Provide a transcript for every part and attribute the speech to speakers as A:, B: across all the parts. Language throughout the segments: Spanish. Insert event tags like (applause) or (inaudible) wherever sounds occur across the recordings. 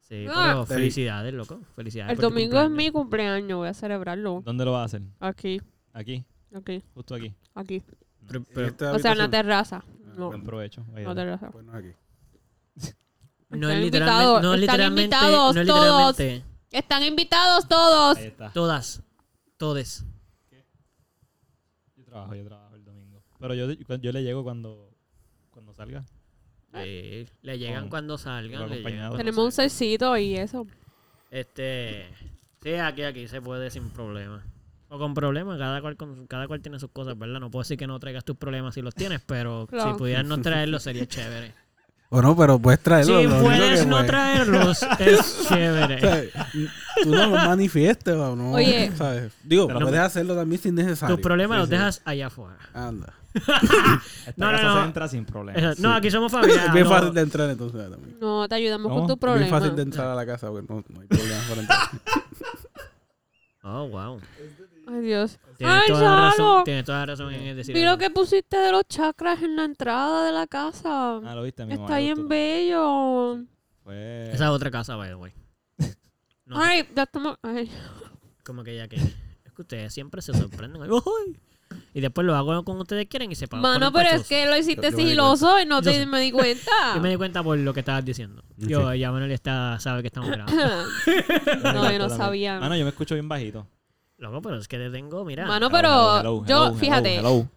A: Sí,
B: Ah.
A: pero felicidades, loco. Felicidades.
B: El
A: por tu
B: domingo es
A: cumpleaños.
B: mi cumpleaños, voy a celebrarlo.
C: ¿Dónde lo vas a hacer?
B: Aquí,
C: Aquí,
B: aquí,
C: justo aquí.
B: aquí.
A: Pero-
D: ¿En
A: pero
D: esta
B: O sea, en la
D: habitación?
B: terraza.
A: Ah,
B: No,
C: Buen
B: no
C: provecho. Oye,
B: terraza.
D: Pues no es aquí.
A: no es
B: están
A: literalmente.
B: invitados,
A: No es
B: están
A: literalmente.
B: invitados
A: No es
B: todos.
A: literalmente.
B: Están invitados todos.
C: Ahí está.
A: Todas. Todes.
C: Yo trabajo, yo trabajo el domingo. Pero yo, yo le llego cuando, cuando salga.
A: Sí, eh, le llegan
C: Con-
A: cuando salgan.
C: con
A: le llegan
C: acompañado.
A: cuando
B: Tenemos un
A: salgan.
B: sexito y eso.
A: Este. Sí, aquí, aquí se puede sin problema. O con problemas, cada cual, con- cada cual tiene sus cosas, ¿verdad? No puedo decir que no traigas tus problemas si los tienes, pero
B: Claro.
A: si pudieras no traerlos sería
D: (laughs)
A: chévere.
D: O no, pero puedes
A: Si
D: traerlo. lo único
A: puedes
D: que,
A: no
D: pues,
A: traerlos,
D: (laughs)
A: es
D: o
A: chévere.
D: sea, Tú no lo manifiestes, o no.
B: Oye.
D: ¿sabes? Digo,
C: Pero-
D: puedes hacerlo también si es necesario.
A: Tus problemas
D: Sí,
A: los
D: sí.
A: dejas allá afuera.
D: Anda.
A: (laughs)
C: Esta
A: No, no,
C: casa
A: no.
C: se entra sin problema.
A: Exacto. No, aquí somos familia.
D: Es bien
A: no.
D: fácil de entrar entonces también.
B: No, te ayudamos
C: No,
B: con tu
D: Es bien
B: problema.
D: fácil de entrar a la casa, porque no, no hay problema
B: (laughs)
D: para entrar.
A: Oh, wow.
B: Ay, Dios.
A: Tienes
B: Ay,
A: toda la
B: Salo.
A: razón, tienes toda la razón en decir
B: Vi lo
A: eso.
B: que pusiste de los chakras en la entrada de la casa.
C: Ah, lo viste, mi mamá.
B: Está
C: le
B: bien
C: gustó.
B: bello.
C: Fue-
A: Esa es otra casa, by the way. No,
B: Ay, ya estamos. Ay,
A: como que ya que... Es que ustedes siempre se sorprenden. Ay, uy. Y después lo hago como ustedes quieren y se pagan.
B: mano, pero es que lo hiciste
D: Yo- yo me di
B: sigiloso y no
A: Yo
B: te,
A: sé.
B: me di cuenta.
A: (laughs) Yo me di cuenta por lo que estabas diciendo. Yo, ya Manuel está, sabe que estamos
B: (coughs)
A: grabando.
C: le
B: no,
C: gustó
B: yo no
C: también.
B: sabía.
C: Ah, no, yo me escucho bien bajito.
A: Loco, pero es que te tengo, mira.
B: (laughs) Mano,
C: Hello,
B: pero
C: hello, hello,
B: yo,
C: hello,
B: fíjate,
C: hello.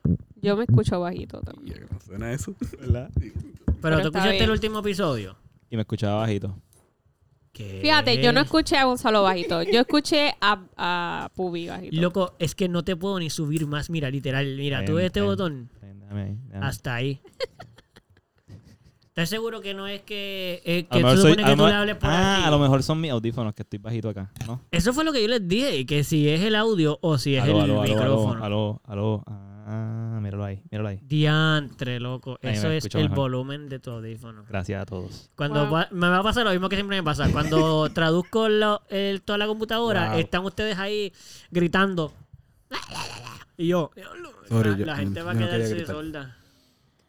B: yo me escucho bajito también.
D: Y, eh, ¿no ¿Suena eso?
C: ¿Verdad?
A: pero tú
B: está
A: escuchaste
B: bien.
A: el último episodio.
C: Y me escuchaba bajito.
A: ¿Qué?
B: Fíjate,
A: Eh.
B: yo no escuché a Gonzalo bajito. Yo escuché a, a Pubi bajito.
A: Loco, es que no te puedo ni subir más. Mira, literal. Mira, tú
C: Ven,
A: ves este
C: ven,
A: botón.
C: ven, déjame ahí, déjame.
A: Hasta ahí.
C: (laughs)
A: ¿Estás seguro que no es que, eh,
C: A
A: que
C: lo
A: tú
C: mejor soy-
A: supones
C: a
A: que tú
C: lo
A: le
C: mejor-
A: hables por
C: ah,
A: aquí?
C: a lo mejor son mis audífonos que estoy bajito acá, ¿no?
A: Eso fue lo que yo les dije, que si es el audio o si es
C: Aló,
A: el
C: aló, aló,
A: micrófono.
C: Aló, aló, aló. Ah, míralo ahí, míralo ahí.
A: Diantre, loco.
C: Ahí me
A: Eso es
C: escucho
A: el
C: mejor.
A: volumen de tu audífono.
C: Gracias a todos.
A: Cuando
B: Wow.
A: va- me va a pasar lo mismo que siempre me pasa.
C: (laughs)
A: Cuando traduzco lo- el- toda la computadora,
C: Wow.
A: están ustedes ahí gritando. Y yo,
D: Sorry,
A: la,
D: yo-
A: la gente va a
D: yo no quería
A: quedarse
D: gritar.
A: sorda.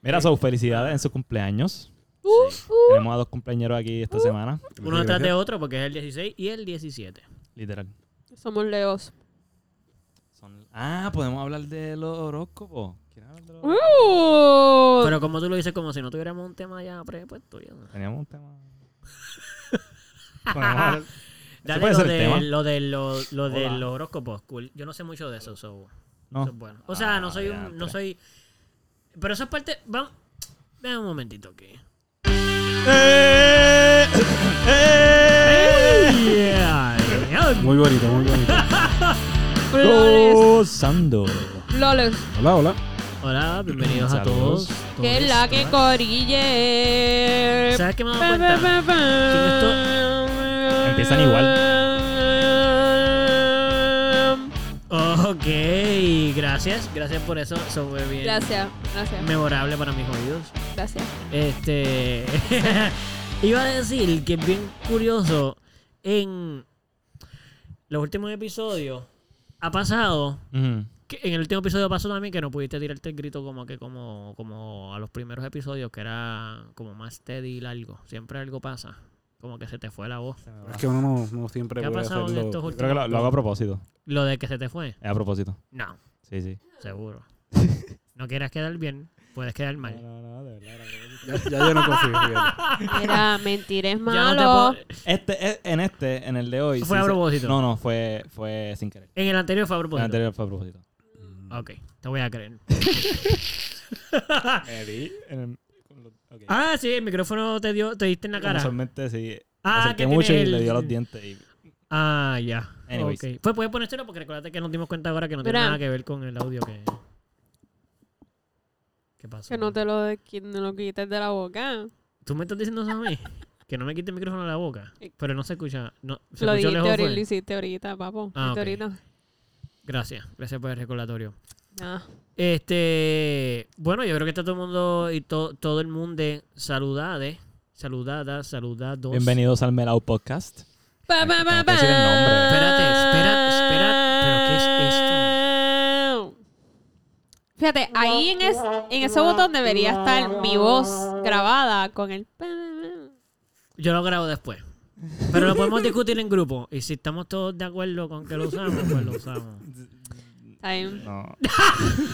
C: Mira, Sou, felicidades en su cumpleaños.
B: Uh, uh.
C: Tenemos a dos cumpleañeros aquí
A: Uh.
C: esta semana.
A: Uno detrás de otro porque es el 16 y el 17.
C: Literal.
B: Somos leos.
C: Son- Ah, podemos hablar de los horóscopos. ¿Quieres hablar de los horóscopos?
B: Uh.
A: Pero como tú lo dices, como si no tuviéramos un tema ya prepuesto. ya.
C: Teníamos un tema. Podemos
D: (laughs)
C: hablar-
A: Dale
C: puede
A: lo,
C: ser el
A: de,
C: tema.
A: lo de lo, lo de
C: Hola.
A: los horóscopos, cool. Yo no sé mucho de eso, so,
C: No.
A: eso es bueno. O sea, no
C: Ah,
A: soy un,
C: diantre.
A: no soy. Pero esa parte, vamos, vean un momentito aquí.
C: ¡Eh! ¡Eh!
A: Yeah, yeah.
D: Muy bonito, muy bonito.
B: Flores.
C: Gozando.
B: Flores.
D: Hola, hola.
A: Hola, bienvenidos a
C: Saludos.
A: todos.
B: Que
A: todes,
B: la que
A: todas.
B: corille.
A: ¿Sabes qué me he dado
B: Pa,
A: cuenta?
B: pa, pa, pa.
C: Empiezan
A: Ok, gracias, gracias por eso, eso fue bien.
B: Gracias, gracias,
A: Memorable para mis oídos. (laughs)
B: gracias.
A: Este. (laughs) iba a decir que es bien curioso. En los últimos episodios ha pasado.
C: Ujú.
A: que en el último episodio pasó también que no pudiste tirarte el grito como que como, como a los primeros episodios, que era como más steady y largo. Siempre algo pasa. Como que se te fue la voz.
D: Es que uno no, no siempre
A: ¿Qué ha
D: puede
A: pasado en
D: hacerlo.
A: estos
C: Creo que
A: últimos?
C: lo, lo hago a propósito.
A: Lo de que se te fue.
C: Es a propósito.
A: No,
C: Sí, sí.
A: seguro. No quieras quedar bien, puedes quedar mal.
D: Ya, ya yo no confío.
A: (laughs)
D: fíjate.
B: Era mentir
A: Ya
B: es
A: no te
B: malo.
A: puedo-
C: Este, eh, en este, en el de hoy.
A: Fue a
C: se-
A: propósito.
C: No, no, fue, fue sin querer.
A: En el anterior fue a
C: El
A: propósito.
C: anterior fue a propósito.
A: Ok, te voy a creer. Ah, sí, el micrófono te dio, te diste en la
C: Como
A: cara.
C: Usualmente sí.
A: Ah,
C: Ah,
A: que
C: acerqué mucho
A: tiene
C: y le dio
A: el-
C: los dientes. Y...
A: Ah, ya.
C: Anyways.
A: Ok. Pues puedes ponértelo porque recuérdate que nos dimos cuenta ahora que no tiene
B: Mira.
A: nada que ver con el audio que. ¿Qué pasó?
B: Que no te lo, de- que no lo quites de la boca.
A: ¿Tú me estás diciendo eso a mí? (laughs) que no me quite el micrófono a la boca. Pero no se escucha. No, se
B: Eh, Lo
A: escuchó
B: dijiste
A: lejos.
B: ahorita,
A: fue?
B: lo hiciste ahorita, papo.
A: Ah,
B: Hiciste
A: ok.
B: ahorita.
A: Gracias, gracias por el recordatorio.
B: Ah,
A: Este, bueno, yo creo que está todo el mundo y to- todo el mundo saludades, saludadas, saludados.
C: Bienvenidos al Melao Podcast.
B: Pa, pa, pa,
C: Tengo que decir el nombre.
A: Espérate, espera, espera. ¿Pero qué es
B: Fíjate, ahí en, es, en ese botón debería estar mi voz grabada con el.
A: Yo lo grabo después. Pero lo podemos discutir en grupo. Y si estamos todos de acuerdo con que lo usamos, pues lo usamos.
B: Está bien.
C: No.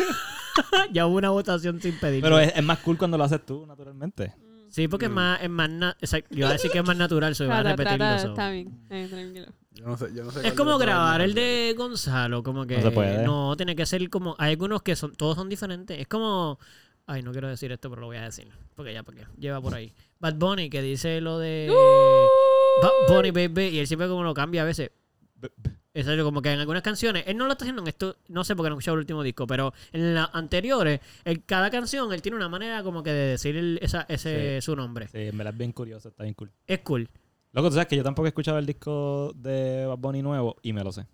A: (laughs) ya hubo una votación sin pedir.
C: (laughs) Pero es, es más cool cuando lo haces tú, naturalmente.
A: Sí, porque es más, es más na- o sea, yo iba a decir que es más natural, soy a
B: Trata,
A: repetirlo.
B: trata,
A: so.
B: está bien. Está bien, tranquilo.
D: Yo no sé, yo no sé
A: Es
D: cuál
A: como
D: otro
A: grabar
D: año.
A: el de Gonzalo, como que
C: No se puede.
A: no, tiene que ser como hay algunos que son todos son diferentes. Es como ay, no quiero decir esto, pero lo voy a decir, porque ya porque lleva por ahí. Bad Bunny que dice lo de
B: ¡Uh!
A: Bad Bunny baby y él siempre como lo cambia a veces.
C: B- b-
A: Es algo como que en algunas canciones, él no lo está haciendo en esto, no sé porque no he escuchado el último disco, pero en las anteriores, en cada canción él tiene una manera como que de decir el- esa, ese su nombre.
C: Sí, en verdad es bien curioso, está bien cool.
A: Es cool.
C: Loco, tú sabes que yo tampoco he escuchado el disco de Bad Bunny nuevo y me lo sé.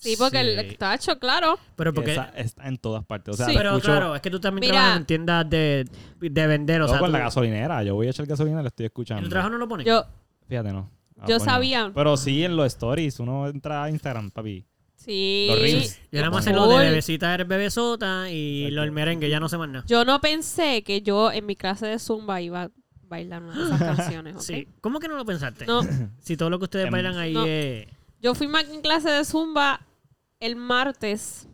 B: Sí, porque el
A: Sí.
B: está hecho, claro.
A: Pero porque
C: Esa está en todas partes. O sea,
B: Sí.
C: lo
A: Pero
C: escucho-
A: claro, es que tú también
B: Mira.
A: trabajas en tiendas de, de vender, o
C: Luego
A: sea,
C: con la
A: tú-
C: gasolinera. Yo voy a echar gasolina y la estoy
A: ¿en
C: escuchando.
A: tu trabajo no lo pones?
B: Yo,
C: Fíjate, no. Ah,
B: Yo
C: bueno.
B: sabía.
C: Pero sí, en los stories. Uno entra a Instagram, papi.
B: sí.
C: Los reels.
A: Yo nada más sé
B: Cool.
A: lo de bebecita eres bebesota y
C: Exacto.
A: lo del merengue, ya no sé más nada.
B: Yo no pensé que yo en mi clase de Zumba iba a bailar una de
C: (laughs)
B: esas canciones, ¿ok?
A: Sí. ¿Cómo que no lo pensaste?
B: No,
A: Si todo lo que ustedes
C: Em,
A: bailan ahí
B: No.
A: es...
B: yo fui ma- en clase de Zumba el martes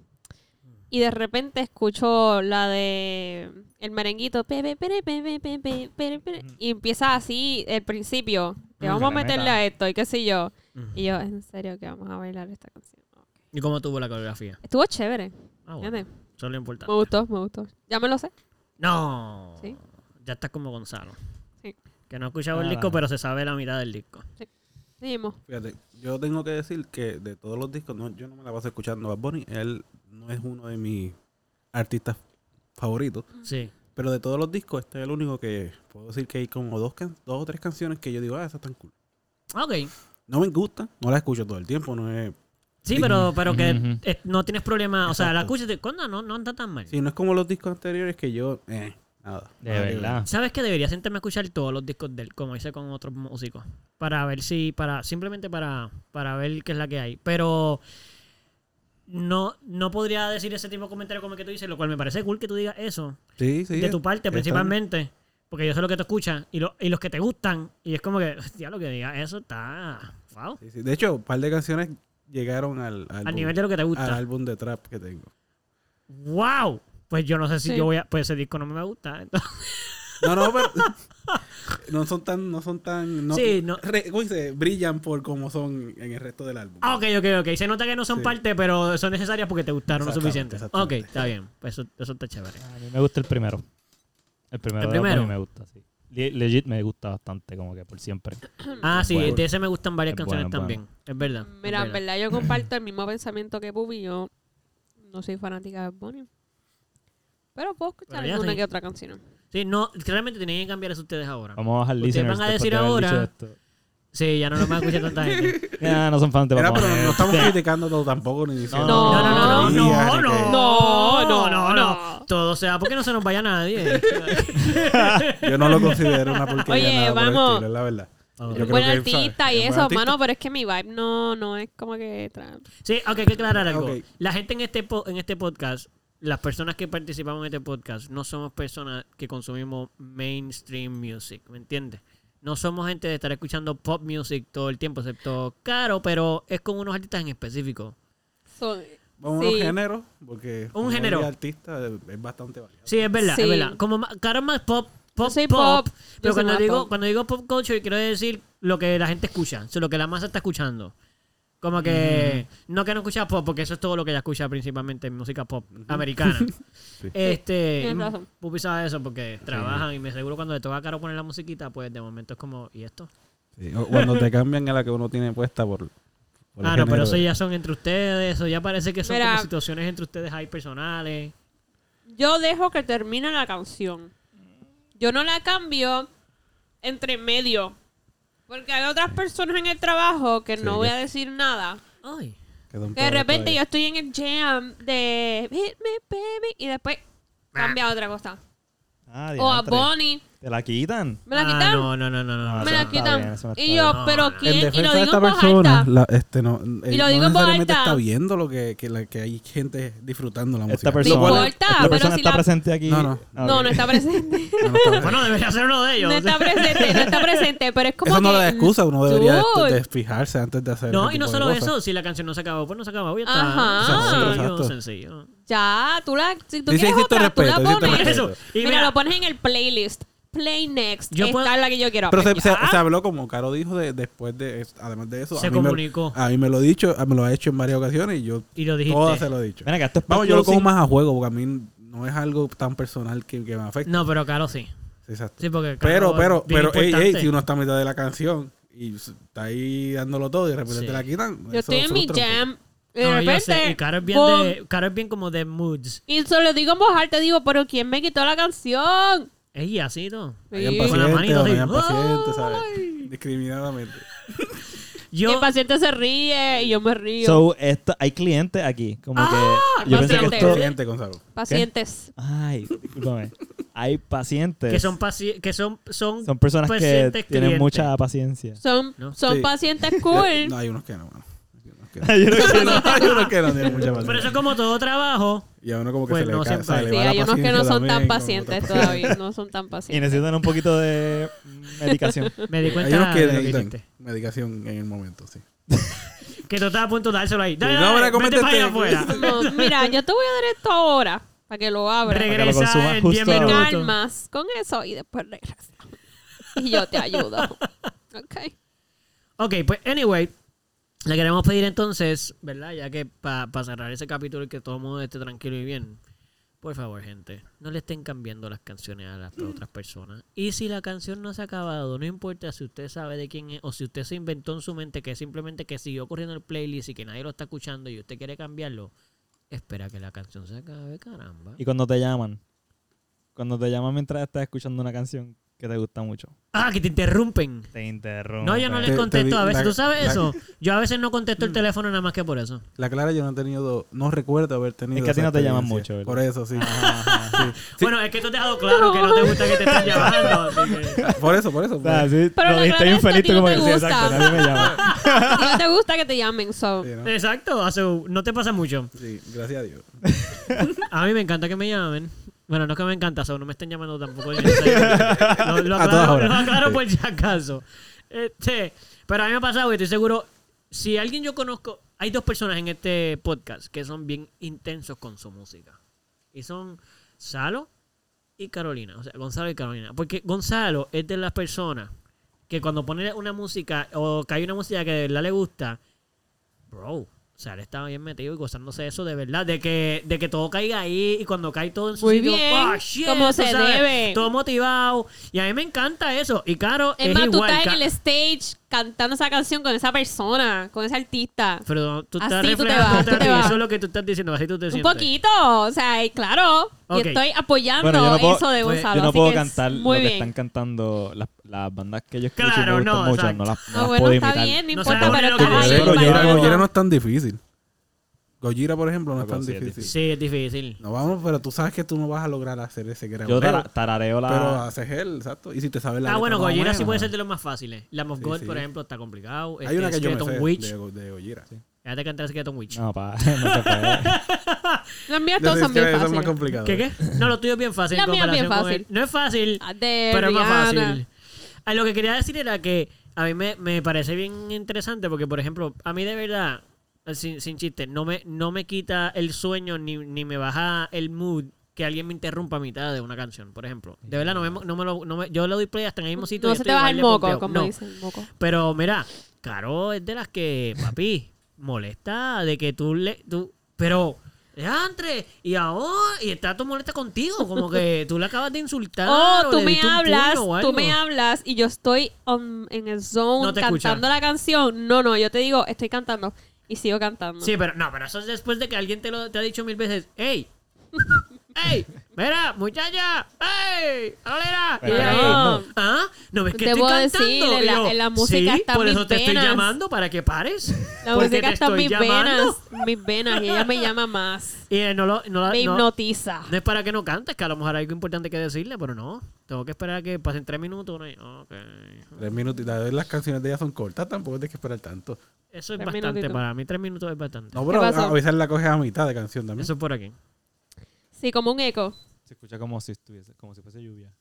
B: y de repente escucho la de el merenguito pe, pe, pere, pe, pe, pe, pe, pere, pere, y empieza así el principio. Que
A: Mm,
B: vamos a
C: que le
B: meterle
C: meta.
B: a esto y qué sé yo.
A: Ujú.
B: Y yo, en serio que vamos a bailar esta canción. Ok.
A: ¿Y cómo tuvo la coreografía?
B: Estuvo chévere.
A: Ah, bueno,
B: fíjate.
A: eso es lo
B: Me
A: importante.
B: gustó, me gustó. Ya me lo sé.
A: No.
B: Sí.
A: Ya estás como Gonzalo.
B: Sí.
A: Que no ha escuchado el
C: Ah,
A: disco,
C: la-
A: pero se sabe la mitad del disco.
B: Seguimos.
D: Fíjate, yo tengo que decir que de todos los discos, no, yo no me la paso escuchando a Bad Bunny. Él no es uno de mis artistas favoritos.
A: Sí.
D: Pero de todos los discos, este es el único que puedo decir que hay como dos, can- dos o tres canciones que yo digo, ah, esas están cool.
A: Ok.
D: No me gustan, no las escucho todo el tiempo. No es,
A: Sí, pero, pero que
C: Ujú, ujú.
A: eh, no tienes problema. O sea, la
D: Exacto.
A: escuchas y te- ¿Cuándo? No, no anda tan mal.
D: sí, no es como los discos anteriores que yo, eh, nada.
C: De
D: Nada que
C: verdad.
A: ¿Sabes que debería sentarme a escuchar todos los discos de él, como hice con otros músicos? Para ver si, para, simplemente para, para ver qué es la que hay. Pero no, no podría decir ese tipo de comentario como el que tú dices, lo cual me parece cool que tú digas eso.
D: ver. Sí, sí.
A: de
D: es-
A: tu parte,
D: están-
A: principalmente. Porque yo sé lo que tú escuchas y, lo- y los que te gustan. Y es como que, hostia, lo que digas eso está. Wow.
D: sí, sí. De hecho, un par de canciones llegaron al, álbum-
A: Al nivel de lo que te
D: al
A: gusta.
D: álbum de trap que tengo.
A: ¡Wow! Pues yo no sé si
B: Sí.
A: yo voy a. Pues ese disco no me va a gustar. (laughs) entonces-
D: No, no, pero. (laughs) No son tan. No son tan no,
A: Sí, no.
D: re- ¿cómo dice? Brillan por como son en el resto del álbum.
A: Ah, ok, ok, ok. Se nota que no son
D: Sí.
A: parte, pero son necesarias porque te gustaron lo
D: Exactamente,
A: suficiente. Ok,
D: exactamente.
A: está bien. Pues eso, eso está chévere.
C: A mí me gusta el primero. El primero.
A: ¿El
C: de Bad
A: primero?
C: Bunny me gusta, sí. Le- Legit me gusta bastante, como que por siempre.
A: Ah, sí,
C: Bueno.
A: de ese me gustan varias
C: Es
A: canciones
C: bueno, es
A: también. Es verdad. es
B: Mira, en
A: verdad.
B: verdad yo comparto el mismo pensamiento que Bubi. Yo no soy fanática de Bad Bunny. Pero puedo escuchar
A: Pero ya
B: alguna
A: sí.
B: que otra canción.
A: Sí, no, realmente tenían que cambiar eso ustedes ahora.
C: Vamos a bajar
A: Ustedes
C: listeners.
A: van a
C: después
A: decir
C: de haber
A: ahora-
C: dicho esto.
A: Sí, ya no lo van a escuchar tanta
D: (laughs)
A: gente.
C: Ya, no son fans de Bad
D: Era, pero
C: Bunny.
D: no estamos criticando todo tampoco ni diciendo.
C: No,
A: No, no, no,
D: ni
A: no,
D: digas, ni
A: no,
D: que-
B: No, no,
A: no, no.
B: no.
A: Todo sea porque no se nos vaya nadie.
D: Yo no lo considero una porquería.
B: Oye,
D: nada por el
B: vamos.
D: estilo, es la verdad.
A: Ok.
D: Yo creo
B: Buen
D: que,
B: artista
D: ¿sabes?
B: y
D: Es buen
B: eso,
D: artista.
B: mano, pero es que mi vibe no, no es como que... tra-
A: Sí, ok, hay que aclarar algo.
D: Ok.
A: La gente en este, po- en este podcast, las personas que participamos en este podcast, no somos personas que consumimos mainstream music, ¿me entiendes? No somos gente de estar escuchando pop music todo el tiempo, excepto caro, pero es con unos artistas en específico.
B: so-
D: Vamos a
B: Sí.
D: un género, porque. como
A: género.
D: hay artista eh, es bastante variado.
A: Sí, es verdad,
B: Sí.
A: es verdad. Como ma- caro es más pop, pop,
B: Yo soy
A: pop.
B: pop, yo
A: Pero
B: soy
A: cuando
B: más
A: digo,
B: pop.
A: cuando digo pop culture, quiero decir lo que la gente escucha, o sea, lo que la masa está escuchando. Como que,
B: Mm.
A: no que no escucha pop, porque eso es todo lo que ella escucha principalmente en música pop
B: (laughs)
A: americana. Este,
B: Tienes razón.
A: Pupi sabe eso porque trabajan y me aseguro cuando le toca a Caro poner la musiquita, pues de momento es como, ¿y esto?
D: Sí, o Cuando te cambian a la que uno tiene puesta por. por el
A: Ah, no, pero
D: género
A: eso
D: de-
A: ya son entre ustedes, eso ya parece que son
B: Mira.
A: como situaciones entre ustedes ahí personales.
B: Yo dejo que termine la canción. Yo no la cambio entre medio. Porque hay otras personas en el trabajo que
D: Sí,
B: no
D: que-
B: voy a decir nada.
A: Ay.
D: que son
B: Que de
D: peores
B: repente
D: todavía.
B: yo estoy en el jam de Hit Me Baby y después cambia a otra cosa.
C: Ah,
B: O a
C: diantre.
B: Bonnie
C: Te la quitan.
B: Me la
A: Ah,
B: quitan.
A: no, no, no, no, no.
C: No,
A: no.
B: Me
C: eso
B: la
C: no está bien,
B: quitan.
C: eso no está
B: y yo,
A: bien.
B: pero
A: No,
B: ¿quién?
D: en
B: y lo
D: defensa de
B: digo
D: esta
B: en voz
D: persona,
B: alta.
D: la- este no, él
B: lo
D: no
B: digo en voz
D: necesariamente
B: alta.
D: está viendo lo que, que, la- que hay gente disfrutando la música.
C: Esta persona,
D: Lo cual es-
B: importa,
C: esta
B: pero
C: persona
B: si
C: está
B: la-
C: presente aquí.
D: No, no.
C: Ah,
B: No,
C: ok.
B: no está presente.
D: no, no está bien.
A: Bueno, debería ser uno de ellos.
B: no está presente, no está presente. Pero es como
D: Eso no
B: que-
D: le da excusa, uno debería de-
B: Dude.
D: de, fijarse antes de hacer
A: No,
D: ese
A: y no
D: tipo de
A: solo
D: cosas.
A: eso, si la canción no se acabó, pues no se acabó, ya está.
B: Ajá.
D: Exacto,
A: Sencillo,
D: exacto.
A: sencillo.
B: Ya, tú la. Si tú
D: Dice,
B: quieres
D: "Existe
B: otra, tú
D: respeto,
B: la
D: existe
A: Por
B: pones.
D: respeto.
A: eso. Y
B: mira,
A: mira,
B: lo pones en el playlist. Play next.
A: Yo
B: Esta
A: puedo-
B: es la que yo quiero.
D: Pero se,
B: Pues,
D: se-
B: ya.
D: se habló, como Caro dijo, de, después de... Además de eso,
A: Se
D: a mí me-
A: comunicó.
D: a mí me lo he dicho, me lo ha hecho en varias ocasiones y yo
A: y lo dijiste.
D: todas se lo he dicho.
C: Ven acá, esto es
D: Vamos, yo lo
C: Pablo
D: cojo
C: Sin-
D: más a juego porque a mí no es algo tan personal que, que me afecta.
A: No, pero claro, sí.
D: Sí, exacto.
A: Sí, porque claro,
D: Pero, pero,
A: bien
D: pero, ey, ey,
A: importante.
D: si uno está a mitad de la canción y s- está ahí dándolo todo y de repente
A: Sí.
D: te la quitan.
B: Yo
D: eso
B: estoy en mi
D: frustra un poco.
B: jam. y De
A: No, yo
B: repente.
A: sé, y Caro es bien,
B: boom,
A: de, Caro es bien como de moods.
B: Y solo digo en voz alta, digo, pero ¿quién me quitó la canción?
A: Ey, así, ¿no?
D: Hayan
B: Sí.
A: Con la
D: paciente,
A: manito
D: o no
A: así.
D: hayan paciente, ¿sabes?
B: Ay.
D: Discriminadamente.
B: Y
A: Yo,
B: el paciente se ríe y yo me río.
C: So, esto, hay clientes aquí. Como
A: Ah,
C: que. Yo pensé que
B: paciente.
C: esto.
D: Paciente, Gonzalo.
B: Pacientes.
C: Ay, discúlpame. Hay pacientes.
A: que son, paci- que son, son,
C: son personas que
A: pacientes
C: tienen
A: clientes.
C: mucha paciencia. (laughs)
B: Son,
A: No.
B: son
D: Sí. (laughs)
B: pacientes cool.
D: No, hay unos que no, mano. Hay unos que no. (laughs)
C: Yo
D: Hay unos
C: no quiero-
D: que no tienen mucha
A: Pero eso es
D: paciencia.
A: como todo trabajo.
D: Y a uno como que
A: Pues
D: se,
A: no
D: le ca-
A: siempre.
D: se le
B: sí,
D: va la
B: hay unos que no
D: paciencia
B: son tan
D: también, como
B: pacientes
D: otras personas.
B: todavía. No son tan
C: y
B: pacientes.
C: necesitan un poquito de medicación.
A: Me di
D: Hay
A: cuenta
D: unos
A: de
D: que
A: lo que
D: necesitan
A: dijiste.
D: medicación en el momento, sí.
A: Que tú estabas a punto de dárselo ahí. Dale,
D: Sí, no,
A: dale,
D: ahora
A: vete
D: comete
A: para allá
D: este.
A: afuera.
B: No, mira, yo te voy a dar esto ahora para que lo abras.
C: Para que lo consuma
A: Regresa en
C: justo
A: 10
C: ahora.
B: Te
A: minutos.
B: calmas con eso y después regresas. Y yo te ayudo. Ok.
A: Ok, pues anyway, le queremos pedir entonces, ¿verdad? Ya que para cerrar ese capítulo y que todo el mundo esté tranquilo y bien. Por favor, gente, no le estén cambiando las canciones a las a otras personas. Y si la canción no se ha acabado, no importa si usted sabe de quién es o si usted se inventó en su mente que simplemente que siguió corriendo el playlist y que nadie lo está escuchando y usted quiere cambiarlo, espera que la canción se acabe, caramba.
C: y cuando te llaman. Cuando te llaman mientras estás escuchando una canción que te gusta mucho.
A: Ah, que te interrumpen.
C: Te interrumpo.
A: No, yo no
D: Te-
A: les
D: te
A: contesto
D: di-
A: a veces.
D: la-
A: ¿Tú sabes
D: la-
A: eso? Yo a veces no contesto el teléfono nada más que por eso.
D: La Clara yo no he tenido, no recuerdo haber tenido.
C: Es que a ti
D: esa
C: no te llaman
D: experiencia.
C: mucho,
D: Por eso, sí. (laughs) Sí.
A: Bueno, es que tú has dejado claro que no te gusta que te estén llamando. así que-
D: Por eso, por eso.
C: O
D: por
C: sea,
D: eso.
C: sí,
B: Pero
C: lo
B: la clara
C: dijiste bien
B: es que a
C: feliz,
B: ti
C: tú
B: no
C: como
B: te
C: que sí,
B: gusta. Ah,
C: exacto, nadie
B: (laughs)
C: me llama.
B: A ti no te gusta que te llamen, so.
D: Sí, ¿no?
A: Exacto, o sea, no te pasa mucho.
D: Sí, gracias a Dios.
A: A mí me encanta que me llamen. Bueno, no es que me encanta, o sea, no me estén llamando tampoco. yo no sé. Lo, lo
D: (laughs) A todas
A: aclaro,
D: horas.
A: lo aclaro
D: Sí.
A: por si acaso. Este, pero a mí me ha pasado y estoy seguro, si alguien yo conozco, hay dos personas en este podcast que son bien intensos con su música. Y son Salo y Carolina. O sea, Gonzalo y Carolina. Porque Gonzalo es de las personas que cuando pone una música o que hay una música que de verdad le gusta, bro, o sea, él estaba bien metido y gozándose eso de verdad, de que, de que todo caiga ahí y cuando cae todo en su
B: Muy
A: sitio,
B: bien,
A: ¡ah, shit!
B: como
A: tú
B: se debe.
A: Todo motivado. Y a mí me encanta eso. Y Caro es,
B: Es más, tú
A: igual.
B: estás en
A: Ca-
B: el stage cantando esa canción con esa persona, con ese artista.
A: Pero tú estás
B: Así tú te
A: reflejando
B: vas, tú te
A: otra-
B: vas.
A: Eso es lo que tú estás diciendo, así tú te
B: Un
A: sientes.
B: poquito, o sea, y claro,
A: Ok.
B: yo estoy apoyando
C: Bueno, yo no puedo-
B: eso de
A: pues,
B: Gonzalo.
C: Yo no
B: así
C: puedo
B: que es
C: cantar lo
B: muy
C: que
B: bien.
C: están cantando las, las bandas que yo escucho
A: Claro,
C: y me
A: no,
C: gustan mucho.
A: exacto.
C: No las, no
B: No,
C: las
B: bueno,
C: puedo
B: está
C: imitar.
B: bien, no
A: No
B: importa,
A: sabemos
B: pero
A: lo que
B: estás
A: es,
B: ahí.
D: Pero
A: yo
D: Gojira,
A: bailando.
D: Gojira no es tan difícil. Gojira, por ejemplo, no Ah, pues es
C: Pero
D: tan
C: sí es
D: difícil.
A: Sí, es difícil. Ah,
D: No vamos, pero tú sabes que tú no vas a lograr hacer ese gran
C: Yo
D: pero,
C: tara- tarareo la...
D: pero haces él, exacto. Y si te sabes la
A: ah,
D: letra
A: bueno,
D: más o
A: Gojira sí
D: menos.
A: puede ser de los más fáciles. La of
D: Sí,
A: God,
D: sí.
A: por ejemplo, está complicado. Este,
D: Hay una que yo me
A: Skeleton
D: sé
A: Witch.
D: de, Go- de Gojira.
A: Déjate cantar Skeleton Witch.
C: No, pa, (laughs) no se puede.
B: Las mías
D: Yo
B: todas
D: sé
B: son
D: que
B: bien
D: eso es más
B: fáciles.
D: complicado.
A: ¿Qué, qué? No, lo tuyo es bien fácil.
B: La
A: en
B: mía es bien
A: comparación con
B: fácil.
A: él. No es fácil,
B: Ah, De
A: pero es más
B: Rihanna.
A: fácil. Ah, lo que quería decir era que a mí me, me parece bien interesante porque, por ejemplo, a mí de verdad, sin, sin chiste, no me, no me quita el sueño ni, ni me baja el mood que alguien me interrumpa a mitad de una canción, por ejemplo. De verdad, no me, no me lo, no me- yo le doy play hasta en el mismo sitio. y
B: No se
A: estoy
B: te
A: igual
B: baja el
A: de
B: moco,
A: pompeado.
B: como
A: No.
B: dicen. Moco.
A: Pero mira, Caro es de las que, papi, molesta de que tú le. Tú, pero, Andre, y ahora. Y está tú molesta contigo, como que tú le acabas de insultar.
B: Oh,
A: o
B: tú
A: le
B: me
A: diste un
B: hablas,
A: puño o
B: tú
A: algo.
B: me hablas y yo estoy on- en el zone
A: No te
B: cantando
A: escucha.
B: la canción. No, no, yo te digo, estoy cantando y sigo cantando.
A: Sí, pero no, pero eso es después de que alguien te, lo, te ha dicho mil veces, hey, ¡Ey! ¡Mira, muchacha! ¡Ey! ¡Alolera!
C: Pero-
B: No.
A: ¿Ah? ¿No ves que
B: Debo
A: estoy
B: decir,
A: cantando?
B: en la-
A: Y yo,
B: en la música
A: sí,
B: están
A: por
B: mis
A: eso te estoy
B: penas.
A: llamando para que pares.
B: La
A: Porque
B: música
A: pues te
B: está en
A: estoy
B: mis
A: llamando.
B: venas. Mis venas. Y ella me llama más.
A: Y eh, no, lo, no, la-
B: Me
A: no-
B: hipnotiza.
A: no es para que no cantes, que a lo mejor hay algo importante que decirle, pero no. Tengo que esperar a que pasen tres minutos. ¿no? Y- ok.
D: Tres minutos. La verdad, Las canciones de ella son cortas, tampoco tienes que esperar tanto.
A: Eso es
B: Tres
A: bastante
B: minutitos.
A: para mí. Tres minutos es bastante.
D: No, pero
B: pasó?
D: a veces la coges a mitad de canción también.
A: Eso es por aquí.
B: Sí, como un eco.
C: Se escucha como si estuviese, como si fuese lluvia.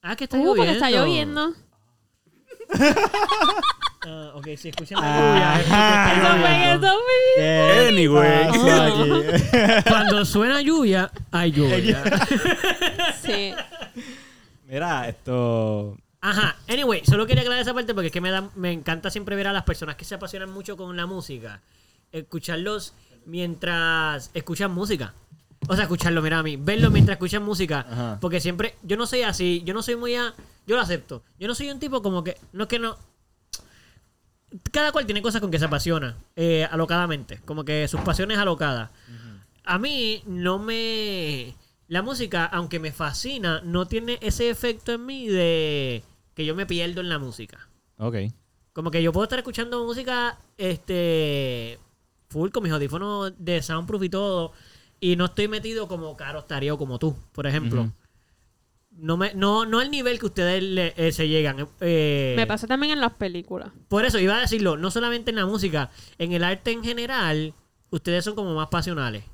A: Ah, que está
B: Uh,
A: lloviendo.
B: porque está lloviendo.
A: Ah, ok, si escuchan la lluvia. es porque
B: Eso
A: está
B: fue,
A: lloviendo.
B: eso fue.
D: Anyway.
C: (laughs)
A: Cuando suena lluvia, hay lluvia.
B: Sí.
C: Mira, esto.
A: Ajá, anyway, solo quería aclarar esa parte porque es que me, da, me encanta siempre ver a las personas que se apasionan mucho con la música, escucharlos mientras escuchan música. O sea, escucharlo, mira a mí, verlo mientras escuchan música.
C: Ajá.
A: Porque siempre, yo no soy así, yo no soy muy a. Yo lo acepto. Yo no soy un tipo como que. No es que no. Cada cual tiene cosas con que se apasiona, eh, alocadamente. Como que sus pasiones alocadas. A mí no me. La música, aunque me fascina, no tiene ese efecto en mí de que yo me pierdo en la música.
C: Ok.
A: Como que yo puedo estar escuchando música, este, full con mis audífonos de soundproof y todo, y no estoy metido como Caro estaría o como tú, por ejemplo.
C: Ujú.
A: No me, no, no al nivel que ustedes le- eh, se llegan. eh,
B: Me pasó también en las películas.
A: por eso iba a decirlo, no solamente en la música, en el arte en general, ustedes son como más pasionales.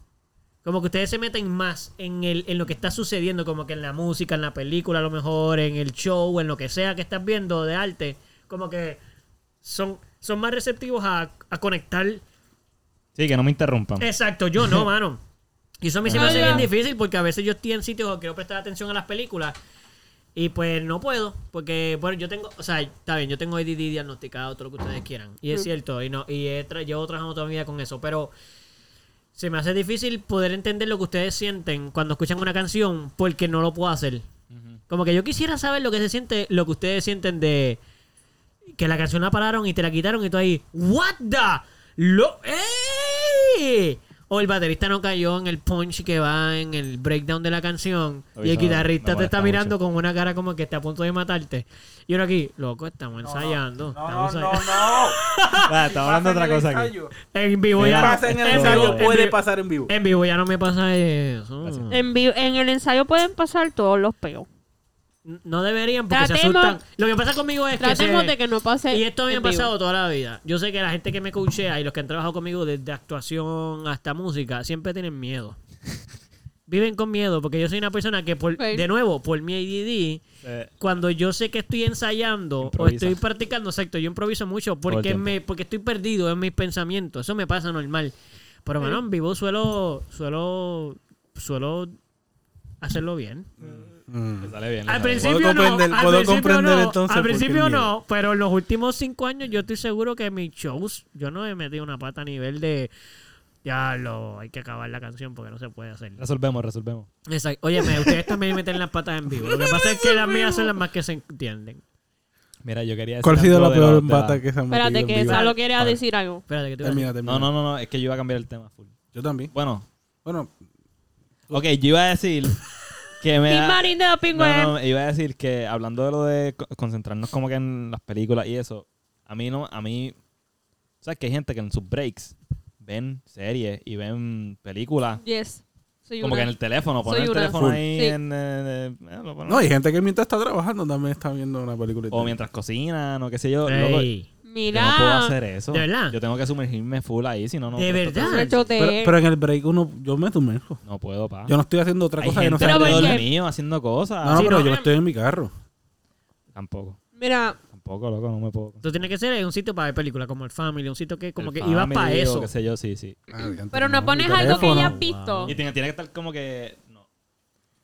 A: Como que ustedes se meten más en, el, en lo que está sucediendo, como que en la música, en la película, a lo mejor, en el show, en lo que sea que estás viendo de arte. Como que son, son más receptivos a, a conectar.
C: Sí, que no me (laughs) interrumpan.
A: Exacto, yo no, mano. Y eso a mí se me
B: Ah,
A: hace
B: ya.
A: bien difícil porque a veces yo estoy en sitios donde quiero prestar atención a las películas y pues no puedo, porque bueno, yo tengo, o sea, está bien, yo tengo ADD diagnosticado, todo lo que ustedes quieran. Y es cierto, y no y he tra- llevo trabajando toda mi vida con eso, pero se me hace difícil poder entender lo que ustedes sienten cuando escuchan una canción porque no lo puedo hacer. Como que yo quisiera saber lo que se siente, lo que ustedes sienten de que la canción la pararon y te la quitaron y tú ahí, what the lo ¡Ey! O el baterista no cayó en el punch que va en el breakdown de la canción y el
C: Avisado,
A: guitarrista
C: me
A: te está
C: molesta
A: mirando con una cara como que está a punto de matarte. Y uno aquí, loco, estamos ensayando. estamos ensayando.
C: Ah, estaba hablando de otra cosa aquí.
D: aquí.
A: (laughs) En vivo ya.
D: Pasa en el ensayo,
A: vivo-
D: puede
A: vivo-
D: pasar en vivo.
A: En vivo ya no me pasa eso.
B: En, vi- en el ensayo pueden pasar todos los peos.
A: No deberían porque se
B: Tratemos-
A: asustan. Lo que pasa conmigo es que.
B: Tratemos
A: se-
B: de que no pase.
A: Y esto me ha
B: en vivo.
A: pasado toda la vida. Yo sé que la gente que me coachea y los que han trabajado conmigo desde actuación hasta música siempre tienen
B: (laughs)
A: miedo. Viven con miedo porque yo soy una persona que, por,
B: Ok.
A: de nuevo, por mi ADD,
C: Eh,
A: cuando yo sé que estoy ensayando
C: Improvisa.
A: o estoy practicando, exacto, yo improviso mucho
C: Todo el
A: porque
C: tiempo.
A: me porque estoy perdido en mis pensamientos. Eso me pasa normal. Pero bueno, en vivo suelo suelo suelo hacerlo bien.
D: Mm.
C: me sale bien. me
A: Al
C: sale bien.
A: principio
D: comprender-
A: no, al
D: puedo
A: principio
D: comprender
A: no, Al
D: entonces por qué el
A: principio
D: miedo.
A: no, pero en los últimos cinco años yo estoy seguro que mis shows, yo no he metido una pata a nivel de ya lo hay que acabar la canción porque no se puede hacer.
C: Resolvemos, resolvemos.
A: Exacto. Oye, ustedes también meten las patas en vivo. Lo que pasa es que las mías son las más que se entienden.
C: Mira, yo quería decir.
D: ¿Cuál ha sido
C: algo
D: la
C: de
D: peor
C: los- de la-
D: bata que se han metido
B: Espérate, que
D: en vivo?
B: Salo quiere decir algo.
A: Espérate que te voy a
D: Termina, termina.
C: No, no, no, no, es que yo iba a cambiar el tema full.
D: Yo también.
C: Bueno,
D: Bueno,
C: ok, yo iba a decir que me.
B: (laughs) Team
C: da-
B: Marine de los pingües.
C: No, no, iba a decir que hablando de lo de co- concentrarnos como que en las películas y eso, a mí no, a mí, ¿sabes que hay gente que en sus breaks ven series y ven películas
B: Yes. Soy
C: como que
B: una.
C: en el teléfono, ponen
B: Soy
C: el
B: una.
C: teléfono
D: Full.
C: ahí
B: Sí.
C: en, eh, eh, lo ponen-
D: no, hay gente que mientras está trabajando también está viendo una película. y
C: o
D: tal.
C: mientras cocinan o qué sé yo,
A: decir.
C: loco, yo
A: Ey,
B: Mira.
C: no puedo hacer eso.
A: ¿De verdad?
C: Yo tengo que sumergirme full ahí, si no no
A: ¿De
C: no-
A: verdad?
B: Me choteé.
D: Pero, pero en el break uno, yo me sumerjo.
C: No puedo,
A: Ah.
C: pa.
D: Yo no estoy haciendo otra
C: hay
D: cosa que
C: gente
D: no sea
B: Pero
D: break.
C: alrededor
B: porque-
C: mío haciendo cosas.
D: No, no,
A: Sí,
D: pero
A: no,
D: yo
A: mira.
D: estoy en mi carro.
C: Tampoco,
B: Mira,
C: tampoco, loco, no me puedo.
A: Tú tienes que ser en un sitio para ver películas como el Family, un sitio que como
C: El
A: que ibas
C: family
A: para
C: o
A: eso.
C: qué sé yo, sí, sí.
A: Ah,
B: pero no pones algo que ya has
A: Oh.
B: visto.
C: Y tiene, tiene que estar como que. No.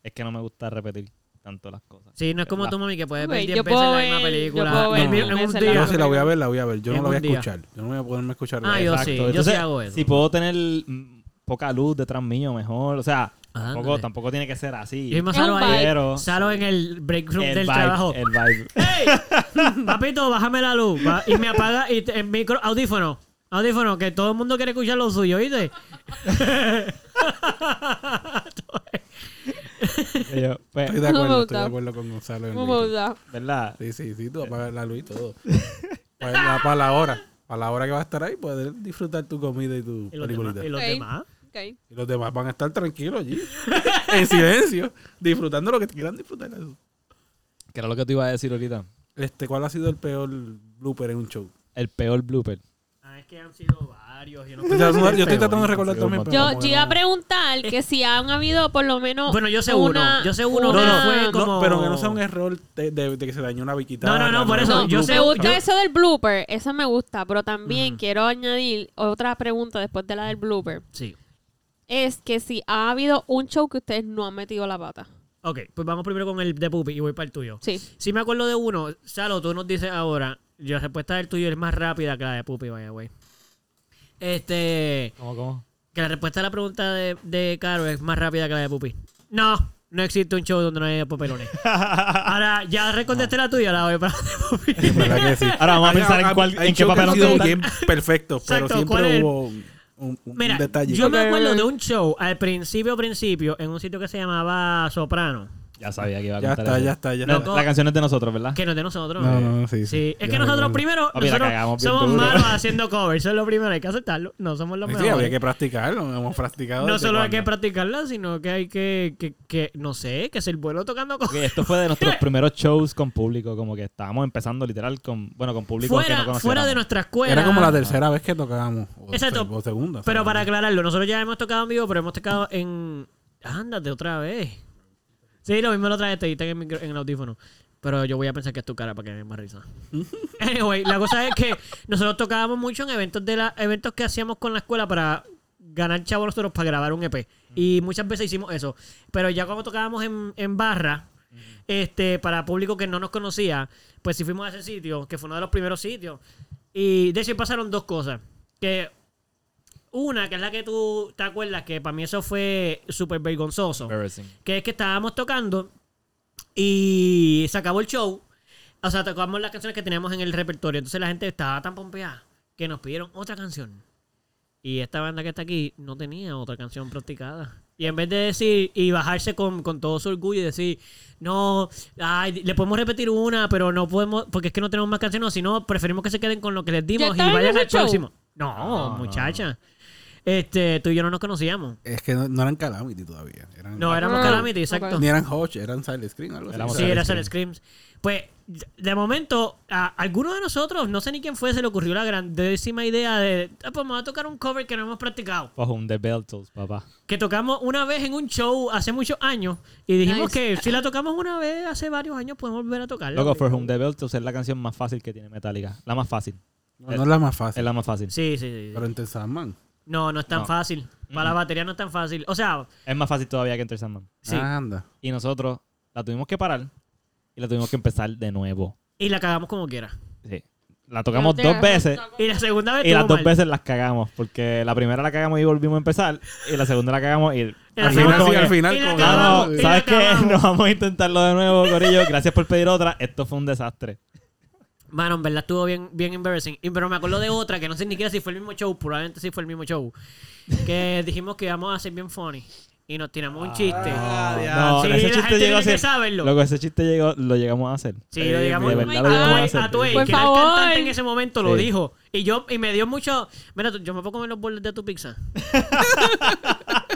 C: Es que no me gusta repetir tanto las cosas.
A: Sí, no es como
C: La-
A: tu mami que puede
B: Güey,
A: ver 10
B: yo
A: veces
B: puedo
A: la misma
B: ver- yo
A: película.
B: puedo
C: ver
A: En mi-
C: mil
A: en un
B: veces la
A: día.
D: Yo
B: misma
D: sí la voy a ver, la voy a ver. Yo
A: En
D: no la voy a
A: un día.
D: escuchar. Yo no voy a ponerme a escuchar.
A: Ah, yo sí, yo sí
C: Entonces,
A: hago eso.
C: Si puedo tener mm, poca luz detrás mío, mejor. O sea,
A: Ah, Ándale.
C: tampoco, tampoco tiene que ser así.
A: Yo mismo
B: Es un
A: salgo ahí.
C: vibe.
A: Salgo en el break room
C: el
A: del
C: vibe,
A: trabajo.
C: El
A: (laughs)
C: vibe.
A: ¡Ey! Papito, bájame la luz. va- y me apaga y te- el micro, audífono. Audífono, que todo el mundo quiere escuchar lo suyo, ¿oíste?
C: Y yo, pues,
A: (laughs)
B: No me
D: Estoy de acuerdo, estoy de
B: gusta.
D: acuerdo con Gonzalo. en
B: Muy
D: Luis.
B: bonita.
C: ¿verdad?
D: Sí, sí, sí, tú apagas la luz y todo. Para la, para la hora. Para la hora que vas a estar ahí, puedes disfrutar tu comida y tu
A: (laughs) ¿Y los demás?
D: peliculita.
A: ¿Y los
B: Ok.
A: demás?
B: Ok.
D: Y los demás van a estar tranquilos allí, (laughs) en silencio, disfrutando lo que quieran disfrutar.
C: Que era lo que te iba a decir ahorita.
D: Este, ¿Cuál ha sido el peor blooper en un show?
C: El peor blooper.
A: Ah, es que han sido varios. Yo, no
D: Yo
A: puedo decir
D: estoy
A: el peor.
D: tratando de recordar también. pero
B: Yo
D: como que
B: llegué a
D: no-
B: preguntar que si han habido por lo menos.
A: Bueno, yo sé
B: una-
A: uno, yo sé uno,
B: una-
A: no fue
D: No,
A: como-
D: pero que no sea un error de, de- de que se dañó una biquita.
A: No, no, no, por eso,
B: No,
A: yo
B: me
A: sé-
B: gusta
A: yo-
B: eso del blooper, eso me gusta, pero también
A: Ujú.
B: quiero añadir otra pregunta después de la del blooper.
A: Sí.
B: Es que si ha habido un show que ustedes no han metido la pata.
A: Ok, pues vamos primero con el de Pupi y voy para el tuyo.
B: Sí.
A: Si me acuerdo de uno, Salo, tú nos dices ahora, la respuesta del tuyo es más rápida que la de Pupi, vaya, güey. Este,
C: ¿Cómo, cómo?
A: que la respuesta a la pregunta de, de Caro es más rápida que la de Pupi. No, no existe un show donde no haya papelones. Ahora, ya recontesté la tuya, la voy para la de Pupi.
D: Es verdad que sí. (laughs)
C: Ahora vamos a pensar en, cuál, en qué papel
D: ha
C: nos
D: sido
C: gusta.
D: bien perfecto, pero
A: Exacto, ¿cuál es
D: siempre
A: el-
D: hubo un, un- un
A: Mira,
D: detalle.
A: yo me
B: Ok,
A: acuerdo
B: ok.
A: de un show al principio, principio, en un sitio que se llamaba Soprano.
C: Ya sabía que iba a
D: Ya
C: contar
D: está,
C: eso.
D: ya está, ya
C: No,
D: está.
C: La canción es de nosotros, ¿verdad?
A: Que no es de nosotros.
D: No, no,
A: Sí,
D: sí, sí,
A: es
D: ya
A: que nosotros
D: recuerdo.
A: primero
C: Papi, la
A: nosotros
C: cagamos bien
A: somos
C: duro.
A: malos haciendo covers. Eso es lo primero, hay que aceptarlo. No somos los
D: Sí,
A: mejores.
D: había que practicarlo, hemos practicado.
A: no
D: desde
A: solo hay que
D: cuando.
A: practicarla, sino que hay que, que, que no sé, que es el vuelo tocando
C: Ok,
A: covers.
C: esto fue
A: (laughs)
C: de nuestros primeros shows con público, como que estábamos empezando literal con, bueno, con público que
A: Fuera,
C: no conocíamos.
A: fuera de nuestra escuela.
D: Era como la tercera vez que tocábamos. O
A: Exacto.
D: se- O segunda.
A: Pero para
D: segunda.
A: aclararlo, nosotros ya hemos tocado en vivo, pero hemos tocado en. Ándate otra vez. Sí, lo mismo lo traes, te diste en el, micro- en el audífono. Pero yo voy a pensar que es tu cara para que me dé más risa. Anyway, la cosa es que nosotros tocábamos mucho en eventos de la, eventos que hacíamos con la escuela para ganar chavos nosotros para grabar un EP. Y muchas veces hicimos eso. Pero ya cuando tocábamos en, en barra, este, para público que no nos conocía, pues sí fuimos a ese sitio, que fue uno de los primeros sitios. Y de hecho pasaron dos cosas. Que una, que es la que tú te acuerdas, que para mí eso fue súper vergonzoso.
C: Embarrassing.
A: Que es que estábamos tocando y se acabó el show. O sea, tocamos las canciones que teníamos en el repertorio. Entonces la gente estaba tan pompeada que nos pidieron otra canción. Y esta banda que está aquí no tenía otra canción practicada. Y en vez de decir y bajarse con, con todo su orgullo y decir, no, ay, le podemos repetir una, pero no podemos, porque es que no tenemos más canciones, sino preferimos que se queden con lo que les dimos y
B: estaba en
A: vayan
B: ese
A: al
B: show?
A: próximo.
C: No,
A: No,
C: no,
A: muchacha. Este, tú y yo no nos conocíamos.
D: Es que no, no eran Calamity todavía. Eran,
A: No, éramos
B: Ah,
A: Calamity, exacto.
B: ok.
D: Ni eran Hodge, eran Silent Screen. Algo así.
C: Éramos
A: Sí,
C: Silent
A: era
C: Scream.
A: Silent Screams. Pues, de momento, a alguno de nosotros, no sé ni quién fue, se le ocurrió la grandísima idea de, "Ah, pues vamos a tocar un cover que no hemos practicado.
C: Bajo un The Beatles, papá.
A: Que tocamos una vez en un show hace muchos años y dijimos
B: Nice.
A: que si la tocamos una vez hace varios años podemos volver a tocarla.
C: Loco, For Whom The Bell Tolls es la canción más fácil que tiene Metallica. La más fácil.
D: No, no es la más fácil.
C: Es la más fácil.
A: Sí, sí, sí.
D: Pero en Sandman.
A: No, no es tan
C: No.
A: fácil. Para la batería no es tan fácil. O sea,
C: Es más fácil todavía que Enter Sandman.
A: sí.
D: Anda.
C: Y nosotros la tuvimos que parar y la tuvimos que empezar de nuevo.
A: Y la cagamos como quiera.
C: Sí. La tocamos dos veces
A: Y la segunda vez...
C: y las
A: estuvo
C: dos
A: mal.
C: veces las cagamos. Porque la primera la cagamos y volvimos a empezar. Y la segunda la cagamos y...
A: la
D: Al
C: Así fue
A: segunda-
D: final,
C: como
D: sí,
C: que-
D: al final.
A: Y la
D: como-
C: Claro,
A: acabamos, y la
C: ¿sabes qué? (laughs)
A: acabamos.
C: No vamos a intentarlo de nuevo, Corillo. Gracias por pedir otra. Esto fue un desastre.
A: Mano, en verdad estuvo bien, bien embarrassing. Y- Pero me acuerdo de otra que no sé ni siquiera si fue el mismo show, probablemente sí fue el mismo show.
B: (laughs)
A: Que dijimos que íbamos a ser bien funny. Y nos tiramos
C: Ah,
A: un chiste.
C: no,
A: sí,
C: ese
A: la
C: chiste
A: gente
C: llegó a
A: tiene que
C: ser.
A: saberlo.
C: Loco, ese chiste llegó, lo llegamos a hacer.
A: sí, lo digamos.
C: de
A: Ay,
C: verdad lo llegamos a hacer.
A: Atuey,
B: Por
A: que era el
B: favor.
A: cantante en ese momento, lo
C: Sí.
A: dijo. Y yo, y me dio mucho. Mira, tú- yo me puedo comer los boles de tu
C: (laughs)
A: pizza.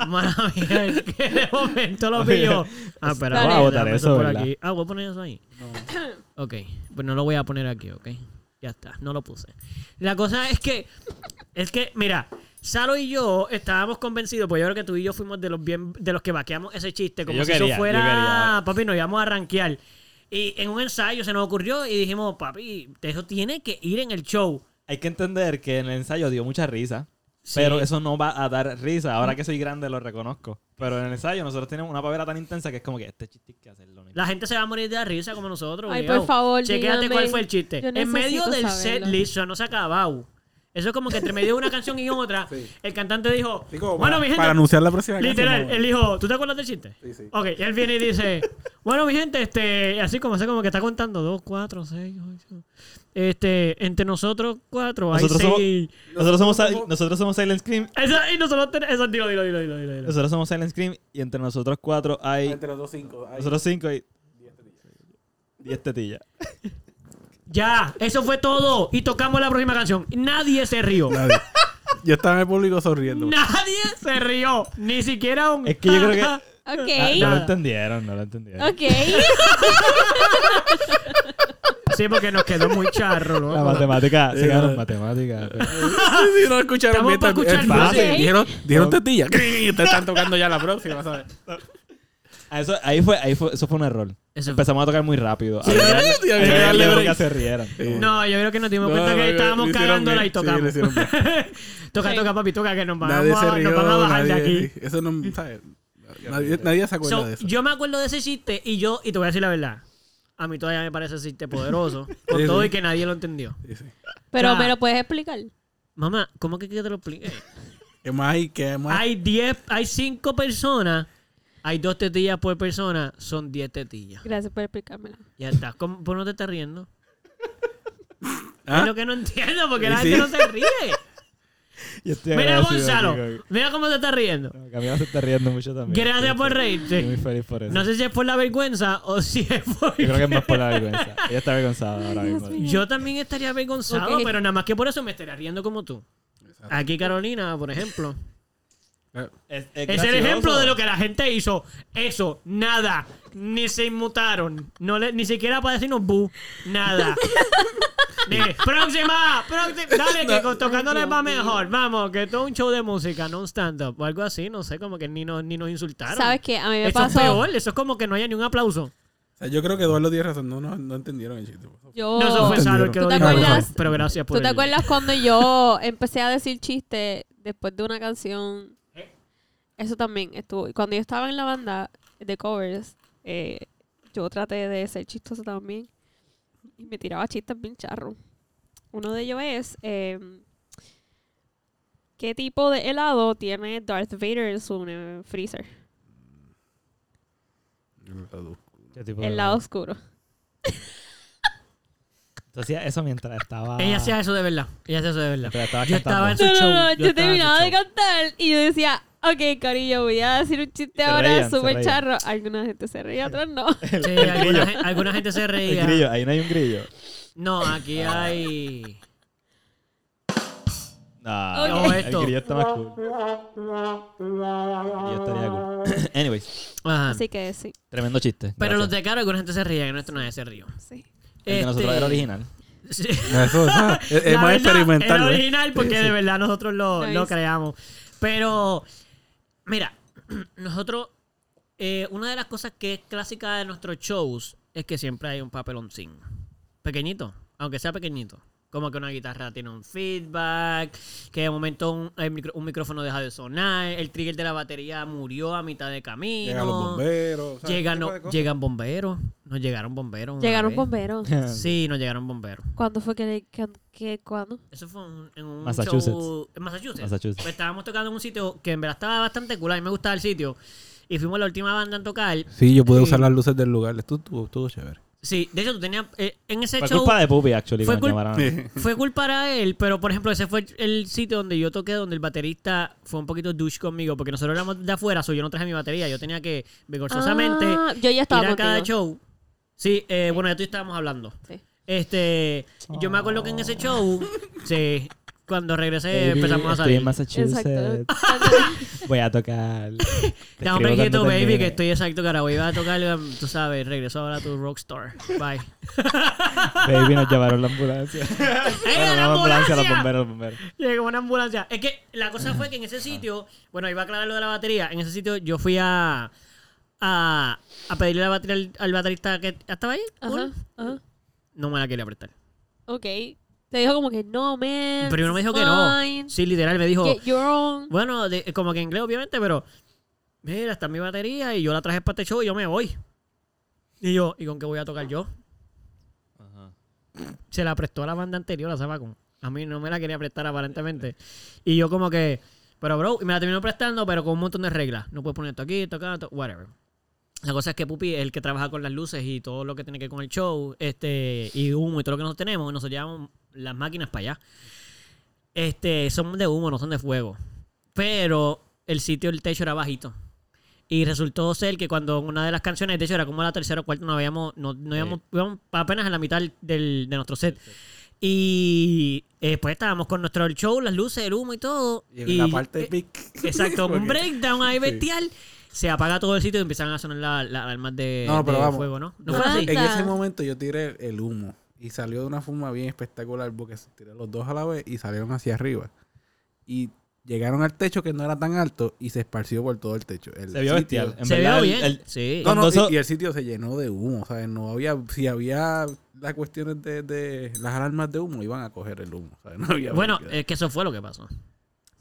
A: Mala mía, es que de momento lo
C: Oye,
A: pillo. Ah, pero
B: Voy a
C: botar eso,
A: por
C: ¿verdad?
A: aquí. Ah, voy a poner eso ahí. Ok, pues no lo voy a poner aquí, ok. Ya está, no lo puse. La cosa es que, es que, mira, Salo y yo estábamos convencidos, pues yo creo que tú y yo fuimos de los bien, de los que vaqueamos ese chiste, como
C: yo
A: si
C: quería,
A: eso
C: yo
A: fuera,
C: quería.
A: papi, nos íbamos a rankear. Y en un ensayo se nos ocurrió y dijimos, papi, eso tiene que ir en el show.
C: Hay que entender que en el ensayo dio mucha risa.
A: Sí.
C: Pero eso no va a dar risa. Ahora que soy grande lo reconozco. Pero en el ensayo nosotros tenemos una pavera tan intensa que es como que este chiste hay que hacerlo. ¿no?
A: La gente se va a morir de la risa como nosotros.
B: Ay,
A: obligado.
B: por favor,
A: Chequéate
B: dígame.
A: cuál fue el chiste.
B: Yo
A: En medio
B: necesito
A: del set
B: saberlo.
A: list, eso no se ha acabado. Eso es como que entre medio de una canción y otra,
D: Sí.
A: el cantante dijo,
D: Sí, como
A: bueno,
D: para,
A: mi gente,
D: para anunciar la próxima
A: Literal,
D: canción,
A: él dijo, ¿tú te acuerdas del chiste?
D: Sí, sí.
A: Ok, y él viene y dice, bueno, mi gente, este, así como sé como que está contando, 2, 4, 6, 8. Este, entre nosotros cuatro
C: Nosotros
A: hay
C: somos-
A: seis.
C: Nosotros somos, si- nosotros somos Silent Scream.
A: Esa- y nosotros tenemos. Eso, dilo, dilo, dilo, dilo, dilo, dilo.
C: Nosotros somos Silent Scream y entre nosotros cuatro hay.
D: Entre los dos cinco. hay
C: Nosotros cinco hay
D: diez tetillas.
C: 10 tetillas.
A: Ya, eso fue todo. Y tocamos la próxima canción. Nadie se rió.
D: Nadie. Yo estaba en el público sonriendo.
A: Nadie se rió. Ni siquiera un.
C: Es que yo creo
A: (laughs)
C: que- Ah, no
B: Ok.
C: lo entendieron, no lo entendieron.
B: Ok.
A: (laughs) Sí, porque nos quedó muy charro, ¿no?
C: La matemática,
D: (laughs)
C: se
D: Sí,
C: quedaron
D: no.
C: matemáticas.
D: Sí, no escucharon
A: Estamos
D: bien.
A: pa'
D: también.
A: escuchar
D: Es fácil.
B: música.
D: Dijeron, dijeron tetilla. Y te están tocando ya la próxima, (laughs) ¿sabes?
C: Ah, eso, ahí fue, ahí fue, eso fue un error.
A: Eso fue-
C: Empezamos a tocar muy rápido.
D: Sí, (laughs)
C: Había-
D: sí, había
C: había
D: que darle
C: que
D: break.
C: se rieran.
A: No, yo creo que nos dimos
D: No,
A: cuenta
D: no,
A: que
D: no,
A: estábamos
D: le hicieron
A: cagándola
D: bien.
A: y
D: Sí, le
A: tocamos.
D: hicieron bien.
A: (laughs) toca,
B: Sí.
A: toca, papi, toca que nos,
D: Nadie
A: vamos
D: se
A: a-
D: rió.
A: nos van a bajar
D: nadie,
A: de aquí.
D: sí. Eso no, ¿sabes? Nadie, nadie se acuerda
A: So,
D: de eso.
A: yo me acuerdo de ese chiste y yo, y te voy a decir la verdad, a mí todavía me parece ese chiste
D: (laughs)
A: poderoso, con
D: Sí,
A: todo
D: sí.
A: y que nadie lo entendió.
D: Sí, sí.
B: Pero
A: Ya.
B: me lo puedes explicar.
A: Mamá, ¿cómo que que te lo explique?
D: ¿Qué más hay? ¿Qué más?
A: Hay 10, hay 5 personas, hay 2 tetillas por persona, son 10 tetillas.
B: Gracias por explicármela.
A: Ya está, ¿Cómo, ¿por no te estás riendo?
D: (laughs) ¿Ah?
A: Es lo que no entiendo, porque la
D: Sí,
A: gente
D: sí.
A: no se
D: (laughs)
A: ríe.
C: Yo estoy
A: Mira,
C: agradecido,
A: Gonzalo,
C: amigo.
A: mira cómo te estás riendo.
C: No, Camila se está riendo mucho también.
A: Gracias
C: Estoy-
A: por
C: Estoy muy
A: reírte.
C: feliz por eso.
A: No sé si es por la vergüenza o si es por...
C: Yo creo que es más por la vergüenza. Ella está avergonzada ahora mismo.
A: (laughs) Yo también estaría avergonzado,
B: Ok.
A: pero nada más que por eso me estaría riendo como tú.
D: Exacto.
A: Aquí Carolina, por ejemplo.
D: Claro.
C: Es,
A: Es el ejemplo de lo que la gente hizo. Eso, nada. Ni se inmutaron. No le- ni siquiera para decirnos bu.
C: (laughs)
A: Nada. De, próxima, próxima. Dale, que con- tocándole va mejor. Vamos, que todo un show de música, no un stand-up. O algo así, no sé, como que ni nos, ni nos insultaron.
B: ¿Sabes qué? A mí me
A: eso
B: pasó.
A: es peor, eso es como que no haya ni un aplauso.
D: O sea, yo creo que Eduardo tiene razón. No, no, no entendieron el chiste.
B: Yo.
A: No, eso fue
D: entendieron.
A: Salo el que
B: ¿Tú
A: lo
B: te
A: dijo.
B: acuerdas?
A: Pero gracias por
B: ¿Tú te
A: el-
B: acuerdas cuando yo empecé a decir chistes después de una canción? Eso también estuvo. y Cuando yo estaba en la banda de covers, eh, yo traté de ser chistosa también. Y me tiraba chistes bien charros. Uno de ellos es, eh, ¿qué tipo de helado tiene Darth Vader en su eh, freezer?
D: Yo lo traduzco.
B: El lado oscuro.
C: Hacía eso mientras estaba.
A: Ella
C: (laughs)
A: hacía eso de verdad. Ella hacía eso de verdad.
C: mientras estaba
A: Yo estaba en
C: cantando.
A: su
B: No, no,
A: show.
B: no, yo,
A: estaba en su
B: terminaba de
A: show.
B: cantar y yo decía, ok, cariño, voy a decir un chiste
C: Se
B: ahora
C: reían, se
B: súper
C: reían.
B: charro. Alguna gente se reía,
A: (laughs)
B: otras no.
A: Sí, alguna, gen- alguna gente se
C: El
A: reía.
C: grillo, ahí no hay un grillo.
A: No, aquí hay.
C: No,
B: Ok.
A: No,
C: el
A: esto.
C: grillo está más cool. Yo estaría cool. (coughs) Anyways,
A: Ajá.
B: Así que sí,
C: tremendo chiste.
A: Pero los
C: Gracias.
A: de Caro, alguna gente se reía, que nuestro nadie se rió.
B: sí.
C: El de nosotros
A: Este,
C: era original.
A: sí.
D: No,
A: (laughs)
D: eso, eso, es, es
A: La
D: más
A: verdad,
D: experimental.
A: Era
D: ¿eh?
A: original porque
D: Sí, sí.
A: de verdad nosotros lo,
B: Nice.
A: lo creamos. Pero, mira, (clears throat) nosotros. eh, una de las cosas que es clásica de nuestros shows es que siempre hay un papeloncín. Pequeñito, aunque sea pequeñito. Como que una guitarra tiene un feedback, que de momento un, el micro- un micrófono deja de sonar, el trigger de la batería murió a mitad de camino.
D: Llegan los bomberos. ¿sabes?
A: Oh, Llegan,
D: Ese tipo de cosas.
A: llegan bomberos. Nos llegaron bomberos. una
B: Llegaron
A: vez. (laughs)
B: bomberos.
A: Sí, nos llegaron bomberos.
B: ¿Cuándo fue que le... que- que- ¿Cuándo?
A: Eso fue un- en un
C: Massachusetts.
A: show- en Massachusetts.
C: Massachusetts.
A: Pues estábamos tocando en un sitio que en verdad estaba bastante cool. A mí me gustaba el sitio. Y fuimos la última banda en tocar.
D: Sí, yo pude
A: Sí.
D: usar las luces del lugar. Esto estuvo, estuvo chévere.
A: Sí, de hecho tú tenías... eh, en ese
C: Fue
A: show...
C: culpa de Puppy, actually.
A: Fue
C: Fue
A: cul- Fue cool para él, pero por ejemplo, ese fue el, el sitio donde yo toqué, donde el baterista fue un poquito douche conmigo, porque nosotros éramos de afuera, so yo no traje mi batería, yo tenía que vergonzosamente
B: Ah, yo ya estaba
A: ir a cada
B: contigo.
A: show. Sí, eh, bueno, ya tú y estábamos hablando.
B: Sí. Ah.
A: Este, yo me acuerdo que en ese show, sí, cuando regresé Eh, empezamos a
C: Estoy
A: salir.
C: en Massachusetts.
B: Exacto.
C: Voy
A: (laughs)
C: a tocar. Te
A: Ya, un
C: escribo
A: brequito,
C: cuando
A: baby,
C: termine.
A: que estoy exacto, cara. Voy a tocar, um, tú sabes, regreso ahora a tu rockstar. Bye.
C: Baby, nos llevaron
A: (laughs)
C: la ambulancia.
A: ¡Eh, la ambulancia!
C: los bomberos, los bomberos.
A: Llegó una ambulancia. Es que la cosa fue que en ese sitio, bueno, iba a aclarar lo de la batería. En ese sitio yo fui a a, a pedirle la batería al, al baterista que estaba ahí.
B: Ajá,
A: cool.
B: ajá.
A: No me la quería prestar.
B: Ok. Te dijo como que no, man.
A: Pero uno me dijo que
B: fine,
A: no. Sí, literal, me dijo,
B: Get your own.
A: bueno, de- eh, como que en inglés, obviamente, pero mira, está mi batería y yo la traje para este show y yo me voy. Y yo, ¿y con qué voy a tocar yo? se la prestó a la banda anterior, a Zabacón. A mí no me la quería prestar aparentemente. Y yo como que, pero bro, y me la terminó prestando, pero con un montón de reglas. No puedes poner esto aquí, esto acá, esto- whatever. La cosa es que Pupi es el que trabaja con las luces y todo lo que tiene que ver con el show, este, y humo y todo lo que nosotros tenemos, y nosotros llevamos las máquinas para allá. Este, son de humo, no son de fuego. Pero el sitio, el techo era bajito. Y resultó ser que cuando una de las canciones, de hecho era como la tercera o cuarta, no habíamos, no, no íbamos, íbamos apenas a la mitad del, de nuestro set. Y eh, después estábamos con nuestro show, las luces, el humo y todo.
D: Y en la parte pic.
A: Exacto, un
D: (laughs) Porque-
A: breakdown ahí
D: Sí.
A: bestial. Se apaga todo el sitio y empiezan a sonar las la, las alarmas de,
D: No, pero
A: de
D: vamos.
A: fuego, ¿no? No
D: Yo-
A: fue así.
D: En
B: Basta.
D: ese momento yo tiré el humo y salió de una forma bien espectacular porque se tiré los dos a la vez y salieron hacia arriba. Y llegaron al techo que no era tan alto y se esparció por todo el techo. El
C: Se vio
D: sitio-
C: bestial. En
A: Se
C: verdad,
A: vio
C: el-
A: bien.
C: el-
A: sí.
D: No, no,
C: Cuando
D: y,
C: eso-
D: y el sitio se llenó de humo, ¿sabes? No había, si había las cuestiones de, de las alarmas de humo, iban a coger el humo, ¿sabes? No había
A: Bueno, eh,
D: bronca.
A: es que eso fue lo que pasó.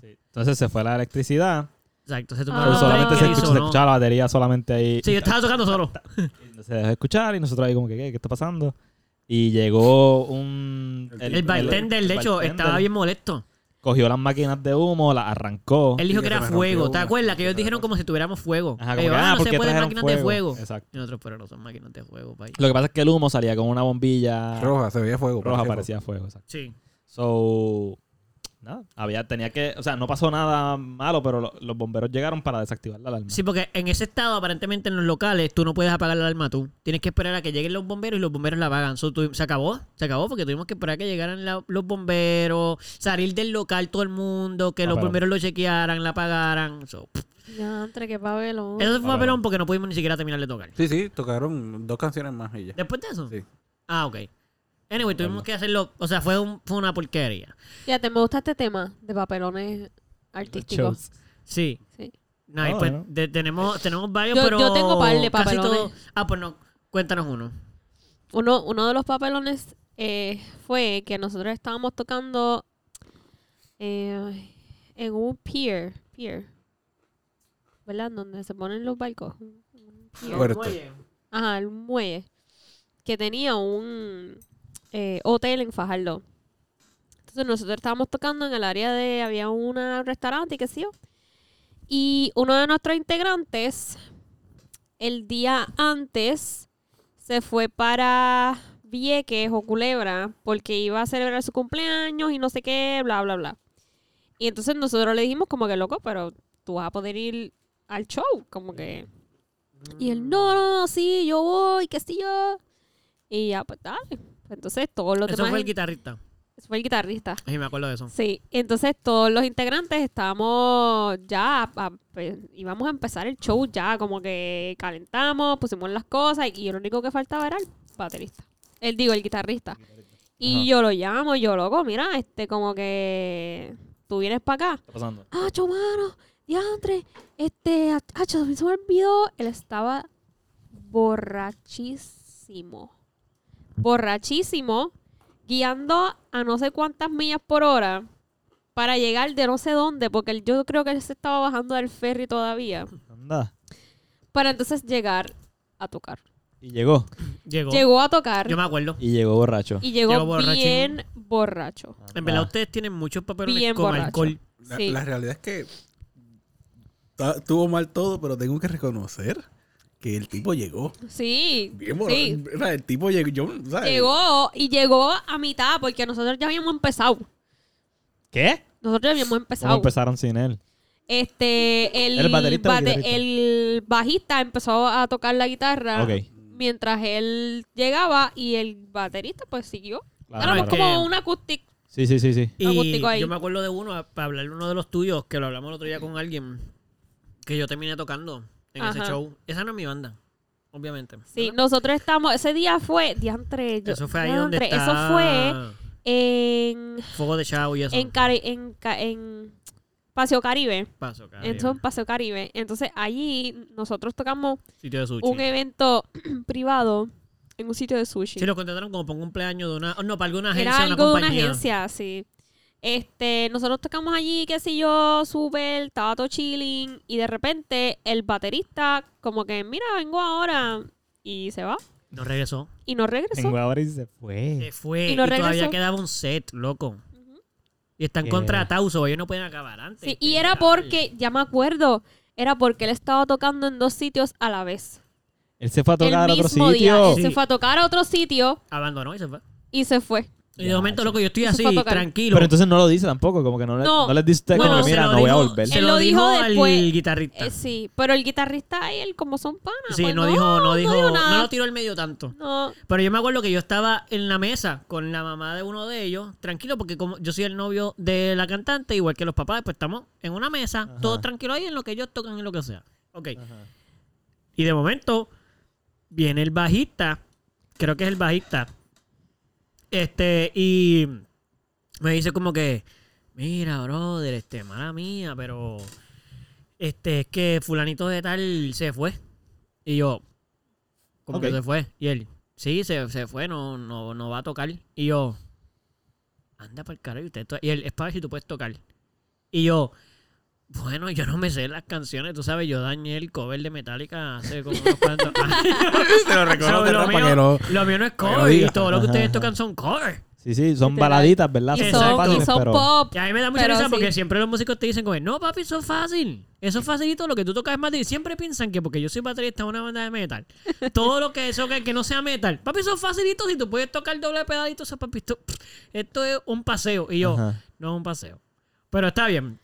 C: Sí. Entonces se fue la electricidad.
A: Exacto. Se
B: Ah.
A: tumbaron
C: pero
A: los
C: solamente
A: breaks
C: se,
A: que
C: escucha-
A: hizo,
C: se
A: ¿no?
C: escuchaba la batería solamente ahí.
A: Sí, yo estaba tocando solo.
C: Y Se dejó de escuchar y nosotros ahí como que, ¿qué, ¿Qué está pasando? Y llegó un...
A: El, bartender,
C: el
A: de hecho,
C: bartender
A: estaba bien molesto.
C: Cogió las máquinas de humo, las arrancó.
A: Él dijo
D: Sí,
A: que
D: que
A: era
D: se me
A: fuego.
D: rompió
A: ¿Te
D: una,
A: acuerdas? Que ellos
D: otra
A: dijeron
D: cosa.
A: como si tuviéramos fuego.
C: Ajá,
A: Le
C: como
A: digo,
C: que,
A: ah,
C: ah,
A: no
C: ¿por
A: se
C: qué
A: pueden
C: trajeron
A: máquinas de
C: fuego?
A: fuego.
C: Exacto.
A: Y nosotros, pero no son máquinas de fuego, país.
C: Lo que pasa es que el humo salía con una bombilla
D: roja, se veía fuego.
C: roja,
D: parecía
C: parecía fuego. exacto.
A: Sí.
C: So, nada, había, tenía que, o sea, no pasó nada malo, pero lo- los bomberos llegaron para desactivar la alarma.
A: Sí, porque en ese estado, aparentemente en los locales, tú no puedes apagar la alarma tú. Tienes que esperar a que lleguen los bomberos y los bomberos la apagan. So, tu- se acabó, se acabó porque tuvimos que esperar a que llegaran la- los bomberos, salir del local todo el mundo, que
C: Ah,
A: los
C: pero-
A: bomberos lo chequearan, la apagaran. So, pff.
B: Ya, entre que pabelo.
A: eso fue un
C: Ah,
A: papelón
C: pero-
A: porque no pudimos ni siquiera terminar de tocar.
D: fuego. Sí, sí, tocaron dos canciones más y ya.
A: ¿Después de eso?
D: Sí.
A: Ah, ok. Anyway, tuvimos que hacerlo. O sea, fue, un- fue una porquería.
B: Fíjate, me gusta este tema de papelones artísticos.
C: Shows.
A: Sí.
B: Sí.
A: No, y
C: Ah,
A: pues
C: bueno.
A: de- tenemos, tenemos varios,
B: Yo-
A: pero.
B: yo tengo par de
A: casi
B: papelones.
A: todo- Ah, pues no. Cuéntanos uno.
B: Uno, uno de los papelones eh, fue que nosotros estábamos tocando eh, en un pier, pier, ¿verdad? Donde se ponen los barcos. Un- un pier.
D: Fuerte.
B: Ajá, el muelle. Que tenía un eh, hotel en Fajardo. Entonces nosotros estábamos tocando en el área de... Había un restaurante y qué sé yo. Y uno de nuestros integrantes, el día antes, se fue para Vieques o Culebra porque iba a celebrar su cumpleaños y no sé qué, bla, bla, bla. Y entonces nosotros le dijimos como que, loco, pero tú vas a poder ir al show, como que... Y él, no, no, no, sí, yo voy, qué sé yo. Y ya, pues dale. Entonces todos los
A: Eso
B: demás...
A: fue el guitarrista.
B: eso fue el guitarrista.
A: Sí, me acuerdo de eso.
B: Sí, entonces todos los integrantes estábamos ya, a- a- pues, íbamos a empezar el show ya, como que calentamos, pusimos las cosas y lo único que faltaba era el baterista. El digo, el guitarrista. Y
C: Ajá.
B: yo lo llamo, yo loco, mira, este como que tú vienes para acá.
C: ¿Qué está pasando?
B: Ah, chomano, diantre, este, ah, se me olvidó, él estaba borrachísimo. Borrachísimo, guiando a no sé cuántas millas por hora para llegar de no sé dónde, porque él- yo creo que él se estaba bajando del ferry todavía,
C: Anda.
B: para entonces llegar a tocar.
C: Y llegó.
A: Llegó.
B: Llegó a tocar
A: Yo me acuerdo.
C: Y llegó borracho.
B: y llegó,
A: Llegó borrachín.
B: bien borracho.
C: Anda.
A: En verdad, ustedes tienen muchos papelones
B: Bien
A: con
B: borracho.
A: alcohol.
D: La,
B: Sí.
D: la realidad es que ta- tuvo mal todo, pero tengo que reconocer que el tipo llegó.
B: Sí,
D: Bien,
B: sí.
D: moral. O sea, el tipo llegó. yo, ¿sabes?
B: Llegó y llegó a mitad porque nosotros ya habíamos empezado.
C: ¿Qué?
B: Nosotros ya habíamos
C: ¿Cómo
B: empezado.
C: empezaron sin él?
B: Este, el,
C: ¿El baterista o el
B: bate-
C: guitarrista?
B: el bajista empezó a tocar la guitarra
C: Ok.
B: mientras él llegaba y el baterista pues siguió.
C: Claro,
B: Éramos
A: claro.
B: como un acústico.
C: Sí, sí, sí, sí.
A: Y
B: Acústico ahí.
A: yo me acuerdo de uno, a- para hablar de uno de los tuyos, que lo hablamos el otro día con alguien, que yo terminé tocando en ese
B: Ajá.
A: show. Esa no es mi banda, obviamente.
B: Sí,
A: ¿verdad?
B: nosotros estamos, ese día fue, diantre, yo-
A: Eso fue ahí donde
B: diantre,
A: está
B: Eso fue en,
A: Fuego de Chavo y eso.
B: en, Cari- en, Ca- en Paseo Caribe.
A: Paso, cara.
B: Eso en Paseo Caribe. Entonces allí nosotros tocamos
A: Sitio de sushi.
B: un evento (clears throat) privado en un sitio de sushi.
A: Sí, lo contrataron como para un cumpleaños de una... oh, no, para alguna agencia,
B: Era algo de
A: una
B: una
A: compañía.
B: agencia, sí. Este, nosotros tocamos allí, qué sé yo, súper, estaba todo chilling. Y de repente el baterista, como que, mira, vengo ahora. Y se va.
A: No regresó.
B: Y no regresó.
C: Tengo ahora y se
A: Se
C: fue.
A: fue.
B: Y
A: Y,
B: no
A: todavía
B: regresó.
A: quedaba un set, loco. Y están
C: Eh.
A: contratados, o ellos no pueden acabar antes.
B: Sí,
A: Qué
B: y era
A: caray.
B: porque, ya me acuerdo, era porque él estaba tocando en dos sitios a la vez.
C: Él se fue a tocar a
B: el
C: otro
B: mismo
C: sitio.
B: día. Él se
A: Sí.
B: fue a tocar a otro sitio
A: Abandonó y se fue.
B: y se fue.
A: Y de momento,
C: Ya,
A: loco, yo estoy
B: Eso
A: así,
B: fue a tocar.
A: tranquilo.
C: Pero entonces no lo dice tampoco, como que no, le-
B: No.
C: no les dice usted
B: Bueno,
C: como que
B: se
C: mira,
A: lo
C: no voy a
A: dijo-
C: volver.
A: Se
B: Él
A: lo
B: lo
A: dijo
B: dijo
A: al
B: después.
A: guitarrista.
B: Eh, sí, pero el guitarrista y él como son panas.
A: Sí,
B: pues,
A: no dijo, no dijo,
B: nada.
A: no lo tiró al medio tanto.
B: No.
A: Pero yo me acuerdo que yo estaba en la mesa con la mamá de uno de ellos, tranquilo, porque como yo soy el novio de la cantante, igual que los papás, pues estamos en una mesa,
C: Ajá.
A: todos tranquilos ahí en lo que ellos tocan y lo que sea. Ok.
C: Ajá.
A: Y de momento, viene el bajista, creo que es el bajista, este, y me dice como que, mira, brother, este, mala mía, pero, este, es que fulanito de tal se fue. Y yo, como
C: Ok.
A: que se fue? Y él, sí, se, se fue, no, no, no va a tocar. Y yo, anda para el carajo, y usted to-". Y él, es para ver si tú puedes tocar. Y yo, bueno, yo no me sé las canciones, tú sabes, yo dañé el cover de Metallica hace como unos
D: (laughs)
A: cuantos años.
D: Te lo
A: So,
D: reconoce,
A: lo,
D: ¿no?
A: mío,
D: Para que no-
A: lo mío no es
D: para
A: cover,
D: que no diga.
A: y todo lo que
C: Ajá,
A: ustedes
C: ajá.
A: tocan son cover.
C: Sí, sí, son
B: Literal.
C: baladitas, ¿verdad?
B: Y
A: Ah, Sí,
B: son,
A: exacto.
B: y son
C: pero-
B: pop.
A: Y a mí me da mucha
B: Pero
A: risa
B: sí.
A: porque siempre los músicos te dicen, como, no papi, eso es fácil. Eso es facilito, lo que tú tocas es más difícil. Siempre piensan que porque yo soy baterista de una banda de
D: (laughs)
A: metal, todo lo que eso que, que no sea metal, papi, eso es facilito. Si tú puedes tocar doble pedalito, eso, papi, esto, esto es un paseo. Y yo,
C: Ajá.
A: no es un paseo. Pero está bien.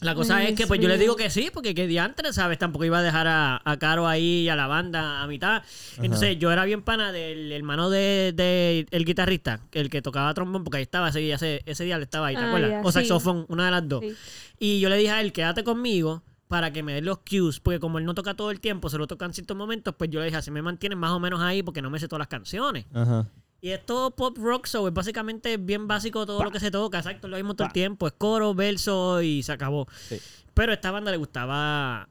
A: La cosa
B: Ay,
A: es que
B: Dios
A: pues yo le
B: mío.
A: digo que sí, porque que diantre, ¿sabes? Tampoco iba a dejar a, a Caro ahí y a la banda a mitad. Entonces yo era bien pana del hermano de, de- el guitarrista, el que tocaba trombón, porque ahí estaba ese día, ese, ese día le estaba ahí, ¿te
B: Ah,
A: acuerdas?
B: ya,
A: o
B: sí.
A: saxofón, una de las dos.
B: Sí.
A: Y yo le dije a él, quédate conmigo para que me dé los cues, porque como él no toca todo el tiempo, se lo toca en ciertos momentos, pues yo le dije, así me mantienes más o menos ahí porque no me sé todas las canciones.
C: Ajá.
A: Y es todo pop rock show, es básicamente bien básico todo lo que se toca, exacto, es lo mismo todo el tiempo, es coro, verso y se acabó.
C: Sí.
A: Pero a esta banda le gustaba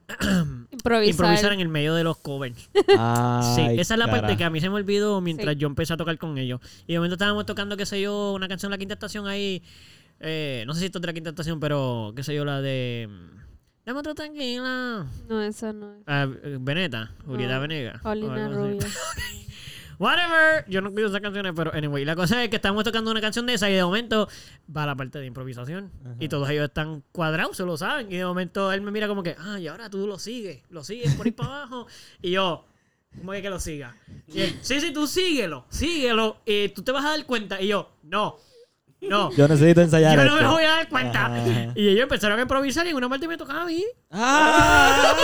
B: Improvisar.
A: improvisar en el medio de los covers. Sí,
C: (laughs) Ay,
A: esa es la parte
C: cara.
A: que a mí se me olvidó mientras
B: Sí.
A: yo empecé a tocar con ellos. Y de momento estábamos tocando, qué sé yo, una canción de la quinta estación ahí. eh, no sé si esto es de la quinta estación, pero qué sé yo, la de. mm, Dame otra tranquila.
B: No, eso no es.
A: Ah, eh, Veneta, Julieta
B: No,
A: Venega. o
B: Ah, Paulina
A: algo así.
B: (laughs) Rubio.
A: Whatever. Yo no cuido esas canciones, pero anyway. La cosa es que estamos tocando una canción de esa y de momento va la parte de improvisación. Y todos ellos están cuadrados, se lo saben. Y de momento él me mira como que, ah, y ahora tú lo sigues, lo sigues por ahí para abajo. Y yo, ¿cómo que, que lo siga? Y él, sí, sí, tú síguelo, síguelo. Y tú te vas a dar cuenta. Y yo, no, no. Yo
C: Yo necesito ensayar
A: no me
C: esto.
A: voy a dar cuenta.
C: Ajá.
A: Y ellos empezaron a improvisar y en una parte me tocaba a mí.
C: Ah.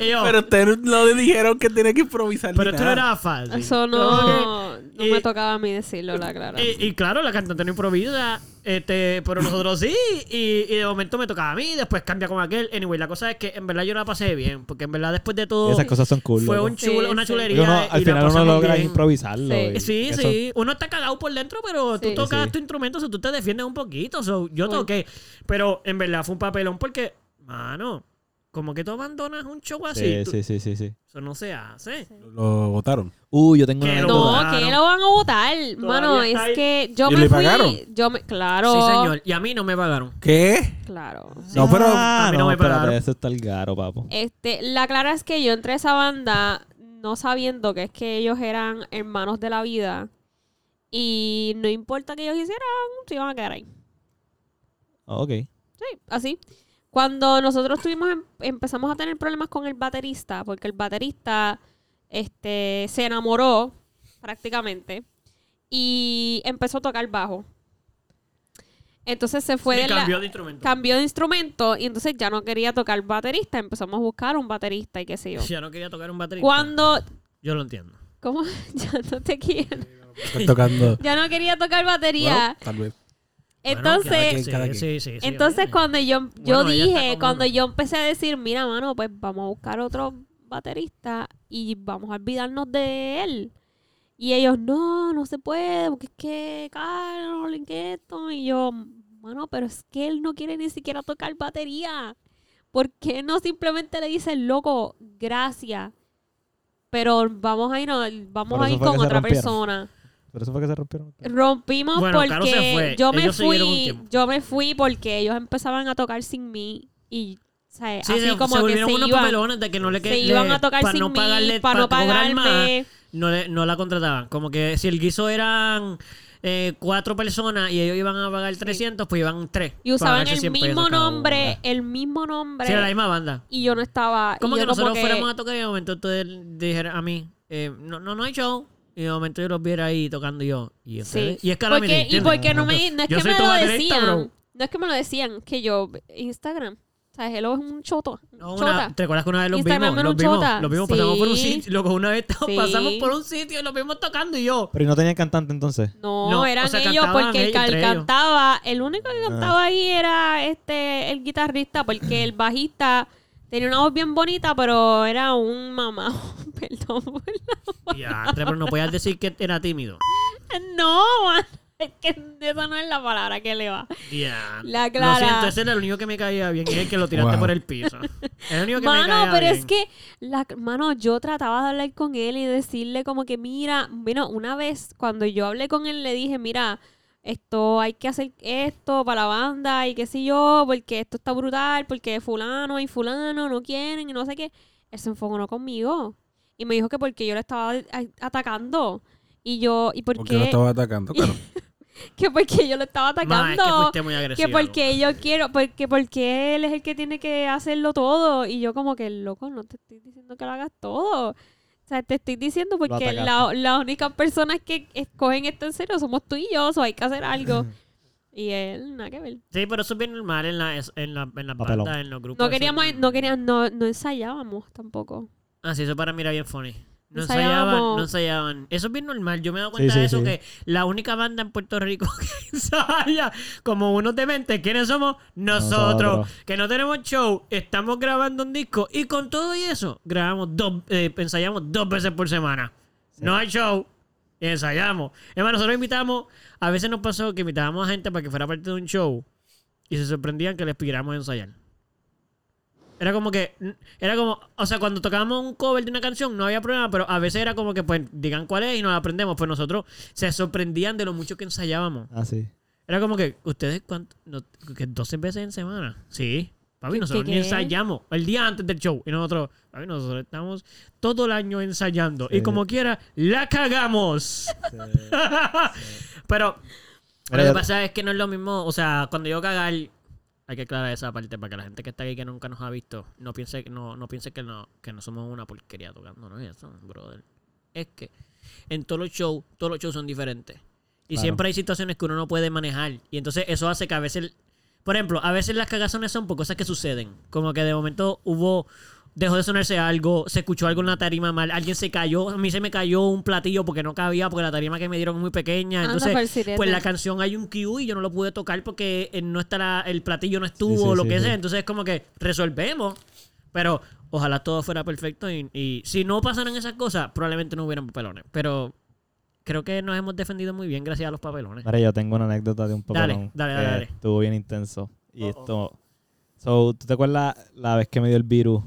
A: Y yo,
D: Pero
A: pero,
D: ustedes no le dijeron que tenía que improvisar. ni
A: esto no
D: nada.
A: era fácil.
B: Eso
A: Como que-
B: no, no
A: eh,
B: me tocaba a mí decirlo, la clara.
A: Y, y claro, la cantante no improvisa, este, pero nosotros sí. Y, y de momento me tocaba a mí, después cambia con aquel. Anyway, la cosa es que en verdad yo la pasé bien, porque en verdad después de todo
C: Esas cosas son cool.
A: fue
C: loco.
A: un chulo-
B: Sí,
A: una
B: sí.
A: chulería.
C: Porque uno-
A: y
C: al
A: la
C: final uno
A: pasamos
C: logra
A: bien.
C: improvisarlo.
B: Sí.
C: y
A: Sí,
C: eso-
A: sí, uno está cagado por dentro, pero tú
B: Sí.
A: tocas
C: Sí.
A: tu instrumento, o sea, tú te defiendes un poquito. so, yo
B: Full.
A: toqué, pero en verdad fue un papelón porque, mano, como que tú abandonas un show así,
C: Sí,
A: tú-
C: sí, sí, sí, sí.
A: eso no se hace.
D: Lo votaron.
C: Uh, yo tengo una
A: Que lo
B: No,
C: anécdota.
A: votaron.
B: que lo van a votar, mano. Es
A: está ahí.
B: que yo
D: ¿Y
B: me
D: le
B: fui.
D: pagaron?
B: Yo me, claro.
A: Sí, señor, y a mí no me pagaron.
D: ¿Qué?
B: Claro.
D: No, pero-
C: Ah,
A: A mí no
C: no,
A: me Eh.
C: espérate,
A: pagaron.
C: Eso está el garo, papo.
B: Este, la clara es que yo entré a esa banda no sabiendo que es que ellos eran hermanos de la vida. Y no importa que ellos hicieran, se iban a quedar ahí.
C: Ok.
B: Sí, así. Cuando nosotros tuvimos, em- empezamos a tener problemas con el baterista, porque el baterista este, se enamoró prácticamente y empezó a tocar bajo. Entonces se fue
A: Y
B: de la-
A: cambió de instrumento.
B: cambió de instrumento y entonces ya no quería tocar baterista. Empezamos a buscar un baterista y qué sé yo.
A: Ya no quería tocar un baterista.
B: Cuando...
A: Yo lo entiendo.
B: ¿Cómo? (laughs) Ya no te quiero.
D: Estás tocando.
B: Ya no quería tocar
D: Bueno,
B: batería.
D: tal vez.
B: entonces...
A: Bueno,
D: quien, cada
A: sí, sí,
D: quien.
A: sí, sí,
B: Entonces
A: obviamente.
B: cuando yo, yo
A: Bueno, ella está
B: dije,
A: como
B: cuando
A: una.
B: yo empecé a decir, mira, mano, pues vamos a buscar otro baterista y vamos a olvidarnos de él. Y ellos, no, no se puede, porque es que, claro, le inquieto. Y yo, mano, pero es que él no quiere ni siquiera tocar batería. ¿Por qué no simplemente le dicen, loco, gracias? Pero vamos a ir, vamos
C: Por
B: a
C: eso
B: ir
C: fue que
B: con
C: se
B: otra
C: rompieron.
B: persona.
C: Pero eso fue que se rompieron.
B: Rompimos
A: Bueno, Caro se fue.
B: porque yo me
A: Ellos siguieron un
B: fui,
A: tiempo.
B: yo me fui porque ellos empezaban a tocar sin mí y o sea,
A: Sí,
B: así
A: se,
B: como
A: se
B: que
A: volvieron
B: se
A: unos
B: iban,
A: papelones de que no le que-
B: se iban
A: le-
B: a tocar
A: para
B: sin
A: no pagarle,
B: mí para no
A: cobrar más,
B: pagarme.
A: no, le- no la contrataban. Como que si el guiso eran eh, cuatro personas y ellos iban a pagar 300, pues iban tres.
B: Y
A: para
B: usaban
A: ganarse
B: el
A: 100 pesos
B: mismo
A: cada uno.
B: nombre, el mismo
A: Sí, era la
B: nombre.
A: misma banda.
B: Y yo no estaba. y
A: Como
B: yo
A: que nosotros
B: que-
A: fuéramos a tocar y de momento ustedes dijeron a mí, eh, no, no, no hay show. Y de momento yo los viera ahí tocando y yo. Y,
B: Sí.
A: ustedes, y es que
B: porque, y porque no me no es
A: Yo
B: que
A: soy
B: me lo
A: todo
B: decían.
A: directo, bro.
B: no es que me lo decían que yo Instagram, o sea, hello es un choto, un
A: No,
B: chota.
A: una, ¿Te acuerdas que una vez los
B: Instagram
A: vimos?
B: era
A: Los
B: un
A: vimos,
B: chota.
A: los vimos pasamos por un
B: Sí.
A: sitio. Loco, una vez
B: Sí.
A: pasamos por un sitio y los vimos tocando y yo.
C: Pero y no tenía cantante entonces.
B: No,
A: No,
B: eran
A: o sea,
B: ellos
A: cantaban
B: porque el
A: ellos
B: que
A: entre ellos.
B: cantaba, el único que cantaba ahí era este el guitarrista porque el bajista tenía una voz bien bonita, pero era un mamá. (laughs) Perdón. por la-
A: Ya, André, pero no podías decir que era tímido.
B: No, man, es que esa no es la palabra que le va.
A: Ya.
B: La
A: Lo
B: Clara.
A: siento, ese era el único que me caía bien y es el que lo tiraste
D: Wow.
A: por el piso. El único que me
B: Mano,
A: caía
B: pero
A: bien.
B: es que, la, mano, yo trataba de hablar con él y decirle como que, mira, bueno, una vez cuando yo hablé con él le dije, mira, esto hay que hacer esto para la banda y qué sé yo, porque esto está brutal, porque fulano y fulano no quieren y no sé qué. Él se enfogonó conmigo y me dijo que porque yo le estaba a- atacando y yo, y por
D: Porque
B: qué,
D: lo estaba atacando, claro.
B: (laughs) que porque yo lo estaba
A: Ma, es
B: atacando.
A: que fuiste muy agresivo.
B: Que porque yo quiero, porque, porque él es el que tiene que hacerlo todo. Y yo como que, loco, no te estoy diciendo que lo hagas todo. O sea, te estoy diciendo porque
C: atacaste.
B: la- las únicas personas que escogen esto en serio somos tú y yo, o hay que
A: (laughs)
B: hacer algo. y él, nada que ver.
A: Sí, pero eso es bien normal en la, es- en la, en las
C: Papelón.
A: bandas, en los grupos.
B: No
A: Eso-
B: queríamos, no querían, no, no ensayábamos tampoco.
A: Ah, sí, eso para mí era bien funny. No
B: Ensayábamos.
A: ensayaban, no ensayaban. Eso es bien normal. Yo me he dado cuenta
C: Sí,
A: de
C: sí,
A: eso,
C: sí.
A: que la única banda en Puerto Rico (laughs) que ensaya como unos dementes, ¿quiénes somos? Nosotros.
C: Nosotros.
A: Que no tenemos show, estamos grabando un disco y con todo y eso, grabamos dos, eh, ensayamos dos veces por semana. No hay show. Y ensayamos. Es más, nosotros invitamos, a veces nos pasó que invitábamos a gente para que fuera parte de un show y se sorprendían que les pidiéramos ensayar. Era como que, era como, o sea, cuando tocábamos un cover de una canción no había problema, pero a veces era como que, pues, digan cuál es y nos la aprendemos. Pues nosotros se sorprendían de lo mucho que ensayábamos.
C: Ah, sí.
A: Era como que, ¿ustedes cuánto? No, que 12 veces en semana. Sí. Papi,
B: ¿Qué-
A: nosotros
B: qué-
A: ni
B: qué?
A: ensayamos el día antes del show. Y nosotros, papi, nosotros estamos todo el año ensayando. Y
C: Sí.
A: como quiera, la cagamos. (laughs) Pero
C: Mira,
A: lo que
C: yo-
A: pasa es que no es lo mismo. O sea, cuando yo cagar, hay que aclarar esa parte para que la gente que está aquí que nunca nos ha visto no piense, no, no piense que, no, que no somos una porquería tocando. No es eso, brother. Es que en todos los shows, todos los shows son diferentes. Y
C: Claro.
A: siempre hay situaciones que uno no puede manejar. Y entonces eso hace que a veces, por ejemplo, a veces las cagazones son por cosas que suceden. Como que de momento hubo, dejó de sonarse algo, se escuchó algo en la tarima mal, alguien se cayó, a mí se me cayó un platillo porque no cabía, porque la tarima que me dieron es muy pequeña.
B: Anda
A: Entonces,
B: pa'l sirete.
A: pues la canción hay un cue y yo no lo pude tocar porque eh, no está la- el platillo no estuvo
C: Sí, sí,
A: o lo
C: sí,
A: que
C: sí.
A: sea. Entonces es como que resolvemos. Pero ojalá todo fuera perfecto y, y si no pasaran esas cosas, probablemente no hubieran papelones. Pero creo que nos hemos defendido muy bien gracias a los papelones.
C: Mira, yo tengo una anécdota de un
A: Dale,
C: papelón.
A: dale, dale,
C: que
A: dale.
C: Estuvo bien intenso. Y
A: Oh, oh.
C: esto. So, ¿tú te acuerdas la vez que me dio el virus?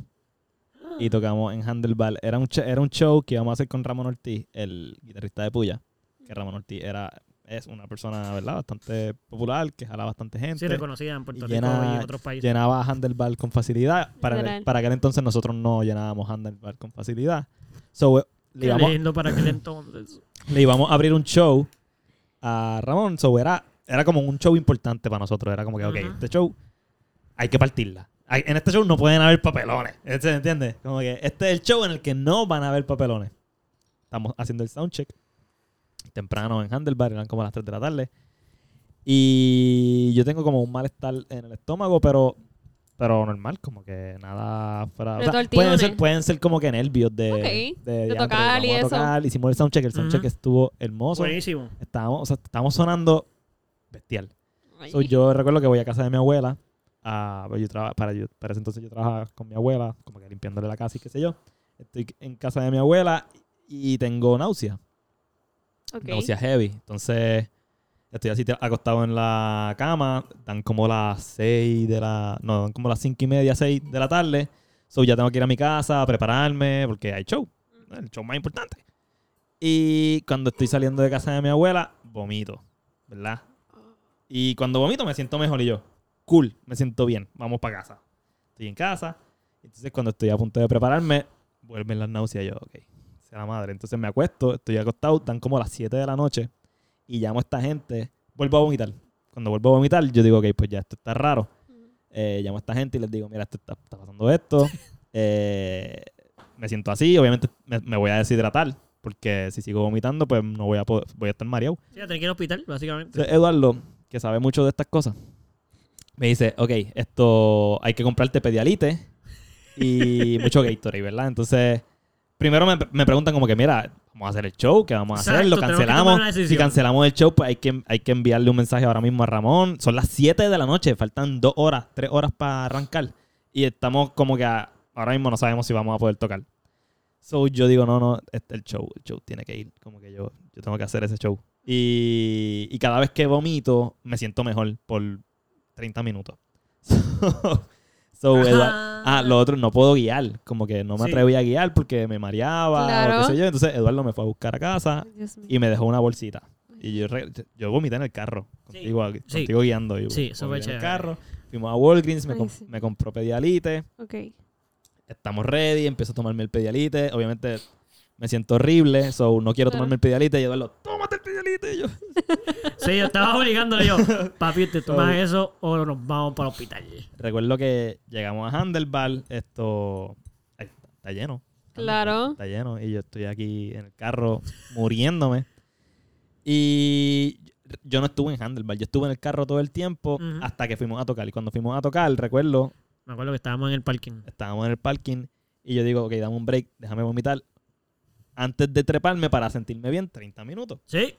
C: Y tocamos en Handlebar. Era un, ch- era un show que íbamos a hacer con Ramón Ortiz, el guitarrista de Puya. Que Ramón Ortiz era, es una persona, ¿verdad? Bastante popular, que jala bastante gente.
A: Sí, reconocida en Puerto
C: y
A: Rico
C: llena-
A: y en otros países.
C: llenaba Handlebar con facilidad. Para,
B: Literal.
C: para aquel entonces nosotros no llenábamos Handlebar con facilidad. So, eh, le
A: Qué
C: íbamos,
A: lindo para aquel
C: (laughs)
A: entonces.
C: le íbamos a abrir un show a Ramón. So era, era como un show importante para nosotros. Era como que, ok,
A: Ujú.
C: este show hay que partirla. Hay- en este show no pueden haber papelones. ¿Se entiende? Como que este es el show en el que no van a haber papelones. Estamos haciendo el soundcheck. Temprano en Handlebar, eran como las 3 de la tarde. Y yo tengo como un malestar en el estómago, pero, pero normal, como que nada fuera. o sea, pueden,
B: Retortijones.
C: ser, pueden ser como que nervios de,
B: Ok,
C: de,
B: de
C: diantre,
B: tocar y
C: vamos a
B: eso.
C: tocar. Hicimos el soundcheck, el soundcheck
A: Ujú.
C: estuvo hermoso.
A: Buenísimo.
C: Estábamos, o sea, estábamos sonando bestial.
B: Ay.
C: So, yo recuerdo que voy a casa de mi abuela. ah, pues yo traba- para, yo- para ese entonces yo trabajaba con mi abuela, como que limpiándole la casa y qué sé yo. Estoy en casa de mi abuela y tengo náusea.
B: Ok.
C: Náusea heavy. Entonces estoy así te- acostado en la cama. Dan como las 6 de la... No, dan como las 5 y media, 6 de la tarde. So ya tengo que ir a mi casa a prepararme porque hay show. El show más importante. Y cuando estoy saliendo de casa de mi abuela, vomito, ¿verdad? Y cuando vomito me siento mejor y yo, cool, me siento bien, vamos para casa. Estoy en casa, entonces cuando estoy a punto de prepararme, vuelven las náuseas y yo, ok, sea la madre. Entonces me acuesto, estoy acostado, están como las 7 de la noche y llamo a esta gente, vuelvo a vomitar. Cuando vuelvo a vomitar, yo digo, ok, pues ya esto está raro. Eh, llamo a esta gente y les digo, mira, esto está, está pasando esto. Eh, me siento así, obviamente me, me voy a deshidratar, porque si sigo vomitando, pues no voy a poder- voy a estar mareado.
A: Sí, a tener que ir al hospital, básicamente.
C: Entonces, Eduardo, que sabe mucho de estas cosas, me dice, ok, esto hay que comprarte pedialite
A: (laughs)
C: y mucho Gatorade, ¿verdad? Entonces, primero me, me preguntan como que, mira, vamos a hacer el show, ¿qué vamos a hacer?
A: Exacto,
C: Lo
A: tenemos que tomar
C: cancelamos.
A: una decisión.
C: Si cancelamos el show, pues hay que, hay que enviarle un mensaje ahora mismo a Ramón. Son las 7 de la noche, faltan 2 horas, 3 horas para arrancar. Y estamos como que a- ahora mismo no sabemos si vamos a poder tocar. So yo digo, no, no, este, el show, el show tiene que ir. Como que yo, yo tengo que hacer ese show. Y, y cada vez que vomito, me siento mejor por 30 minutos. (laughs) So, so,
A: Ajá.
C: Eduard- ah, lo otro, no puedo guiar. Como que no me
A: Sí.
C: atreví a guiar porque me mareaba o
B: Claro.
C: qué sé yo. Entonces Eduardo me fue a buscar a casa
B: Dios mío.
C: y me dejó una bolsita. Y yo, re- yo vomité en el carro, contigo, contigo guiando. Yo
A: Sí, eso fue
C: vomité en el
A: chévere.
C: carro. Fuimos a Walgreens, me,
B: Ay,
C: com-
B: sí.
C: me compró pedialite
B: Ok.
C: estamos ready, empiezo a tomarme el pedialite, obviamente me siento horrible, so no quiero
B: Claro.
C: tomarme el pedialite y Eduardo, tómate el pedialite y yo.
A: Sí, yo estaba obligándole
C: (laughs)
A: yo. Papi, te tomas
C: So-
A: eso o nos vamos para el hospital.
C: Recuerdo que llegamos a Handelbar, esto ay, está lleno.
B: Claro.
C: Está lleno y yo estoy aquí en el carro muriéndome. Y yo no estuve en Handelbar, yo estuve en el carro todo el tiempo
A: Ujú.
C: hasta que fuimos a tocar. Y cuando fuimos a tocar, recuerdo,
A: Me acuerdo que estábamos en el parking.
C: estábamos en el parking y yo digo, ok, dame un break, déjame vomitar antes de treparme para sentirme bien 30 minutos.
A: Sí,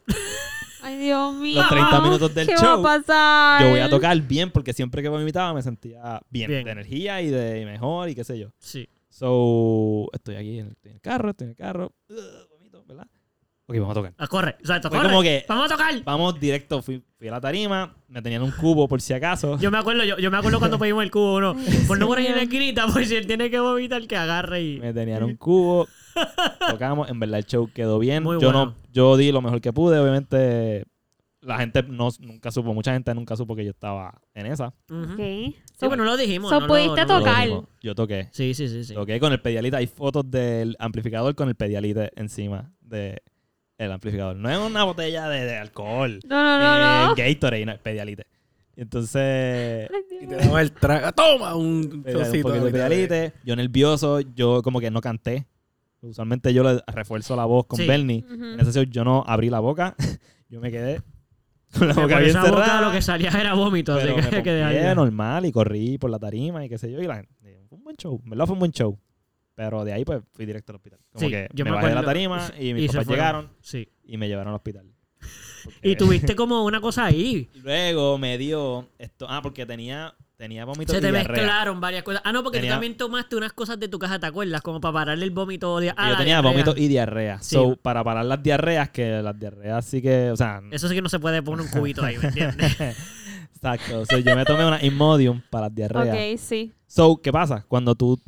B: Ay, Dios mío.
C: los 30 minutos del
B: ¿Qué
C: show,
B: va a pasar?
C: yo voy a tocar bien porque siempre que vomitaba me sentía bien,
A: Bien.
C: de energía y de mejor y qué sé yo.
A: sí.
C: So, estoy aquí en el, estoy en el carro, estoy en el carro, Ugh, vomito, ¿verdad? Ok, vamos a tocar.
A: Ah, corre, exacto,
C: Fue
A: corre.
C: Pues como que-
A: Vamos a tocar.
C: Vamos directo, fui, fui a la tarima, me tenían un cubo por
A: (laughs)
C: si acaso.
A: Yo me acuerdo, yo, yo me acuerdo cuando pedimos el cubo,
B: (laughs)
A: ¿no? Por no por ahí en la
B: Señor.
A: esquinita, (laughs) por si él tiene que vomitar, que agarre y.
C: Me tenían un cubo, tocamos, en verdad el show quedó bien.
A: Muy
C: yo
A: bueno.
C: no, yo di lo mejor que pude, obviamente la gente no, nunca supo, mucha gente nunca supo que yo estaba en esa.
A: Ujú.
B: Ok.
A: Sí, bueno, no lo dijimos.
B: So,
A: no lo-
B: pudiste
A: no lo-
B: tocar.
C: Yo- Yo toqué.
A: Sí, sí, sí, sí.
C: Toqué con el pedialite. Hay fotos del amplificador con el pedialite encima de el amplificador. No es una botella de, de alcohol.
B: No, no, no, no.
C: Eh, Gatorade, no, es pedialite. Entonces,
B: Ay,
D: Y
B: Dios.
D: te daba el trago. ¡Toma! Un
C: pedí un
D: chocito
C: poquito de pedialite. Yo nervioso, yo como que no canté. Usualmente yo le refuerzo la voz con
A: Sí.
C: Bernie.
B: Ujú.
C: En ese show yo no abrí la boca. (laughs) yo me quedé con la
A: Pero
C: boca
A: por
C: bien
A: esa boca
C: cerrada.
A: lo que salía era vómito, así
C: Pero
A: que hay
C: me
A: (laughs) que
C: pompié
A: dejarlo.
C: normal y corrí por la tarima y qué sé yo. Y la gente, fue un buen show. En verdad fue un buen show. Pero de ahí pues fui directo al hospital. Como
A: Sí,
C: que
A: yo
C: me,
A: me
C: bajé de la
A: acuerdo. (laughs)
C: tarima y mis
A: Y se
C: papás
A: fueron.
C: llegaron Eh.
A: Sí.
C: y me llevaron al hospital. Porque-
A: Y tuviste como una cosa ahí.
C: Luego me dio esto. Ah, porque tenía, tenía vómito
A: Se
C: y
A: te
C: diarrea.
A: mezclaron varias cosas. Ah, no, porque
C: Tenía-
A: tú también tomaste unas cosas de tu casa, ¿te acuerdas? Como para pararle el vómito. De...
C: Y
A: Ah,
C: yo
A: la
C: tenía
A: diarrea.
C: vómito y diarrea.
A: Sí.
C: So, para parar las diarreas, que las diarreas sí que, o sea,
A: Eso sí que no se puede poner un cubito ahí,
C: (laughs)
A: ¿me entiendes?
C: exacto. So, yo me tomé una Imodium para las diarreas.
B: Ok, sí.
C: So, ¿qué pasa? Cuando tú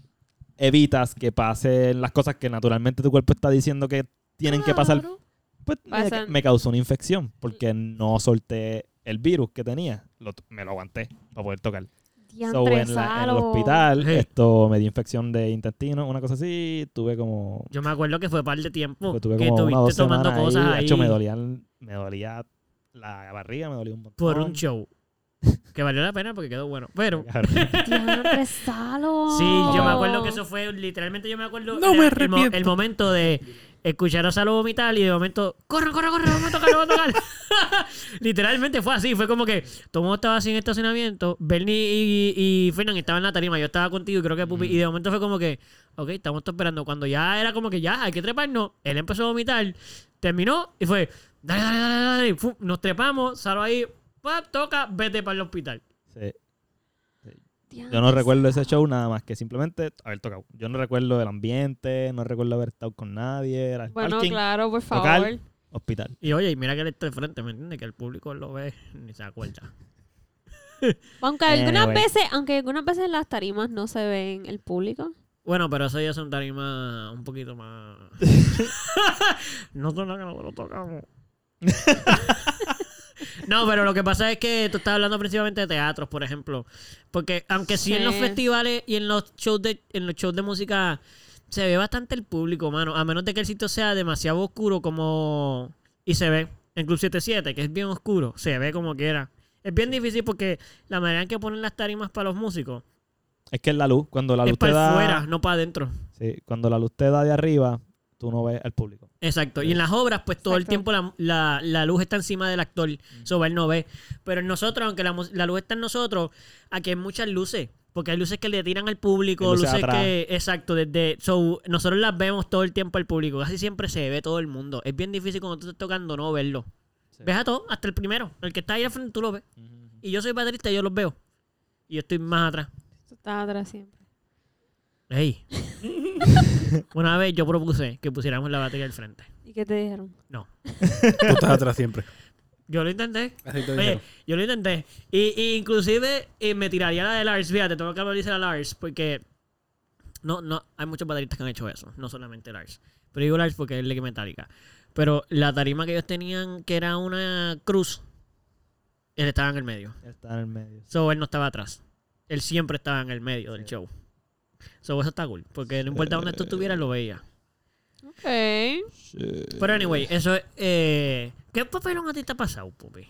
C: evitas que pasen las cosas que naturalmente tu cuerpo está diciendo que tienen que pasar,
B: Claro.
C: pues me-
B: Pasan.
C: Me, causó una infección porque no solté el virus que tenía. Lo t- me lo aguanté para poder tocar. So,
B: Diantre,
C: en, la- en el
B: Salo.
C: hospital,
A: Hey.
C: esto me dio infección de intestino, una cosa así. Tuve como.
A: Yo me acuerdo que fue par de tiempo
C: pues, tuve
A: que
C: como una o dos
A: estuviste tomando
C: semanas
A: cosas
C: ahí.
A: ahí.
C: De hecho, me dolían, me dolía la barriga, me dolía un montón.
A: por un show. Que valió la pena porque quedó bueno. Pero
C: Cabrón.
B: Diantre, Salo.
A: sí, yo me acuerdo que eso fue literalmente, yo me acuerdo
D: Oh. No
A: el-
D: me
A: el, mo-
D: arrepiento.
A: el momento de escuchar a Salo vomitar y de momento, corre, corre, corre, vamos a tocar, vamos a tocar. (laughs) literalmente fue así, fue como que Tomo estaba sin estacionamiento, Bernie y, y Fernan estaban en la tarima, yo estaba contigo y creo que Pupi, y
D: Mm.
A: de momento fue como que, ok, estamos todos esperando. Cuando ya era como que ya, hay que treparnos, él empezó a vomitar, terminó y fue, dale, dale, dale, dale, y fu- nos trepamos, Salo ahí, pap, toca, vete para el hospital.
C: Sí.
B: Diantre,
C: Yo no recuerdo ese show nada más que simplemente haber tocado. Yo no recuerdo el ambiente, no recuerdo haber estado con nadie. Era el
B: Bueno,
C: parking,
B: claro, por favor.
C: local, hospital.
A: Y oye, y mira que él está de frente, ¿me entiendes? Que el público lo ve, ni se acuerda.
B: Aunque algunas
C: Anyway.
B: veces, aunque algunas veces las tarimas no se ven el público.
A: Bueno, pero eso ya son tarimas un poquito más. (laughs) no son las que nosotros tocamos. (laughs) no, pero lo que pasa es que tú estás hablando principalmente de teatros, por ejemplo. Porque aunque sí, en los
B: Sí.
A: festivales y en los shows de, en los shows de música se ve bastante el público, mano. A menos de que el sitio sea demasiado oscuro como. Y se ve. En Club 77, que es bien oscuro, se ve como quiera. Es bien difícil porque la manera en que ponen las tarimas para los músicos
C: Es que es la luz. Cuando la luz
A: es
C: te
A: para
C: da.
A: afuera, no para adentro.
C: Sí, cuando la luz te da de arriba, tú no ves al público.
A: Exacto. Y en las obras, pues todo el tiempo
B: Exacto.
A: la, la- la luz está encima del actor. Eso él no ve. Pero en nosotros, aunque la, mus- la luz está en nosotros, aquí hay muchas luces. Porque hay luces que le tiran al público,
C: Hay
A: luces,
C: luces atrás.
A: que. Exacto, desde. So, nosotros las vemos todo el tiempo al público. Casi siempre se ve todo el mundo. Es bien difícil cuando tú estás tocando no verlo.
C: Sí.
A: Ves a todo, hasta el primero. El que está ahí al frente tú lo ves. Y yo soy baterista y yo los veo. Y yo estoy más atrás.
B: Tú estás atrás siempre.
A: Ey. Una vez yo propuse que pusiéramos la batería al frente.
B: ¿Y qué te dijeron?
A: No.
D: Tú estás atrás siempre.
A: Yo lo intenté.
D: (laughs) Así te
A: Oye,
D: dijeron.
A: yo lo intenté. Y, y inclusive eh, me tiraría la de Lars. Fíjate, tengo que hablar a Lars porque no, no, hay muchos bateristas que han hecho eso, no solamente Lars. Pero digo Lars porque es el que metálica. Pero la tarima que ellos tenían, que era una cruz, él estaba en el medio.
C: Está en el medio.
A: So, él no estaba atrás. Él siempre estaba en el medio del show. So, eso está cool. Porque no importa dónde tú estuvieras, lo veía.
B: Ok.
A: Pero anyway, eso es... Eh, ¿Qué papelón a ti te ha pasado, Pupi?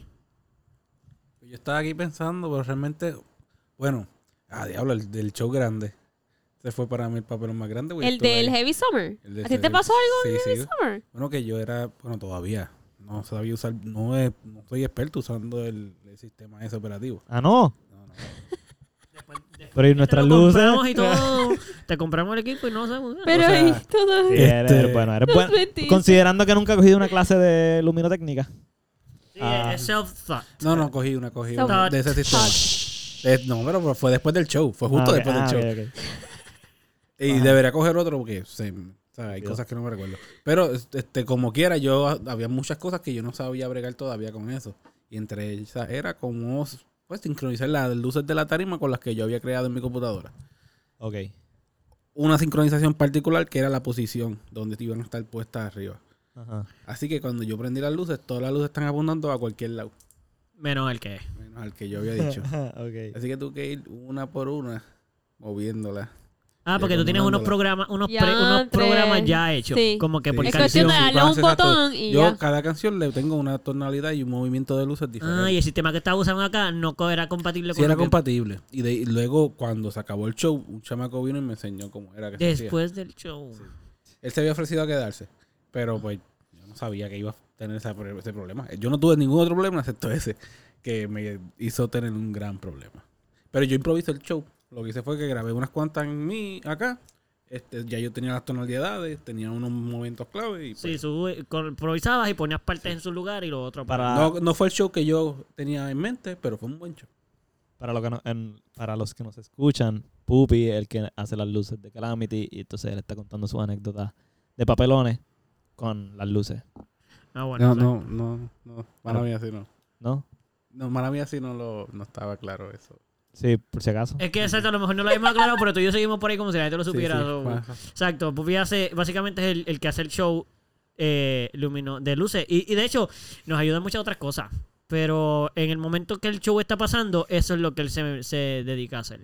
D: Yo estaba aquí pensando, pero realmente, bueno, ah, diablo, el del show grande. Se fue para mí el papel más grande. güey,
B: El
D: estuve
B: del
D: ahí.
B: Heavy Summer.
D: El de
B: ¿A ti te
D: Heavy-
B: pasó algo en
D: Sí,
B: el Heavy
D: sí.
B: Summer?
D: Bueno, que yo era, bueno, todavía no sabía usar, no, es- no soy experto usando el, el sistema ese operativo.
C: Ah, no.
D: No, no.
C: Pero y
A: Te
C: nuestras
A: lo
C: luces.
A: compramos y
D: (laughs)
A: todo. te compramos el equipo y no sabemos.
B: Pero
D: O sea,
B: ahí todo.
C: Sí,
D: Este-
C: eres bueno, eres
B: Los
C: bueno.
B: metiches.
C: Considerando que nunca he cogido una clase de luminotécnica.
A: Sí,
C: Ah.
A: es self-thought.
D: No, no, cogí una, cogí
B: So-
D: una de ese sistema. Eh, no, pero fue después del show, fue justo
C: Ah, ok,
D: después
C: ah,
D: del show.
C: ok, ok.
D: Y debería coger otro porque se- sabe, hay
C: Olvidó.
D: cosas que no me recuerdo. Pero este, como quiera, yo había muchas cosas que yo no sabía bregar todavía con eso. Y entre ellas era como pues, sincronizar las luces de la tarima con las que yo había creado en mi computadora.
C: Ok.
D: Una sincronización particular que era la posición donde iban a estar puestas arriba.
C: Ajá.
D: Así que cuando yo prendí las luces, todas las luces están apuntando a cualquier lado,
A: Menos el que es.
D: menos al que yo había
C: (laughs)
D: dicho. (laughs)
C: ok.
D: Así que tuve que ir una por una moviéndolas.
A: Ah,
D: Sí,
A: porque tú tienes
D: combinándola.
A: unos programas, unos,
B: Ya,
A: pre- unos
B: tres.
A: programas ya hechos.
B: Sí.
A: Como que por
D: Sí.
B: Es
A: canción.
B: cuestión de
D: Sí,
B: darle
D: con
B: un
D: ese factor.
B: botón y
D: Yo
B: ya.
D: cada canción le tengo una tonalidad y un movimiento de luces diferente.
A: Ah, y el sistema que estabas usando acá no co- era compatible
D: Sí,
A: con
D: era
A: lo que-
D: compatible. Y, de- y luego, cuando se acabó el show, un chamaco vino y me enseñó cómo era que se hacía.
A: Después del show.
D: Él se había ofrecido a quedarse, pero pues yo no sabía que iba a tener esa pro- ese problema. Yo no tuve ningún otro problema excepto ese, que me hizo tener un gran problema. Pero yo improviso el show. Lo que hice fue que grabé unas cuantas en mí, acá. Este, ya yo tenía las tonalidades, tenía unos momentos clave. Y, pues,
A: Sí, sube- con- improvisabas y ponías partes en su lugar y lo otro.
C: Para-
D: no, no fue el show que yo tenía en mente, pero fue un buen show.
C: Para, lo que no- en- para los que nos escuchan, Pupi es el que hace las luces de Calamity y entonces él está contando sus anécdotas de papelones con las luces,
A: Ah, bueno. o sea,
D: no, no, no. Mala mía, sí, no.
C: ¿no?
D: No, mala mía sí no, lo, no estaba claro eso.
C: Sí, por si acaso.
A: Es que exacto, a lo mejor no lo habíamos aclarado, pero tú y yo seguimos por ahí como si la gente lo
D: Sí,
A: supiera.
D: sí,
A: so-
D: fue-
A: Exacto, Pupi hace, básicamente es el, el que hace el show eh, lumino- de luces. Y, y de hecho, nos ayuda en muchas otras cosas. Pero en el momento que el show está pasando, eso es lo que él se, se dedica a hacer.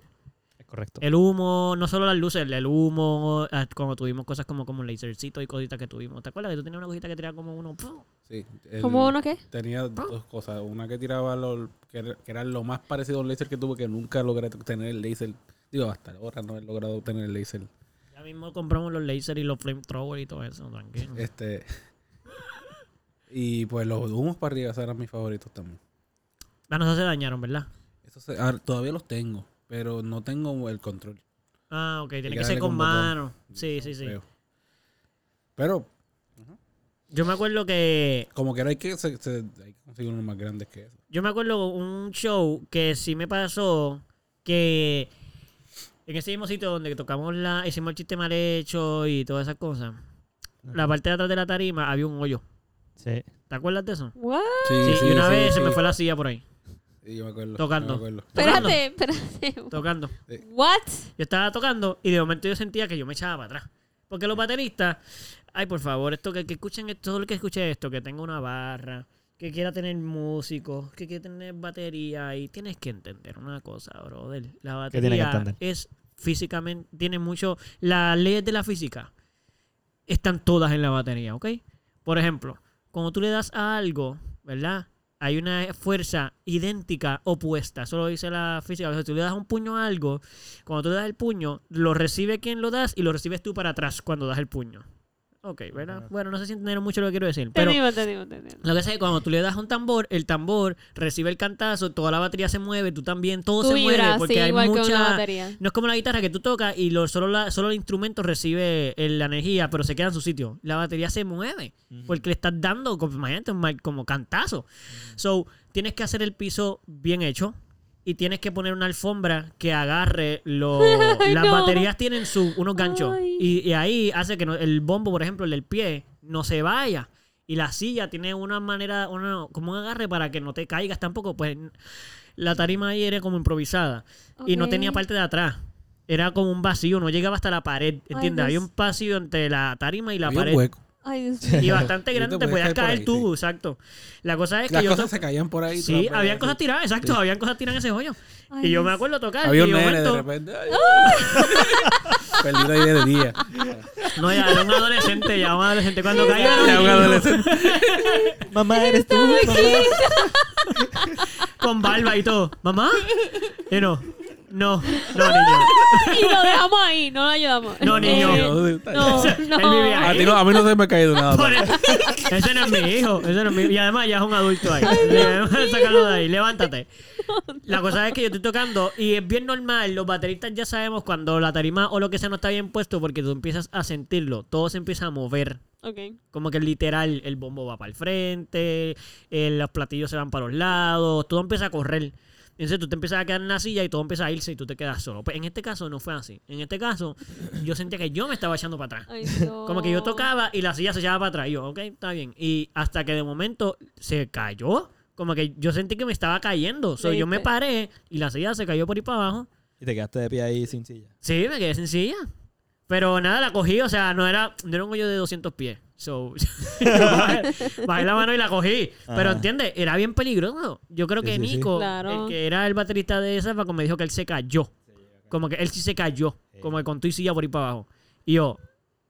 C: Es correcto.
A: El humo, no solo las luces, el humo, ah, cuando tuvimos cosas como, como lasercito y cositas que tuvimos. ¿Te acuerdas que tú tenías una cosita que tiraba como uno? ¡pum!
D: sí, el-
B: ¿Cómo uno qué?
D: Tenía dos cosas. Una que tiraba lo, que, era, que era lo más parecido a un láser que tuve que nunca logré tener el láser. Digo, hasta ahora no he logrado tener el láser.
A: Ya mismo compramos los lasers y los flamethrower y todo eso, tranquilo.
D: Este. Y pues los humos para arriba, esos eran mis favoritos también.
A: Ah, no, esos se dañaron, ¿verdad?
D: Esos se- ahora todavía los tengo, pero no tengo el control.
A: Ah, ok, tiene
D: que
A: que ser
D: darle
A: con
D: con botón.
A: mano. Sí, sí, sí.
D: creo. Pero
A: Yo me acuerdo que
D: como que ahora hay que, se- se- hay que conseguir unos más grandes que esos.
A: Yo me acuerdo un show que sí me pasó que en ese mismo sitio donde tocamos la, hicimos el chiste mal hecho y todas esas cosas, la parte de atrás de la tarima había un hoyo.
C: Sí.
A: ¿Te acuerdas de eso?
B: What?
A: Sí, y una
D: sí,
A: vez se me
D: sí.
A: fue la silla por ahí,
D: Sí, yo me acuerdo.
A: Tocando.
D: Yo me acuerdo.
A: Tocando.
B: Espérate, espérate.
A: tocando.
B: What?
A: Yo estaba tocando y de momento yo sentía que yo me echaba para atrás. Porque los bateristas, ay, por favor, esto que, que escuchen esto, todo el que escuche esto, que tenga una barra, que quiera tener músicos, que quiera tener batería, y tienes que entender una cosa, brother. La
C: ¿Qué tiene que
A: batería
C: entender?
A: es físicamente, tiene mucho. Las leyes de la física están todas en la batería, ¿ok? Por ejemplo, cuando tú le das a algo, ¿verdad? Hay una fuerza idéntica, opuesta. Eso lo dice la física. O sea, tú le das un puño a algo, cuando tú le das el puño, lo recibe quien lo das y lo recibes tú para atrás cuando das el puño. Ok, ¿verdad? Bueno, no sé si entendieron mucho lo que quiero decir,
B: Te
A: pero...
B: digo, te digo, te digo.
A: Lo que pasa es que cuando tú le das un tambor, el tambor recibe el cantazo, toda la batería se mueve, tú también, todo
B: Tú
A: se mueve
B: vibras,
A: porque
B: sí,
A: hay
B: igual que
A: mucha...
B: una batería.
A: No es como la guitarra que tú tocas y lo- solo, la- solo el instrumento recibe el- la energía, pero se queda en su sitio. La batería se mueve porque le estás dando, como, imagínate, un mal- como cantazo. So, tienes que hacer el piso bien hecho y tienes que poner una alfombra que agarre
B: (laughs)
A: los... Las
B: no.
A: baterías tienen su, unos ganchos
B: Ay.
A: y, y ahí hace que no- el bombo, por ejemplo, el del pie, no se vaya. Y la silla tiene una manera, una, como un agarre para que no te caigas tampoco. Pues la tarima ahí era como improvisada. Y no
B: Ok.
A: tenía parte de atrás. Era como un vacío, no llegaba hasta la pared. ¿Entiendes?
B: Dios.
A: Había un vacío entre la tarima y la
D: Había un
A: pared.
D: hueco.
B: Ay, Dios mío.
D: (laughs)
A: Y bastante
D: Y tú
A: grande, te
D: puedes
A: podías
D: caer por
A: caer
D: ahí,
A: tú,
D: sí.
A: exacto. La cosa es que
D: Las
A: yo.
D: cosas
A: to-
D: se caían por ahí.
A: Sí,
D: tras-
A: habían cosas tiradas, exacto, habían cosas tiradas en ese hoyo.
B: Ay,
A: y yo me
B: Dios.
A: acuerdo tocar.
D: Había
A: y
D: un
A: de
D: nene de
A: momento-
D: repente. ay, (laughs) Perdí la idea
A: (laughs)
D: de día.
A: No, ya era un adolescente, ya un adolescente. Cuando cayó era un
D: Ya un
A: niño
D: adolescente.
C: Mamá, eres tú. mamá.
A: con barba y todo. ¿Mamá? Y no, no, no, niño.
B: Y lo dejamos ahí, no lo ayudamos.
A: No, niño.
B: Eh, No, (laughs) (laughs) no.
A: Él vivía
D: A ti no, a mí no se me ha caído nada.
A: Por el- Ah, (laughs) Ese no es mi hijo. Ese no es mi Y además ya es un adulto ahí. Le- Sácalo de ahí. Levántate. La cosa es que yo estoy tocando y es bien normal. Los bateristas ya sabemos cuando la tarima o lo que sea no está bien puesto porque tú empiezas a sentirlo. Todo se empieza a mover.
B: Ok.
A: Como que literal, el bombo va para el frente, eh, los platillos se van para los lados, todo empieza a correr. Entonces tú te empiezas a quedar en la silla y todo empieza a irse y tú te quedas solo. Pues en este caso no fue así. En este caso yo sentía que yo me estaba echando para atrás. (laughs)
B: Ay, Dios.
A: Como que yo tocaba y la silla se echaba para atrás. Y yo, ok, está bien. Y hasta que de momento se cayó. Como que yo sentí que me estaba cayendo. So,
B: Le
A: yo me
B: diste.
A: paré y la silla se cayó por ahí para abajo.
C: Y te quedaste de pie ahí sin silla.
A: Sí, me quedé sin silla. Pero nada, la cogí. O sea, no era, no era un hoyo de 200 pies. So, (laughs) bajé, bajé la mano y la cogí. Pero
C: Ajá.
A: entiende, era bien peligroso. Yo creo
C: Sí,
A: que
C: sí, sí.
A: Nico,
B: Claro.
A: el que era el baterista de esa, como me dijo que él se cayó. Como que él sí se cayó. Como que con tu y silla por ir para abajo. Y yo,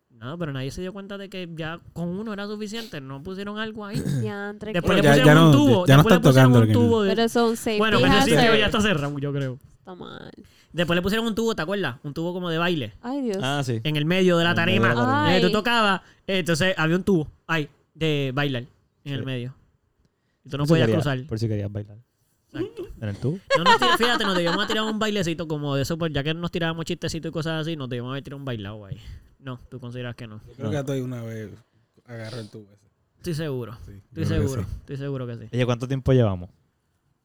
A: no, pero nadie se dio cuenta de que ya con uno era suficiente. No pusieron algo ahí.
B: Diantre,
A: Después
B: qué-
A: le
D: ya-
A: pusieron
D: ya
A: un
D: no-
A: tubo.
D: ya no
A: después
D: están
A: le pusieron
D: tocando
A: un
D: lo que-
A: tuvo de-
B: Pero son safety
A: Bueno, pero ese
B: hazards.
A: sitio ya está cerrado, yo creo.
B: Está mal.
A: Después le pusieron un tubo, ¿te acuerdas? Un tubo como de baile
B: Ay, Dios.
C: Ah, sí.
A: en el medio de la
C: En el medio de la
A: tarima.
B: tarima.
A: Eh, tú
B: Ay.
A: tocabas, eh, entonces había un tubo ahí de bailar en el
C: Sí.
A: medio. Y tú no
C: Por si
A: podías
C: querías-
A: cruzar.
C: Por si querías bailar. En el tubo.
A: No nos tira- fíjate, nos debíamos tirar un bailecito como de eso, pues, ya que nos tirábamos chistecitos y cosas así, nos debíamos haber tirado un bailado ahí. No, tú consideras que no.
D: Creo que estoy una vez agarré el tubo ese.
A: Estoy seguro.
D: Sí,
A: Estoy
D: yo creo que
A: seguro.
D: sí.
A: Estoy seguro que sí.
C: Oye, ¿cuánto tiempo llevamos?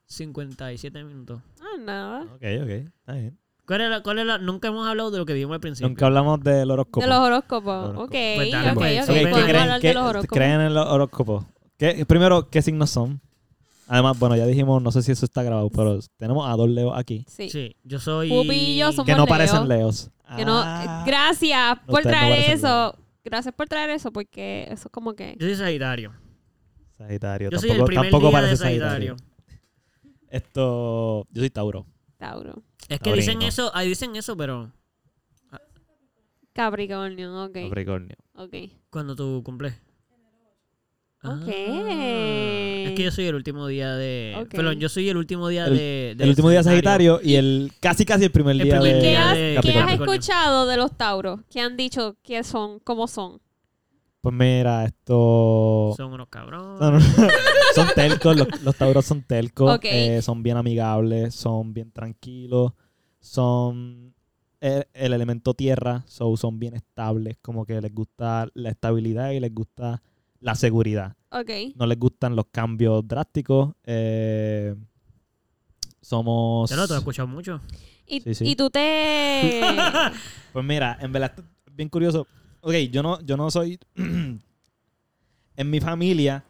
A: 57 minutos.
B: Ah, nada.
C: Ok, ok. Está bien.
A: ¿Cuál es la, cuál es la- nunca hemos hablado de lo que dijimos al principio.
C: Nunca hablamos del horóscopo.
B: De los horóscopos.
C: Horóscopo.
B: Ok,
A: Pues
B: ok,
A: dale, pues.
B: ok.
A: Ok, ¿qué
B: Podemos
A: creen?
B: hablar de los horóscopos.
C: creen en los horóscopos? ¿Qué- primero, ¿qué signos son? Además, bueno, ya dijimos, no sé si eso está grabado, pero tenemos a dos leos aquí.
B: Sí.
A: Sí, yo soy.
B: Pupi y yo somos-
C: Que no
B: Leo.
C: parecen leos.
B: Que no- eh,
C: Ah.
B: Gracias por
C: Ustedes no
B: traer
C: parecen
B: eso. Gracias por traer eso, porque eso es como que.
A: Yo soy Sagitario.
C: Sagitario.
A: Yo soy el
C: tampoco
A: primer
C: tampoco
A: día
C: parece
A: de
C: sagitario.
A: Sagitario.
C: Esto. Yo soy Tauro.
B: Tauro.
A: Es que
C: Taurino.
A: dicen eso, ahí dicen eso, pero
B: Capricornio, ok.
C: Capricornio.
B: Ok.
A: Cuando tú cumples.
B: Ok.
A: Es que yo soy el último día de.
B: Ok.
A: Perdón, yo soy el último día
C: El-
A: de, de
C: el último día de Sagitario y el casi casi el primer
A: El
C: día
A: primer
C: de
B: ¿Qué
A: día
B: has,
A: de
B: qué has
C: Capricornio.
A: escu-
B: escuchado de los Tauros? ¿Qué han dicho? ¿Qué son? ¿Cómo son?
C: Pues mira, esto.
A: Son unos cabrones.
C: No, (laughs) no, no. son telcos, los, los tauros son telcos,
B: Ok.
C: eh, son bien amigables, son bien tranquilos, son el, el elemento tierra, so son bien estables, como que les gusta la estabilidad y les gusta la seguridad.
B: Ok.
C: No les gustan los cambios drásticos. eh, somos...
A: Yo no te lo he escuchado mucho.
B: Y,
C: Sí, sí.
B: y tú
C: (laughs)
B: te.
C: Pues mira, en verdad esto es bien curioso. Ok, yo no, yo no soy. (clears throat) en mi familia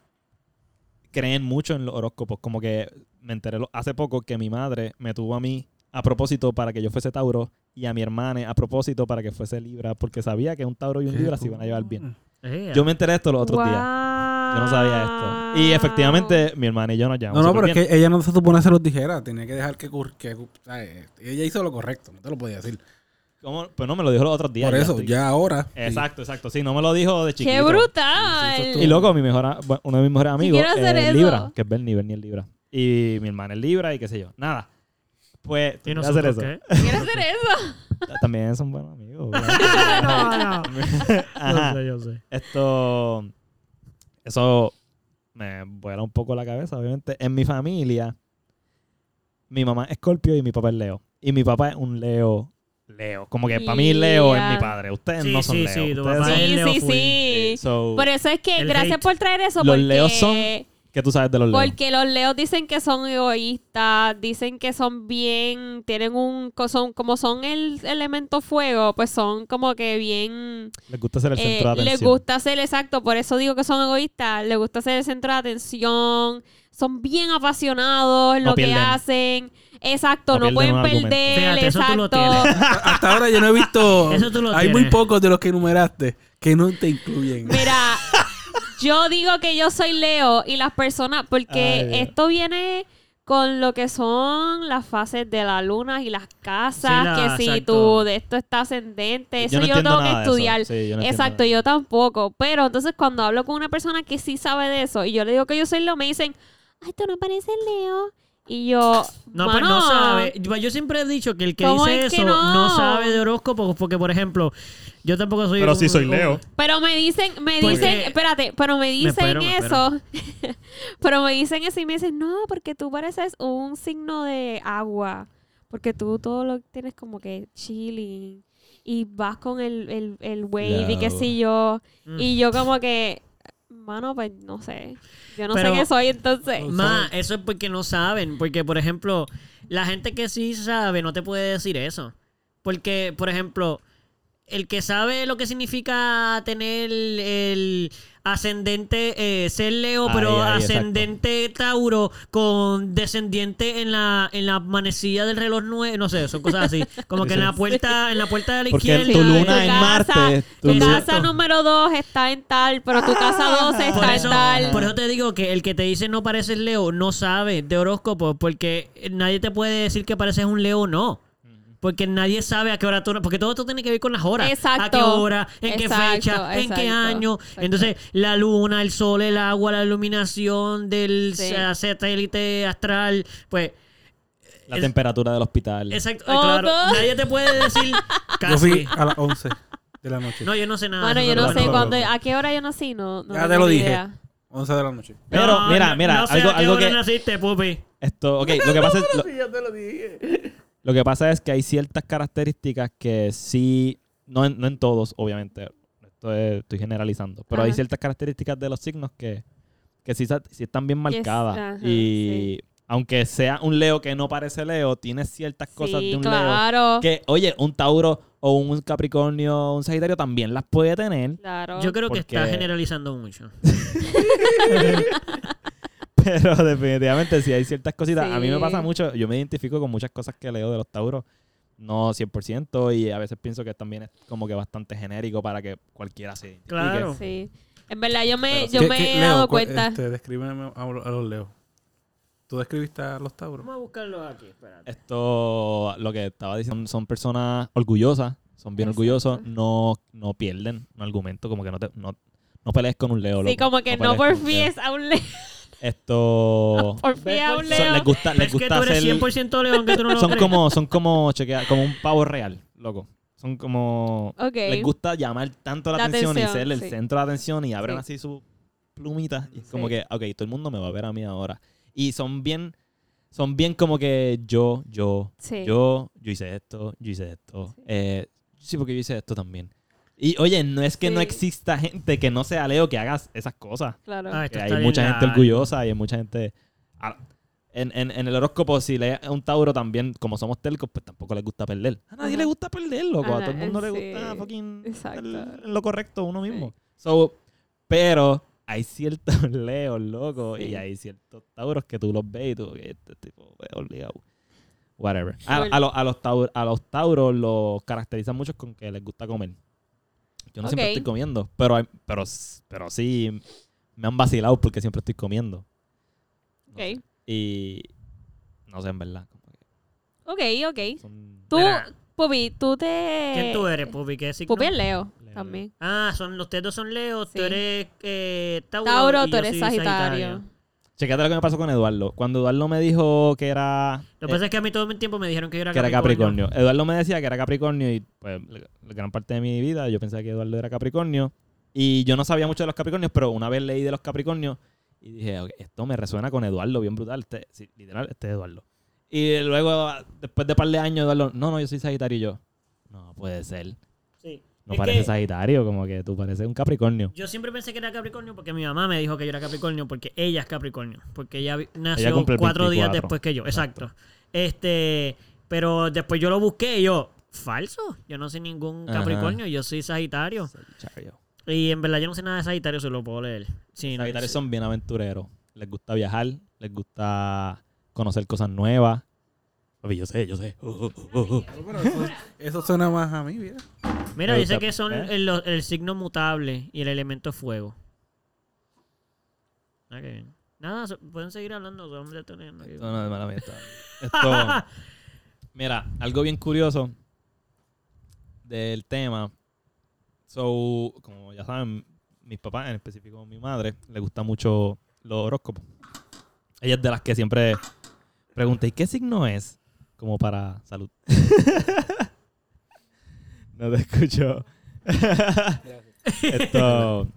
C: creen mucho en los horóscopos. Como que me enteré lo- hace poco que mi madre me tuvo a mí a propósito para que yo fuese Tauro y a mi hermana a propósito para que fuese Libra, porque sabía que un Tauro y un Libra se iban a llevar bien.
A: Eh,
C: Yo me enteré de esto los otros
B: Wow.
C: días. Yo no sabía esto. Y efectivamente, mi hermana y yo nos
D: No,
C: llevamos.
D: no, pero
C: superbién.
D: es que ella no se supone que se los dijera. Tenía que dejar que. cur- que, o sea, eh, ella hizo lo correcto. No te lo podía decir.
C: ¿Cómo? Pues no, me lo dijo los otros días.
D: Por
C: ya
D: eso,
C: estoy-
D: ya ahora. sí.
C: Exacto, exacto. Sí, no me lo dijo de chiquito.
B: ¡Qué brutal!
D: Sí, eso
C: Y luego mi mejor, a- bueno, uno de mis mejores amigos
B: quiero hacer
C: es
B: eso.
C: Libra, que es Bernie, Bernie es Libra. Y mi hermana es Libra y qué sé yo. Nada. Pues,
A: ¿Y
C: voy a
A: nosotros
C: hacer eso. (laughs)
A: qué?
B: ¿Quieres
A: (laughs)
B: hacer eso?
C: También son buenos amigos.
A: No, no. (laughs) Yo
C: Ajá.
A: sé, yo sé.
C: Esto. Eso me vuela un poco la cabeza, obviamente. En mi familia, mi mamá es Scorpio y mi papá es Leo. Y mi papá es un Leo. Leo. Como que para mí Leo es
B: Ya.
C: mi padre. Ustedes
A: Sí,
C: no son
A: sí,
C: Leo.
A: sí, tu
C: Ustedes
A: papá
C: son-
A: es-
B: Sí,
A: Leo
B: sí,
A: full.
B: sí.
C: So,
B: Por eso es que,
A: El
B: gracias
A: hate.
B: por traer eso,
C: Eh, Los
B: porque...
C: leos son- ¿Qué tú sabes de los Leos?
B: Porque los leos dicen que son egoístas, dicen que son bien, tienen un, co- son, como son el elemento fuego, pues son como que bien,
C: Les gusta ser el
B: eh,
C: centro de atención.
B: les gusta ser, exacto, por eso digo que son egoístas, les gusta ser el centro de atención, son bien apasionados en
C: No
B: lo que
C: pierden.
B: hacen, exacto,
C: No
B: no,
C: pierden
B: pueden
C: un argumento.
B: perder,
A: Fíjate, eso tú lo
B: exacto.
A: tienes.
D: Hasta ahora yo no he visto.
A: (laughs) Eso tú lo
D: hay
A: tienes.
D: muy pocos de los que enumeraste que no te incluyen.
B: Mira, yo digo que yo soy Leo y las personas, porque
C: Ay, Dios.
B: esto viene con lo que son las fases de la luna y las casas,
A: Sí, la-
B: que si
A: exacto.
B: tú de esto está ascendente, eso
C: no
B: yo,
C: entiendo
B: lo tengo
C: nada
B: que
C: de eso.
B: estudiar.
C: Sí, yo no entiendo
B: Exacto,
C: nada.
B: yo tampoco. Pero entonces cuando hablo con una persona que sí sabe de eso y yo le digo que yo soy Leo, me dicen, ay, tú no pareces Leo. Y yo,
A: No, pues no
B: "Mano,
A: sabe. Yo yo siempre he dicho que el que
B: ¿Cómo
A: dice
B: es que
A: eso
B: no?
A: no? sabe de horóscopos porque, por ejemplo, yo tampoco soy.
C: Pero sí
A: un-
C: soy
A: un-
C: Leo.
B: Pero me dicen, me
A: Porque-
B: dicen, espérate, pero me dicen
A: espero, me
B: eso. (laughs) pero me dicen eso y me dicen, no, porque tú pareces un signo de agua. Porque tú todo lo tienes como que chilling. Y vas con el, el, el wave y qué
C: Claro.
B: sé yo.
A: Mm.
B: Y yo como que, mano, pues no sé. Yo no
A: Pero-
B: sé qué soy entonces.
A: Ma, eso es porque no saben. Porque, por ejemplo, la gente que sí sabe no te puede decir eso. Porque, por ejemplo, el que sabe lo que significa tener el ascendente, eh, ser Leo,
C: Ahí,
A: pero
C: ahí, exacto.
A: ascendente Tauro con descendiente en la, en la manecilla del reloj 9, no sé, son cosas así.
C: (laughs)
A: Como que en la puerta, en la puerta de la
C: Porque
A: izquierda.
C: tu
B: Sí,
C: luna en Marte, tu
B: Tu
A: luna-
B: casa número 2 está en tal, pero tu casa 12
A: Ah, Por
B: está
A: eso,
B: en tal.
A: por eso te digo que el que te dice no pareces Leo no sabe de horóscopo porque nadie te puede decir que pareces un Leo o no. Porque nadie sabe a qué hora tú... Porque todo esto tiene que ver con las horas. A
B: Exacto.
A: qué hora, en qué
B: Exacto,
A: fecha, en qué
B: exacto,
A: año.
B: exacto.
A: Entonces, la luna, el sol, el agua, la iluminación del
B: Sí.
A: sa- satélite astral. Pues,
C: La
A: Es-
C: temperatura del hospital.
A: exacto, Eh,
B: Todo.
A: claro. Nadie te puede
B: (laughs)
A: decir
D: Yo fui
A: casi.
D: a las 11 de la noche.
A: No, yo Ah, no sé nada.
B: Mano, yo no
A: Bueno,
B: sé
D: no,
B: cuándo,
D: no.
B: a qué hora yo nací, no, no
D: Ya
B: tengo
D: te lo
B: ni
D: dije.
B: idea.
D: 11 de la noche.
C: Pero,
A: no,
C: mira,
A: no-
C: mira,
A: no sé
C: algo,
A: a qué
C: algo
A: hora
C: que.
A: naciste, pupi.
C: Esto, ok, lo que pasa es. lo-
D: ya te lo dije.
C: Lo que pasa es que hay ciertas características que sí, no en, no en todos, obviamente, esto es- estoy generalizando, pero hay
B: Ajá.
C: ciertas características de los signos que, que sí, sa- sí están bien
B: Que es-
C: marcadas.
B: ajá,
C: y aunque sea un Leo que no parece Leo, tiene ciertas cosas
B: sí,
C: de un Leo.
B: claro.
C: Que, oye, un Tauro o un Capricornio o un Sagitario también las puede tener,
B: Claro.
A: Yo creo que está
C: Porque-
A: generalizando mucho.
C: pero definitivamente sí hay ciertas cositas. A mí me
B: Sí.
C: pasa mucho, yo me identifico con muchas cosas que leo de los Tauros. No 100% y a veces pienso que también es como que bastante genérico para que cualquiera se identifique.
A: Claro.
B: Sí. En verdad, yo me,
C: Pero
B: yo me he dado cuenta.
D: Este, descríbeme a, lo- a los Leo. ¿Tú describiste a los Tauros?
A: Vamos a buscarlo aquí, espérate.
C: Esto, lo que estaba diciendo, son, son personas orgullosas, son bien
B: Exacto.
C: orgullosos, no, no pierden un argumento, como que no te, no, no pelees con un leo.
B: sí,
C: loco,
B: como que no,
C: pelees con un leo.
B: porfíes a un Leo.
C: Esto,
B: Porfíes a un
A: Son-
C: son-
B: Leo.
C: les gusta, les
A: Es que tú
C: gusta
A: eres
C: hacer,
A: 100% león que tú no lo
C: son
A: crees.
C: como, son como, chequea, como un pavo real, loco. Son como,
B: Ok.
C: les gusta llamar tanto la,
B: La
C: atención, y
B: atención,
C: ser el
B: sí.
C: centro de atención y abren
B: Sí.
C: así sus plumitas y es
B: Sí.
C: como que, ok, todo el mundo me va a ver a mí ahora. Y son bien, son bien como que yo, yo,
B: Sí.
C: yo, yo hice esto, yo hice esto. Sí. Eh, sí, porque yo hice esto también. Y oye, no es que no
B: Sí.
C: exista gente que no sea Leo que hagas esas cosas.
B: Claro.
A: Ah, esto
C: Que hay
A: está bien
C: mucha gente
A: largo.
C: orgullosa y hay mucha gente... Ah, En, en, en el horóscopo, si lees a un Tauro también, como somos telcos, pues tampoco les gusta perder. A nadie
B: Ajá.
C: le gusta perder, loco. A,
B: A
C: todo el
B: na-
C: mundo le
B: sí.
C: gusta fucking estar
B: Exacto.
C: en lo correcto uno mismo. So, pero hay ciertos (laughs) leos, loco,
B: Sí.
C: y hay ciertos tauros que tú los ves y tú, este tipo, es obligado. Whatever. A,
B: Bueno.
C: a los, a, los tauros, a los tauros los caracterizan mucho con que les gusta comer. Yo no siempre
B: Ok.
C: estoy comiendo, pero, hay- pero, s- pero sí me han vacilado porque siempre estoy comiendo. No
B: Ok.
C: sé. Y no sé, en verdad. como que
B: Ok, ok.
C: son-
B: Tú,
A: Mira.
B: Pupi, tú te...
A: ¿Quién tú eres, Pupi? ¿Qué signo?
B: Pupi es Leo,
C: Leo.
B: también.
A: Ah, son, ustedes dos son Leo,
B: Sí.
A: tú eres eh, Tauro.
B: Tauro,
A: y
B: tú
A: yo
B: eres
A: soy
B: Sagitario.
C: Checate lo que me pasó con Eduardo. Cuando Eduardo me dijo que era.
A: Lo que
C: eh,
A: pasa es que a mí todo el tiempo me dijeron que yo era
C: que era
A: Capricornio.
C: Capricornio. Eduardo me decía que era Capricornio y pues la la gran parte de mi vida yo pensaba que Eduardo era Capricornio y yo no sabía mucho de los Capricornios, pero una vez leí de los Capricornios y dije, "Ok, esto me resuena con Eduardo, bien brutal, este, sí, literal, este es Eduardo. Y luego, después de par de años, Eduardo, no, no, yo soy Sagitario y yo. No puede ser.
A: Sí.
C: No
A: Es
C: parece
A: que
C: Sagitario, como que tú pareces un Capricornio.
A: Yo siempre pensé que era Capricornio porque mi mamá me dijo que yo era Capricornio porque ella es Capricornio. Porque ella vi- nació
C: cumple el
A: cuatro días
C: 24.
A: después que yo. Exacto. Este, pero después yo lo busqué y yo, falso. Yo no soy ningún
C: Ajá.
A: Capricornio, yo soy Sagitario.
C: Sagitario.
A: Y en verdad yo no sé nada de Sagitario, se lo puedo leer. Sí, no-
C: Sagitarios son bien aventureros. Les gusta viajar, les gusta conocer cosas nuevas. Papi, yo sé, yo sé. Uh, uh, uh, uh, uh.
D: No, pero eso, eso suena más a mí, mira.
A: Mira,
C: Me
A: dice
C: gusta,
A: que son
C: ¿eh?
A: el, lo- el signo mutable y el elemento fuego. Ah, qué bien. Nada, so- pueden seguir hablando. son de teniendo aquí.
C: No, no, de mala mía, está- Esto. mira, algo bien curioso del tema. So, como ya saben, mis papás, en específico mi madre, le gusta mucho los horóscopos. Ella es de las que siempre pregunta, ¿y qué signo es? Como para salud. no te escucho. Esto.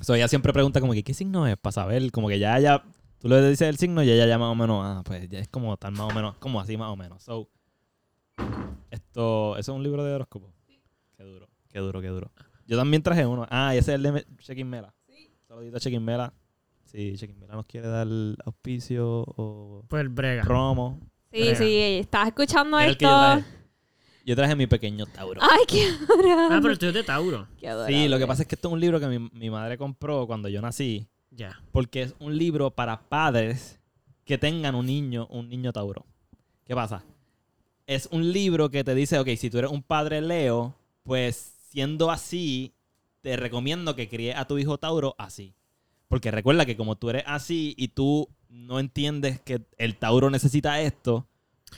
C: So, ella siempre pregunta como que qué signo es para saber, como que ya ella, tú le dices el signo y ella ya más o menos, ah, pues ya es como tal más o menos, como así más o menos. So, esto, eso es un libro de horóscopo. Qué duro, qué duro, qué duro. Yo también traje uno. Ah, y ese es el de Me- Chequin Mela. Sí. Saludito a Chequin Mela. Si Chequin Mela nos quiere dar auspicio o
A: Pues brega.
C: promo.
B: Sí,
A: Brega.
B: sí, estás escuchando
C: Mira el que
B: esto.
C: yo traje. Yo traje mi pequeño Tauro.
B: Ay, qué adorable.
A: Ah, pero tú eres de Tauro.
B: Qué adorable.
C: sí, lo que pasa es que esto es un libro que mi, mi madre compró cuando yo nací.
A: Ya.
C: porque es un libro para padres que tengan un niño, un niño Tauro. ¿Qué pasa? Es un libro que te dice, ok, si tú eres un padre Leo, pues siendo así, te recomiendo que críes a tu hijo Tauro así. Porque recuerda que como tú eres así y tú no entiendes que el Tauro necesita esto,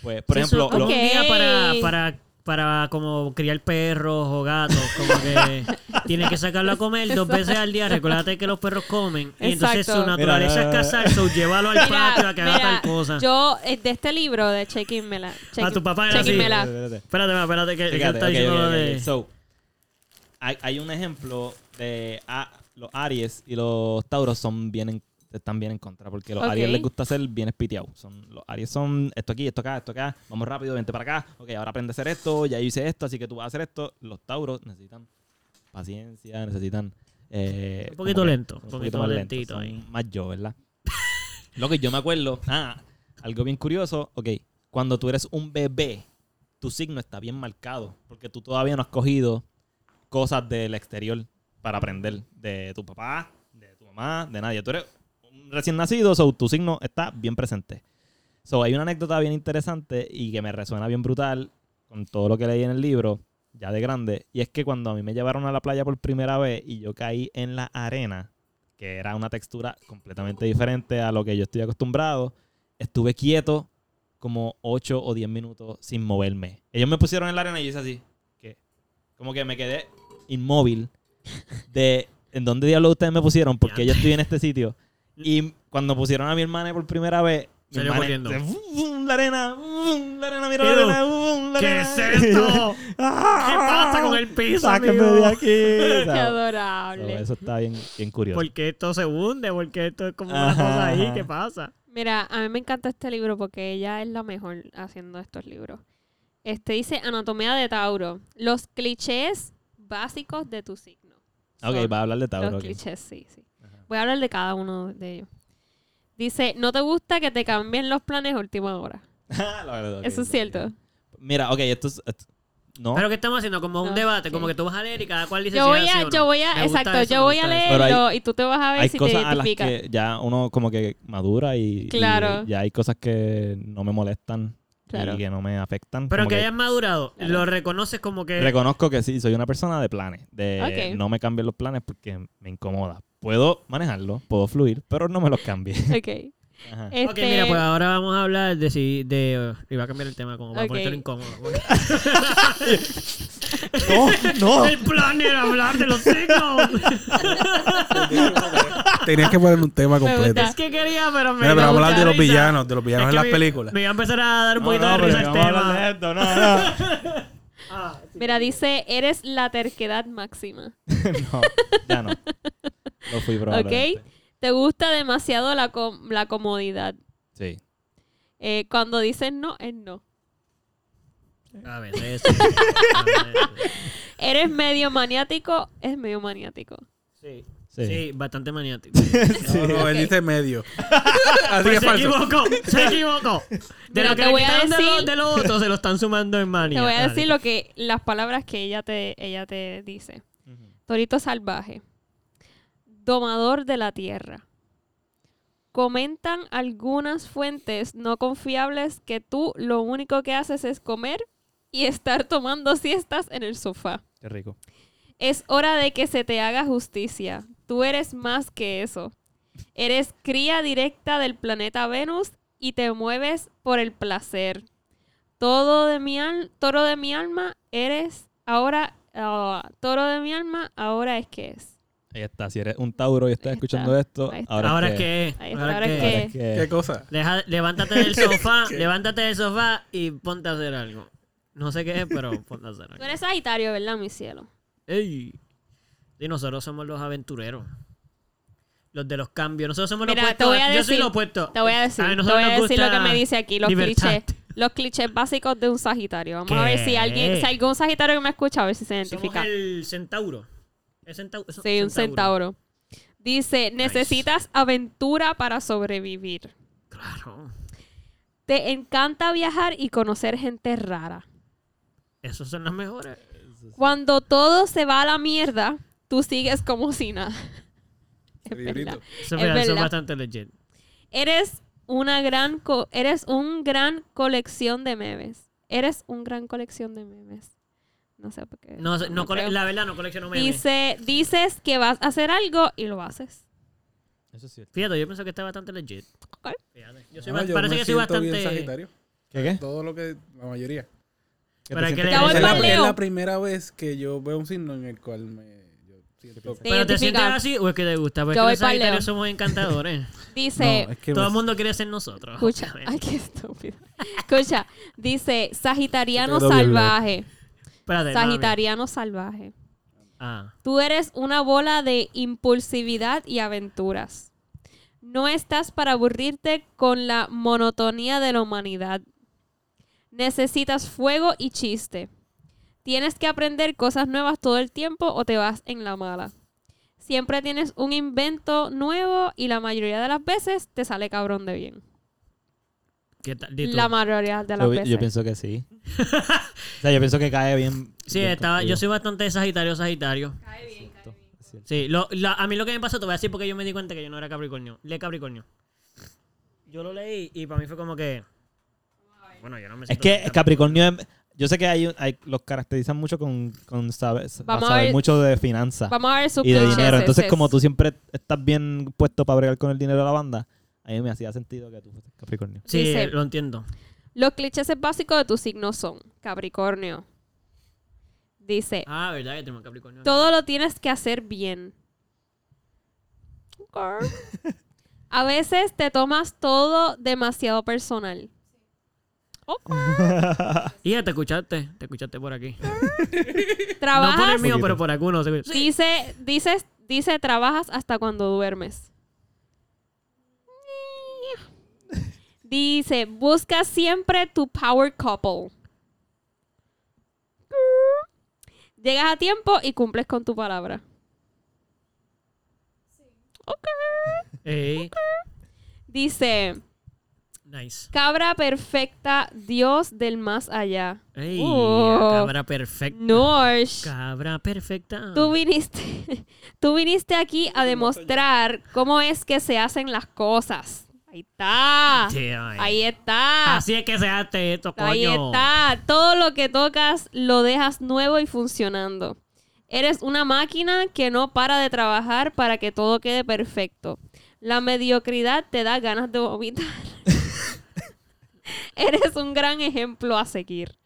C: pues, por
A: Sí, eso
C: ejemplo,
A: es como
C: lo-
B: Ok.
A: un día para, para, para como criar perros o gatos, como
B: (laughs)
A: que tienes que sacarlo a comer dos veces al día. Recuérdate que los perros comen. Y entonces
B: Exacto.
A: su naturaleza
C: Mira,
A: es cazar, so llévalo al
B: Mira,
A: patio a que haga
B: mira,
A: tal cosa.
B: Yo, eh, de este libro de Checking Mela.
A: A tu papá era así.
B: Chequinmela. (laughs)
C: Espérate, espérate.
A: Espérate, espérate, que, que
C: Fíjate,
A: está
C: ok,
A: diciendo
C: ok,
A: lo
C: ok,
A: de...
C: ok. So, hay, hay un ejemplo de a- los Aries y los Tauros son bien en- están bien en contra porque los
B: Ok.
C: Aries les gusta ser bien espiteados. Son, los Aries son esto aquí, esto acá, esto acá, vamos rápido, vente para acá, ok, ahora aprende a hacer esto, ya yo hice esto, así que tú vas a hacer esto. Los Tauros necesitan paciencia, necesitan... eh,
A: Un poquito
C: como que
A: lento,
C: son
A: un poquito
C: más
A: lentito
C: son
A: ahí.
C: Más yo, ¿verdad? (laughs) Lo que yo me acuerdo, ah, algo bien curioso, ok, cuando tú eres un bebé, tu signo está bien marcado, porque tú todavía no has cogido cosas del exterior para aprender de tu papá, de tu mamá, de nadie. Tú eres un recién nacido, so tu signo está bien presente. So, hay una anécdota bien interesante y que me resuena bien brutal con todo lo que leí en el libro, ya de grande, y es que cuando a mí me llevaron a la playa por primera vez y yo caí en la arena, que era una textura completamente diferente a lo que yo estoy acostumbrado, estuve quieto como 8 o 10 minutos sin moverme. Ellos me pusieron en la arena y yo hice así, que como que me quedé inmóvil de en dónde diablos ustedes me pusieron porque yo estoy en
A: (laughs)
C: este sitio. Y cuando pusieron a mi hermana por primera vez, mi
A: Salió
C: hermana,
A: corriendo.
C: se- ¡vum, vum! la arena, ¡vum! la arena, mira la
A: Edu,
C: arena, ¡vum! la
A: ¿Qué
C: arena.
A: es esto? ¿Qué pasa con el piso,
C: Sáquenme
A: amigo?
C: de aquí.
B: (laughs) Qué
C: ¿sabes?
B: adorable.
C: So, Eso está bien, bien curioso.
A: Porque esto se hunde, porque esto es como una cosa ahí,
C: Ajá.
A: ¿qué pasa?
B: Mira, a mí me encanta este libro porque ella es la mejor haciendo estos libros. Este dice Anatomía de Tauro. Los clichés básicos de tu signo.
C: Ah, Ok,
B: Son
C: va a hablar de
B: Los
C: Tauro. ok. (laughs)
B: clichés, sí, sí.
C: Ajá.
B: Voy a hablar de cada uno de ellos. Dice, no te gusta que te cambien los planes a última hora.
C: Ah, la verdad, ok,
B: Eso es
C: ok.
B: cierto.
C: Mira, ok, esto es. esto- no,
A: Pero que estamos haciendo como un
B: No,
A: debate,
B: sí.
A: como que tú vas a leer y cada cual dice
B: Yo
A: si
B: voy
A: es así
B: a,
A: o
B: yo
A: no.
B: voy
A: Me
B: a,
A: gusta
B: exacto,
A: eso,
B: yo
A: me
B: voy a
A: gusta eso.
C: Pero hay-
B: leerlo y tú te vas a ver
C: hay
B: si te
C: cosas a las
B: identificas.
C: que ya uno como que madura y, y
B: Claro.
C: ya hay cosas que no me molestan
B: Claro.
C: y que no me afectan.
A: Pero
C: como
A: que hayas madurado,
B: Claro.
A: lo reconoces como que...
C: Reconozco que sí, soy una persona de planes. De
B: Ok.
C: no me cambien los planes porque me incomoda. Puedo manejarlo, puedo fluir, pero no me los cambie. (laughs)
B: Ok.
C: Ajá.
B: Este,
A: Ok, mira, pues ahora vamos a hablar de si. De, oh, iba a cambiar el tema, como para
B: Ok.
A: ponértelo incómodo. (laughs)
C: No, no.
A: el plan era hablar de los signos.
D: Tenías que poner
A: (laughs)
D: un tema completo.
B: gusta.
A: es que quería, pero me.
D: Mira, pero
A: dio
D: vamos a hablar
A: mucha
D: de los
A: risa.
D: villanos, de los villanos
A: Es
D: en
A: que
D: las
A: me-
D: películas.
A: Me iba a empezar a dar un
C: No,
A: poquito
C: no,
A: de
C: pero
A: risa el
C: vamos a hablar de
A: tema.
C: esto, no, no.
B: mira, dice, eres la terquedad máxima.
C: No, ya no. Lo fui probablemente.
B: ¿Ok? Te gusta demasiado la, com- la comodidad.
C: Sí.
B: Eh, cuando dices no, es no.
A: A ver, eso. A ver,
B: Eres medio maniático, es medio maniático.
A: Sí.
C: Sí.
A: Sí, bastante
C: (laughs)
A: maniático.
D: No, no, él
B: Ok.
D: dice medio. Así
A: (laughs) Pues se
D: que es falso.
A: equivocó, se
C: (laughs)
A: equivocó. De
B: Mira,
A: lo que
B: te
A: le
B: voy a
A: quitaron de lo-
B: decir-
A: de los otros, se lo están sumando en manía.
B: Te voy a decir lo que las palabras que ella te, ella te dice. Torito salvaje. Domador de la tierra. Comentan algunas fuentes no confiables que tú lo único que haces es comer y estar tomando siestas en el sofá.
C: Qué rico.
B: Es hora de que se te haga justicia. Tú eres más que eso. Eres cría directa del planeta Venus y te mueves por el placer. Todo de mi al- toro de mi alma eres ahora ah, toro de mi alma ahora es que es.
C: Ahí está. Si eres un Tauro y estás
B: Ahí
C: escuchando
B: está,
C: esto,
B: ahí está.
C: ahora,
A: Ahora
C: es que...
A: es
B: Ahí
A: que.
B: está, ahora es
C: ahora es
B: que-
C: que-
D: ¿Qué
A: (laughs)
D: cosa?
A: Deja- levántate del
B: (laughs)
A: sofá, levántate del sofá y ponte a hacer algo. No sé qué es, pero ponte a hacer
B: Tú
A: algo.
B: eres sagitario, ¿verdad, mi cielo?
A: Ey. Y nosotros somos los aventureros. Los de los cambios. Nosotros somos
B: Mira,
A: los
B: te
A: opuestos.
B: voy a
A: Yo soy
B: decir-
A: lo opuesto.
B: Te voy a decir,
A: A
B: te
A: nosotros
B: voy a
A: nos
B: decir lo que
A: gusta
B: me dice aquí, los
A: libertad.
B: clichés, los clichés básicos de un sagitario. Vamos a
A: ¿Qué?
B: ver si alguien, si algún sagitario que me escucha, a ver si se
A: Somos
B: identifica.
A: el centauro. El centau- so-
B: Sí, un centauro. Dice, necesitas aventura para sobrevivir.
A: Claro.
B: Te encanta viajar y conocer gente rara.
A: Esos son los mejores.
B: Cuando todo se va a la mierda, tú sigues como si nada. Es verdad.
D: Librito.
A: Eso
B: Es
A: fíjate, son
B: verdad.
A: bastante legit.
B: Eres una gran co- eres un gran colección de memes. Eres un gran colección de memes. No sé por qué.
A: No, sé, no cole-
B: creo.
A: la verdad, no colecciono memes.
B: Dice, dices que vas a hacer algo y lo haces.
C: Eso es cierto.
A: Fíjate, yo pienso que está bastante legit.
B: Ok.
A: Fíjate. Yo soy
D: No,
A: ba-
D: Ah, yo
A: parece
D: me
A: que soy
D: siento bien
A: bastante.
D: sagitario.
C: ¿Qué qué?
D: Todo lo que. La mayoría.
C: ¿Qué
A: Pero
C: te
A: hay que
C: sientes?
B: Ya voy
D: es,
B: para
D: la,
B: Leo.
D: es la primera vez que yo veo un signo en el cual me. Yo
B: Te
D: siento.
A: ¿Pero te sientes
B: identifica.
A: así o es que te gusta? Porque
B: Yo voy
A: los
B: pa'l Leo.
A: sagitarios somos
D: (laughs)
A: encantadores.
B: Dice,
D: No, es que
A: Todo el
D: me-
A: mundo quiere ser nosotros.
B: Escucha, ay,
A: obviamente.
B: qué estúpido. Escucha, dice Sagitariano
D: Se te quedó bien
B: salvaje.
A: Espérate, mala mía.
B: Sagitariano salvaje.
A: Ah.
B: Tú eres una bola de impulsividad y aventuras. No estás para aburrirte con la monotonía de la humanidad. Necesitas fuego y chiste. Tienes que aprender cosas nuevas todo el tiempo o te vas en la mala. Siempre tienes un invento nuevo y la mayoría de las veces te sale cabrón de bien.
A: ¿Qué tal? Di tú.
B: La mayoría de las
C: Yo-
B: veces.
C: Yo pienso que sí. o sea, yo pienso que cae bien.
A: Sí,
C: bien
A: estaba, yo
C: contigo.
A: soy bastante sagitario, sagitario.
C: Es cierto.
A: Sí, lo- la- a mí lo que me pasó, te voy a decir porque yo me di cuenta que yo no era Capricornio. Lee Capricornio. Yo lo leí y para mí fue como que... Bueno, yo no me
C: Es
A: siento
C: que
A: tan
C: Capricornio, es- yo sé que hay, un- hay- los caracterizan mucho con, con saber,
B: Vamos a
C: saber
B: ver-
C: mucho de finanzas
B: Vamos a ver su
C: y de dinero. Entonces,
B: es-
C: como tú siempre estás bien puesto para bregar con el dinero de la banda, a mí me hacía sentido que tú fueras Capricornio.
A: Sí,
B: Dice-
A: lo entiendo.
B: Los clichés básicos de tu signo son Capricornio. Dice,
A: Ah, verdad que tenemos Capricornio.
B: todo lo tienes que
A: (laughs)
B: hacer bien. Ok. A veces te tomas todo demasiado personal. Ok.
A: Hija, te escuchaste, te escuchaste por aquí. No por el
B: Trabajas,
A: mío,
C: Poquito.
A: pero por algunos.
B: dice, dices, dice, trabajas hasta cuando duermes. Dice, busca siempre tu power couple. Llegas a tiempo y cumples con tu palabra.
A: Ey,
B: Dice,
A: nice.
B: cabra perfecta, Dios del más allá.
A: Ey,
B: Oh.
A: cabra perfecta.
B: Norsh.
A: Cabra perfecta.
B: Tú viniste, (laughs) tú viniste aquí a demostrar cómo es que se hacen las cosas. Ahí está.
A: Sí, ay.
B: Ahí está.
A: Así es que se hace esto, coño.
B: Ahí está. Todo lo que tocas lo dejas nuevo y funcionando. Eres una máquina que no para de trabajar para que todo quede perfecto. La mediocridad te da ganas de vomitar. (laughs) Eres un gran ejemplo a seguir.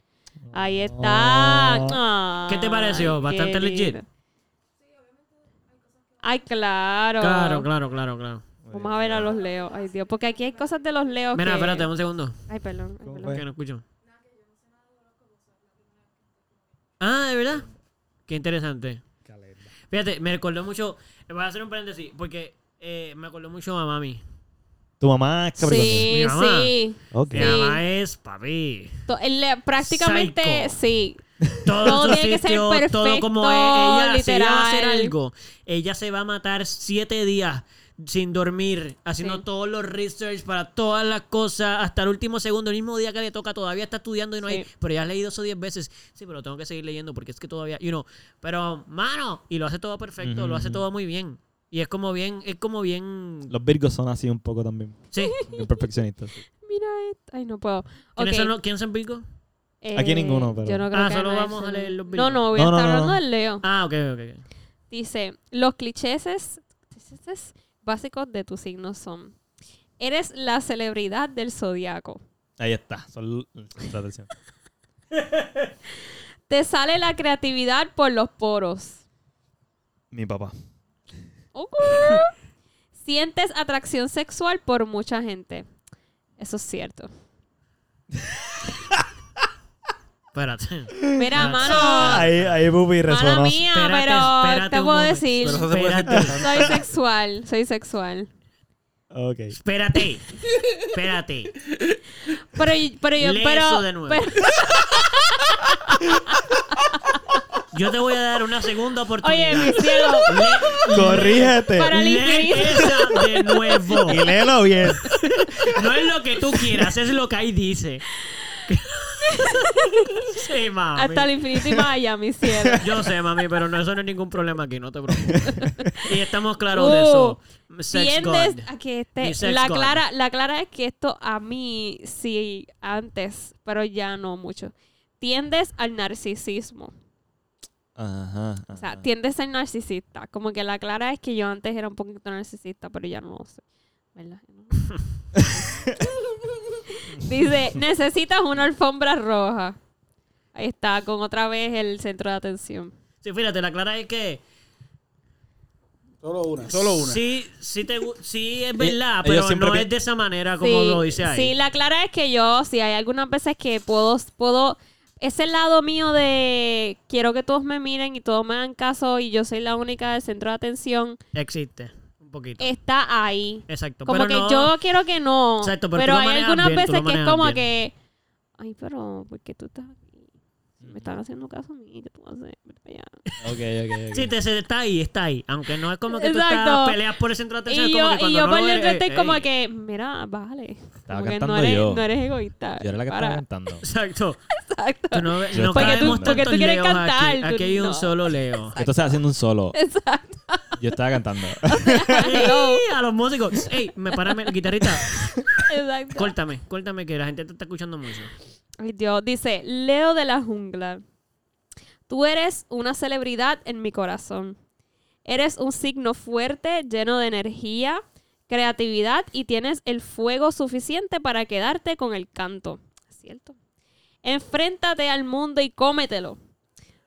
B: Ahí está.
A: Oh.
B: Ah,
A: ¿Qué te pareció?
B: Ay,
A: Bastante
B: qué
A: legit.
B: lindo. Ay, claro.
A: Claro, claro, claro, claro.
B: Vamos a ver a los leos. Ay, Dios. Porque aquí hay cosas de los leos.
A: Mira,
B: que-
A: espérate, un segundo.
B: Ay, perdón. ay, perdón.
C: fue?
A: Que no escucho. Ah, ¿de verdad? Qué interesante. Fíjate, me recordó mucho... Voy a hacer un paréntesis porque eh, me acordó mucho a mami.
C: Tu mamá es capricornio.
B: Sí,
A: Mi mamá.
B: sí.
C: Ok.
A: Mi mamá es papi.
B: To- él le- prácticamente,
A: Psycho.
B: sí.
A: Todo,
B: Todo
A: en su
B: tiene que ser
A: sitio, todo
B: perfecto,
A: como es. Ella, si ella va a hacer
B: literal.
A: algo, ella se va a matar siete días sin dormir, haciendo
B: Sí.
A: todos los research para todas las cosas, hasta el último segundo, el mismo día que le toca, todavía está estudiando y no
B: Sí.
A: hay. Pero ya has leído eso diez veces. Sí, pero tengo que seguir leyendo porque es que todavía. You know, pero, mano, y lo hace todo perfecto, lo hace
C: Ujú.
A: todo muy bien. Y es como bien, es como bien.
C: Los virgos son así un poco también.
A: Sí.
C: Bien perfeccionistas. sí.
B: Mira esto. Ay, no puedo.
A: ¿Quiénes
B: (laughs) Ok,
A: son los- ¿Quién son Virgo?
B: eh,
C: Aquí ninguno, pero-
B: Yo no creo
A: Ah,
B: que
A: solo
B: nadie
A: vamos
B: se
A: a
B: lo-
A: leer los
B: No, no, voy a
C: No, no,
B: estar
C: no,
B: hablando
C: no.
B: del Leo.
A: Ah, ok, ok, ok.
B: Dice, los clichés clichés básicos de tu signo son, eres la celebridad del zodiaco,
C: Ahí está. Son la atención.
B: te sale la creatividad por los poros,
C: Mi papá.
B: Ok. sientes atracción sexual por mucha gente. Eso es cierto.
A: Espérate.
B: Mira,
A: Ah,
B: mano,
C: Ahí, ahí Bubi
B: mano
C: resonó.
B: mía,
A: Espérate,
B: pero
A: espérate
B: te
A: un
B: puedo
A: momento.
B: decir,
D: Pero eso se puede decir
A: Espérate.
D: tanto.
B: soy sexual, soy sexual.
C: Ok.
A: Espérate. Espérate.
B: Pero, pero yo,
A: Lee
B: pero,
A: eso de nuevo.
B: pero-
A: (laughs) Yo te voy a dar una segunda
B: oye,
A: oportunidad.
B: mi cielo,
A: (laughs)
C: Corrígete. (laughs)
B: Para-
A: Lee
B: Alicia.
A: esa de
D: (laughs)
A: nuevo.
C: Y léelo bien.
A: No es lo que tú quieras, es lo que ahí
B: (laughs)
A: dice. Sí, mami.
B: hasta el infinito y vaya, mi cielo.
A: Yo sé, mami, pero no, eso no es ningún problema aquí, no te preocupes. Y estamos claros
B: Uh,
A: de eso. (laughs) Sex
B: ¿Entiendes?
A: God.
B: a que este-
A: Mi sex
B: la,
A: god.
B: clara, la clara es que esto a mí sí antes, pero ya no mucho. Tiendes al narcisismo.
C: Ajá.
B: O sea, tiendes a ser narcisista. Como que la clara es que yo antes era un poquito narcisista, pero ya no lo soy.
A: (laughs)
B: ¿Verdad? No. Dice, necesitas una alfombra roja. Ahí está, con otra vez el centro de atención.
A: Sí, fíjate, la clara es que.
D: Solo una, solo una.
A: Sí, sí, te, gu- sí es verdad,
C: ellos
A: pero
C: siempre
A: no
C: pi-
A: es de esa manera como
B: sí,
A: lo dice ahí.
B: sí, la clara es que yo, sí, hay algunas veces que puedo, puedo, ese lado mío de quiero que todos me miren y todos me hagan caso y yo soy la única del centro de atención,
A: Existe, un poquito.
B: está ahí.
A: Exacto.
B: Eh, Como
A: pero
B: que
A: no-
B: yo quiero que no.
A: Exacto, pero
B: pero
A: tú lo
B: hay
A: manejas
B: algunas
A: bien, tú lo
B: veces que es
A: manejas
B: como
A: bien.
B: que, ay, pero, ¿por qué tú estás aquí? Si Me están haciendo caso a mí, ¿qué tú vas a hacer? Vete para allá.
C: Ok, ok, ok.
A: Sí, te, se- está ahí, está ahí. Aunque no es como que tú
B: Exacto.
A: estás, peleas por el centro de atención.
B: Y
A: es
B: yo,
A: como que
B: y
A: cuando
B: yo
A: no
B: por
A: lo
B: dentro
A: eres,
B: estoy
A: eh,
B: como
A: ey.
B: que, mira, vale.
C: Estaba
B: Como que no
C: cantando
B: eres,
C: yo.
B: no eres egoísta.
C: Yo era la que
B: Para.
C: estaba cantando.
A: (laughs) Exacto.
B: Exacto.
A: Tú no, ves-
C: Yo
A: no
C: estaba
B: Porque tú-
A: caemos
B: porque tú
A: tantos
B: quieres
A: leos
B: cantar,
A: Aquí,
B: tú-
A: aquí hay un
B: no.
A: solo
B: (laughs)
A: leo.
C: Tú estás haciendo un solo.
B: Exacto.
C: Yo estaba cantando.
B: Hello.
A: Ey, a los músicos. Ey, me parame, guitarrita.
B: (laughs) Exacto.
A: Córtame, córtame que la gente te está escuchando mucho.
B: Ay, Dios. Dice, Leo de la jungla. Tú eres una celebridad en mi corazón. Eres un signo fuerte, lleno de energía, creatividad y tienes el fuego suficiente para quedarte con el canto. ¿Cierto? Enfréntate al mundo y cómetelo.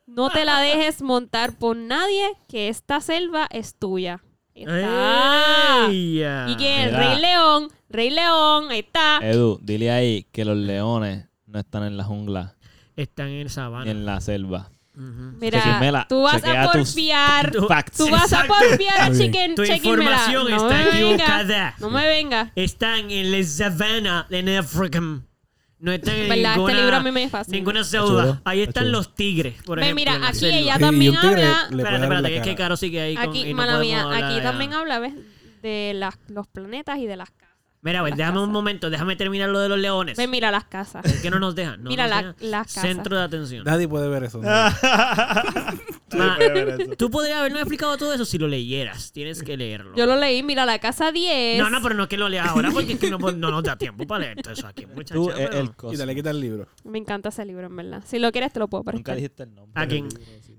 B: No te la dejes montar por nadie, que esta selva es tuya. Ahí está.
A: Ey, ya.
B: Y que el
C: Mira. Eh,
B: Rey León, Rey León, ahí está.
C: Edu, dile ahí que los leones no están en la jungla
A: Están en
C: ni
A: sabana.
C: en la selva.
A: Ujú.
B: Mira,
C: Chequimela,
B: tú vas
C: chequea
B: a
C: tus-
B: porfiar.
A: tus
C: facts.
B: Tú vas a
A: Exacto.
B: porfiar a
C: Muy bien.
B: Chicken
A: Tu
B: Chequimela.
A: información
B: No
A: está
B: me venga.
A: equivocada.
B: No me venga.
A: Están en la sabana en África. No están en
B: ¿Verdad? Este
A: ninguna,
B: libro a mí me fascina.
A: ninguna
C: chulo,
A: selva. Ahí
C: está
A: están
C: chulo.
A: los tigres, por
B: Ve,
A: ejemplo.
B: mira,
A: en la
B: aquí
A: selva.
B: ella también habla-
A: Espérate, espérate, que es que Caro sigue ahí. con-
B: Aquí,
A: y no
B: mala
A: podemos
B: mía,
A: hablar
B: aquí
A: de-
B: también habla ¿ves? de las, los planetas y de las casas.
A: Mira, a ver,
B: Las
A: déjame un
B: casas.
A: momento, déjame terminar lo de los leones.
B: Ven, mira las casas.
A: ¿Por qué no nos dejan? No
B: Mira
A: nos
B: la-
A: dejan.
B: las casas.
A: Centro de atención.
D: Nadie puede ver eso. ¿no?
A: Ah.
C: Sí,
A: Ma,
C: puede ver eso.
A: tú podrías habernos explicado todo eso si lo leyeras. Tienes que leerlo.
B: Yo lo leí, mira la casa 10.
A: No, no, pero no es que lo leas ahora porque es que no, po- no nos da tiempo para leer todo eso aquí, muchachos.
C: (laughs) Tú, eh,
A: pero-
C: el
D: Y
C: coso.
D: dale, quita el libro.
B: Me encanta ese libro, en verdad. Si lo quieres, te lo puedo
C: Nunca
B: prestar.
C: dijiste el nombre.
A: ¿A quién?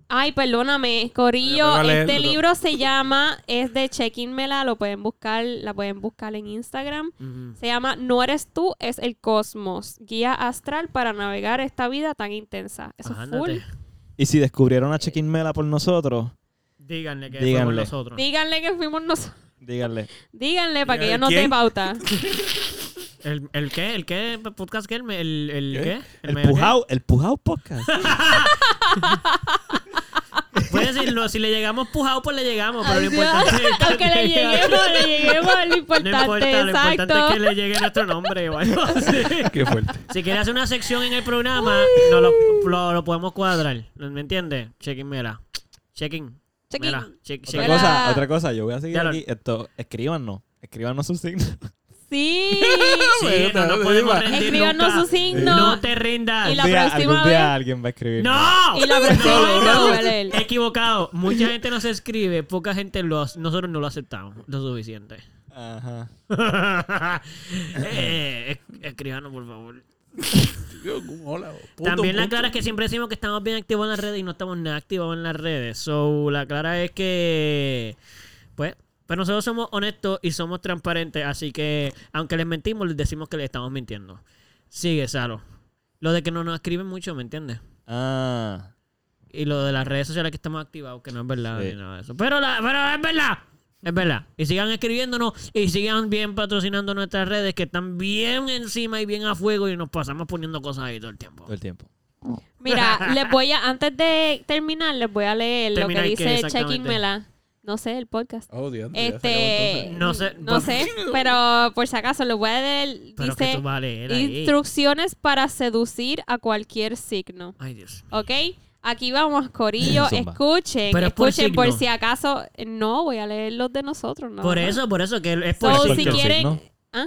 B: Ay, perdóname,
D: Pero
B: Corillo.
D: me va a leer,
B: este
D: pero-
B: libro se llama, es de Chequínmela, lo pueden buscar, la pueden buscar en Instagram.
A: Ujú.
B: Se llama No eres tú, es el cosmos. Guía astral para navegar esta vida tan intensa. Eso es full.
A: Ajándate.
C: Y si descubrieron a Chequín Mela por nosotros,
A: Díganle que
C: Díganle.
A: fuimos nosotros.
B: Díganle que fuimos nosotros.
C: díganle.
B: Díganle para que
D: Díganle
B: ella no te
D: quién.
B: pauta.
A: (laughs) ¿El, ¿El qué? ¿El qué podcast qué? ¿El, me- el, el
C: ¿Qué?
A: qué?
C: El
A: mega qué?
C: Pujao, el
A: (laughs)
C: Pujao Podcast.
A: Puedes decirlo, Pues si le llegamos pujado, pues le llegamos. Pero
B: Ay,
A: lo
B: Dios.
A: importante es que (laughs)
B: Aunque le lleguemos, le lleguemos, lo
A: No
B: importante,
A: importa, lo
B: exacto.
A: importante es que le llegue nuestro nombre o algo así.
D: Qué fuerte.
A: Si quieres hacer una sección en el programa, no lo, lo- lo podemos cuadrar. ¿Me entiendes? Checking, mira. Checking.
B: Check-in.
A: Mira, check,
C: Otra
A: check.
B: Era-
C: cosa, otra cosa, yo voy a seguir
A: Ya lo-
C: aquí. Esto, escríbanos. Escríbanos sus signos.
A: (laughs)
B: Sí.
A: Sí, no, no
D: Otra-
A: podemos rendir
B: Escríbanos
A: nunca.
B: su signo.
A: No te rindas.
B: Y la
C: Un (laughs) día-
B: próxima
C: algún día
B: vez-
C: alguien va a escribir.
A: ¡No!
B: Y la próxima vez
A: (laughs)
B: no lo voy a leer.
A: Equivocado. Mucha gente nos escribe, poca gente lo hace. Nosotros no lo aceptamos lo suficiente.
C: Ajá.
D: (laughs)
A: eh, es- escríbanos, por favor.
D: Hola. punto,
A: También la
D: punto.
A: clara es que siempre decimos que estamos bien activos en las redes y no estamos nada activos en las redes. So, la clara es que. Pues. Pero nosotros somos honestos y somos transparentes, así que aunque les mentimos, les decimos que les estamos mintiendo. Sigue, Salo. Lo de que no nos escriben mucho, ¿me entiendes?
C: Ah.
A: Y lo de las redes sociales que estamos activados, que no es verdad
C: Sí.
A: ni nada de eso. Pero, la, pero es verdad. Es verdad. Y sigan escribiéndonos y sigan bien patrocinando nuestras redes que están bien encima y bien a fuego y nos pasamos poniendo cosas ahí todo el tiempo.
C: Todo el tiempo.
B: Mira, les voy a, antes de terminar, les voy a leer lo que
A: Terminar qué,
B: dice
A: exactamente.
B: Chequinmela. No sé, el podcast.
D: Oh, Dios, ya se acabó
B: Este,
A: No
D: entonces.
A: sé,
B: no sé,
A: (laughs)
B: pero por si acaso lo voy a leer.
A: Pero que
B: Dice
A: tú vas a leer ahí.
B: instrucciones para seducir a cualquier signo,
A: Ay, Dios.
B: ¿ok? Aquí vamos,
A: (laughs)
B: Corillo,
C: Zumba.
B: escuchen,
A: Pero es por
B: escuchen por,
A: signo.
B: si acaso. No, voy a leer los de nosotros, ¿no?
A: por
B: no.
A: eso, por eso, que es por
B: So,
C: signo.
B: si
C: Por
B: quieren,
C: signo.
B: ¿Ah?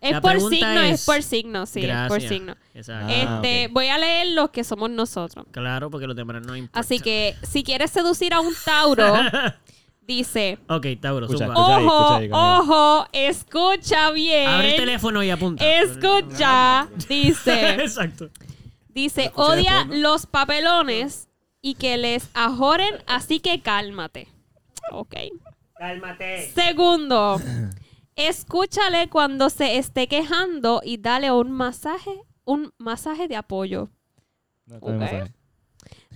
B: es
A: La
B: por
A: pregunta
B: signo, es...
A: es-
B: por signo, sí, es por
A: Gracias.
B: signo.
A: Exacto.
C: Ah,
B: este,
C: ok.
B: voy a leer los que somos nosotros.
A: Claro, porque los demás no importa.
B: Así que si quieres seducir a un
A: (laughs)
B: Tauro, dice,
A: Ok, Tauro,
C: Escucha,
A: zumba.
C: escucha. ahí,
B: ojo,
C: ahí, conmigo".
B: ojo, escucha bien.
A: Abre el teléfono y apunta.
B: Escucha, dice,
A: (laughs) Exacto.
B: dice,
D: escuché
B: odia
D: después,
B: los papelones y que les ajoren, así que cálmate. Ok.
A: Cálmate.
B: Segundo, escúchale cuando se esté quejando y dale un masaje, un masaje de apoyo.
C: No, todavía no
B: Ok.
C: sabe.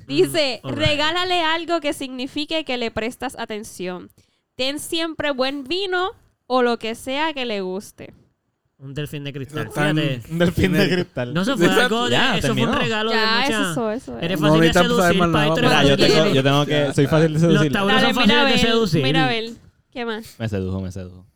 B: Dice,
A: Mm, alright.
B: regálale algo que signifique que le prestas atención. Ten siempre buen vino o lo que sea que le guste.
A: Un delfín de cristal.
D: Eso tan-
A: Fíjate.
C: Un delfín de cristal.
A: No, eso fue
D: Exacto.
A: algo de.
C: Ya,
A: eso fue
C: terminó.
A: un regalo de
B: Ya,
A: mucha.
B: eso, eso, eso.
A: Eres
D: No
A: fácil de
D: necesitamos saber
A: seducir,
D: más
A: pa'
D: nada,
A: ahí te
C: Mira,
A: lo
C: Ah, yo tengo,
A: consigues.
C: yo tengo que. Soy fácil de seducir.
A: Los tabúes-
B: Dale,
A: son fáciles
B: mira,
A: de
B: Abel,
A: seducir.
B: mira, Abel. ¿Qué más?
C: Me sedujo, me
B: (laughs)
C: sedujo.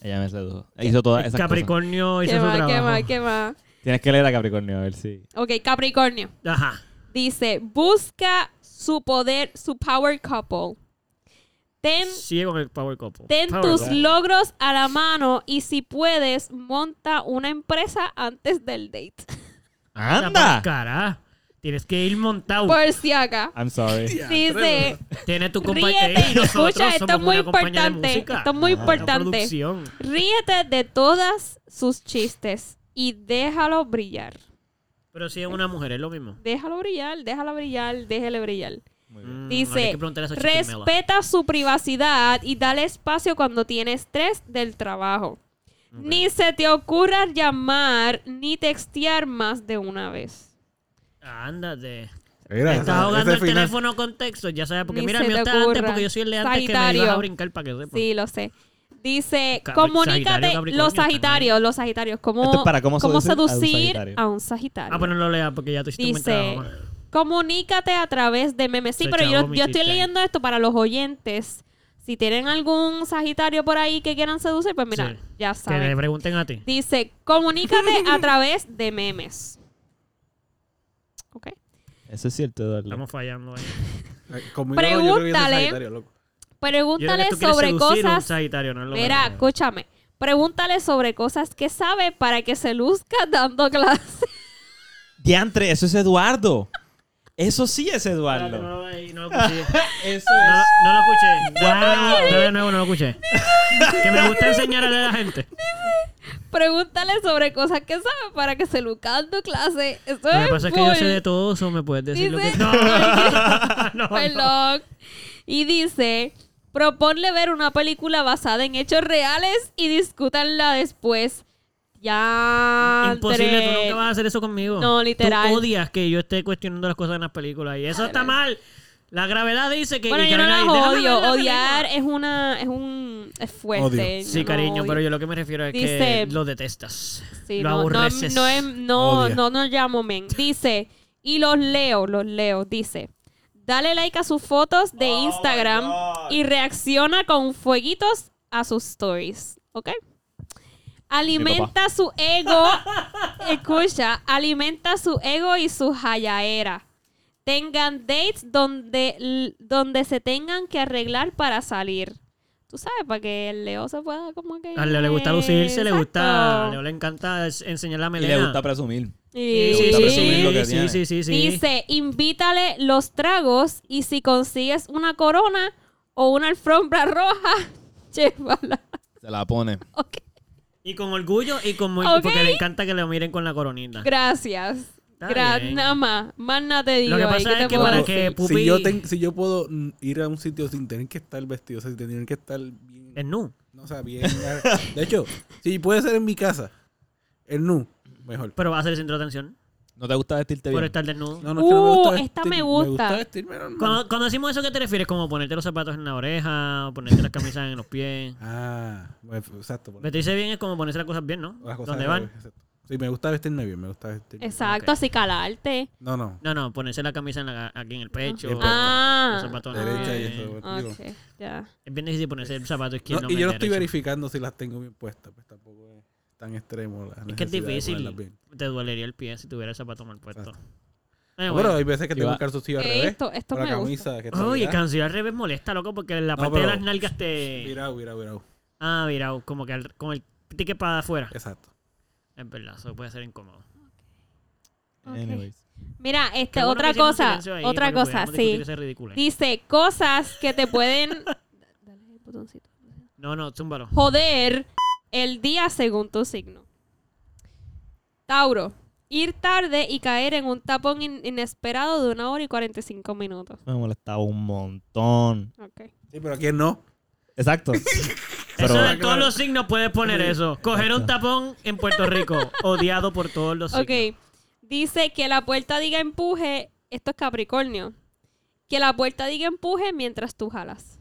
C: Ella me sedujo. Hizo todas esas cosas.
A: Capricornio hizo
B: ¿Qué
A: su
B: más?
A: trabajo.
B: ¿Qué más? ¿Qué más?
C: Tienes que leer a Capricornio, a ver si.
B: Ok, Capricornio.
A: Ajá.
B: Dice, busca su poder, su power couple. Ten
A: Sigue con el Power Couple.
B: Em, Ten
A: Power
B: tus
A: Couple.
B: logros a la mano y si puedes, monta una empresa antes del date.
A: Anda, por
C: ¡Anda!
A: cara. Tienes que ir montado.
B: Por si acá.
A: Ah,
C: I'm sorry.
B: Dice,
A: Tienes tu eh, compañía.
B: ríete, escucha, esto es muy importante, esto es muy importante.
A: Ah, Producción.
B: Ríete de todas sus chistes y déjalo brillar.
A: Pero si es una mujer, es lo mismo.
B: Déjalo brillar, déjala brillar, déjele brillar.
C: Muy bien.
A: Mm,
B: Dice,
A: habría que preguntarle a esa chiquimela.
B: Respeta su privacidad y dale espacio cuando tiene estrés del trabajo. Ni se te ocurra llamar ni textear más de una vez.
A: Ándate.
D: Mira,
A: Estás
D: ese
A: jugando el
D: final.
A: teléfono con texto, ya sabes. Porque
B: Ni
A: mira,
B: se
A: el mío
B: te
A: está antes
B: ocurra.
A: porque yo soy el de antes que me
B: Sagitario.
A: ibas a brincar para que sepas.
B: Sí, lo sé. Dice,
A: Cabri-
B: comunícate,
A: Sagitario, Capricornio,
B: los
A: están ahí.
B: Sagitarios, los Sagitarios, ¿cómo,
C: Esto es para cómo seducir a un
B: seducir
C: Sagitario.
B: a un Sagitario?
A: Ah, pues no lo leas porque ya tú hiciste un
B: Dice,
A: trabajo.
B: comunícate a través de memes. Sí,
A: Se
B: pero yo,
A: chavó mi
B: yo estoy
A: chiste ahí.
B: leyendo esto para los oyentes. Si tienen algún Sagitario por ahí que quieran seducir, pues mira,
A: Sí.
B: ya
A: Que le
B: saben.
A: pregunten a ti.
B: Dice, comunícate a través de memes. ¿Ok?
C: Eso es cierto, Eduardo.
A: Estamos fallando ahí.
D: Ay, conmigo no, yo creo que yo soy
B: Pregúntale.
D: sagitario, loco.
A: Yo creo que
B: Pregúntale
A: tú quieres
B: sobre
A: seducir a un
B: cosas.
A: sagitario, no es lo
B: Mira,
A: mismo.
B: escúchame. Pregúntale sobre cosas que sabe para que se luzca dando (laughs) clases.
C: Diantre, eso es Eduardo. Eso sí es
A: Espérate, no
C: Eduardo.
A: lo leí, no lo escuché.
C: Eso
A: No, lo- no lo escuché. Dale, dale de nuevo, no lo escuché. Que me gusta enseñarle a la gente.
B: Pregúntale sobre cosas que sabe para que se luzca dando clases. Eso
A: Lo
B: es
A: que pasa es que yo sé
B: full.
A: de todo eso, me puedes decir lo que.
B: Pues,
A: (laughs)
B: Dice-
A: No, no, no.
B: (laughs) Perdón. Y dice, proponle ver una película basada en hechos reales y discútanla después. Ya.
A: Imposible, tú nunca vas a hacer eso conmigo.
B: No, literal.
A: Tú odias que yo esté cuestionando las cosas en las películas y eso está mal. La gravedad dice que.
B: Bueno,
A: y
B: yo no
A: Karina
B: las
A: dice, "Déjame ver
B: odio.
A: la
B: Odiar
A: película".
B: es una. Es un. Es fuerte.
D: Odio.
A: Sí,
B: no
A: cariño,
B: odio.
A: pero yo lo que me refiero es
B: Dice-
A: que lo detestas.
B: Sí,
A: lo
B: no, no,
A: aborreces.
B: no, es- no,
D: Odia.
B: no nos llamo men. Dice, y los leo, los leo, dice. Dale like a sus fotos de
C: Oh,
B: Instagram
C: my God.
B: y reacciona con fueguitos a sus stories, ¿ok? Alimenta su ego, (laughs) escucha, alimenta su ego y su jayaera. Tengan dates donde, donde se tengan que arreglar para salir. Tú sabes, para que el Leo se pueda como que...
A: A Leo le gusta lucirse, le gusta. A
B: Exacto.
A: Leo le encanta es- enseñar la
C: Y
A: melena.
C: le gusta presumir.
B: Y-
C: Le gusta presumir lo que
A: sí,
C: tiene.
A: sí, sí, sí.
B: Dice, invítale los tragos y si consigues una corona o una alfombra (laughs) roja, llévala.
C: Se la pone.
B: Ok,
A: Y con orgullo y con muy,
B: Ok.
A: porque le encanta que lo miren con la coronita.
B: Gracias.
A: Está
B: Gra
A: bien.
B: nada más. Más nada te digo.
A: que
B: ahí,
A: pasa
B: ¿qué
A: es
B: te
A: que
B: puedo
A: para
D: Loco,
B: decir?
A: que- Pupi-
D: si, yo ten- si yo puedo mm, ir a un sitio sin tener que estar vestido, o sea, sin tener que estar bien.
A: Es nu.
D: No, o sea, bien. De hecho, si puede ser en mi casa, el nu, mejor.
A: Pero va a ser el centro de atención
C: ¿No te gusta vestirte
A: por
C: bien?
A: estar desnudo.
D: No, no, es que no me gusta
B: Uh, esta me
D: vestir-
B: gusta.
D: Me gusta vestirme normal.
A: Cuando, cuando decimos eso, ¿qué te refieres? Como ponerte los zapatos en la oreja, o ponerte las camisas en los pies.
D: Ah, bueno, exacto. por-
A: Vestirse bien es como ponerse las cosas bien, ¿no?
D: las cosas
A: ¿Dónde
D: de-
A: van?
D: exacto. Sí, me gusta vestirme bien, me gusta vestirme bien.
B: Exacto,
A: Ok.
B: así calarte.
D: No, no.
A: No, no, ponerse la camisa en la- aquí en el pecho.
D: Ajá.
A: los
B: Ah,
A: zapatos en la
D: Derecha y
A: piel.
D: eso. digo.
B: ok, ya.
A: Es bien difícil ponerse el zapato izquierdo.
D: No,
A: en
D: y
A: vez
D: yo no
A: de
D: estoy
A: derecho.
D: verificando si las tengo bien puestas, pues tampoco es tan extremo la
A: Es que es
D: necesidad de
A: difícil. Ah,
D: ponerlas bien.
A: Te dolería el pie si tuviera el zapato mal puesto.
D: Exacto.
A: Eh,
D: No,
A: bueno.
D: Pero hay veces que
C: Que
D: tengo
C: va-
D: el calzoncillo al
B: Eh,
D: revés.
B: esto- esto
D: o la
B: me gusta.
D: camisa que está
A: Oye,
D: virada.
A: canción al revés molesta, loco, porque la
D: No,
A: parte de
D: pero-
A: las nalgas te.
D: Virado, virado, virado.
A: Ah, virado, como que al- como el ticket para afuera.
D: Exacto.
A: Es verdad, eso puede ser incómodo.
B: Ok.
C: Anyways.
B: Mira,
A: Qué
B: este,
A: bueno que
B: otra
A: hicieron
B: cosa,
A: silencio ahí,
B: otra
A: porque
B: cosa,
A: podíamos discutir
B: sí.
A: esa ridiculez.
B: Dice, cosas que
A: (laughs)
B: te pueden... Dale el botoncito.
A: No, no, zúmbalo.
B: joder el día según tu signo. Tauro, ir tarde y caer en un tapón in- inesperado de una hora y 45 minutos.
C: Me molestaba un montón.
B: Ok.
D: Sí, pero ¿quién no?
A: (laughs)
C: Exacto. Pero-
A: eso de todos los signos puedes poner eso. Coger un tapón en Puerto
D: (laughs)
A: Rico, odiado por todos los signos.
B: Ok. Dice que la puerta diga empuje, esto es Capricornio, que la puerta diga empuje mientras tú jalas.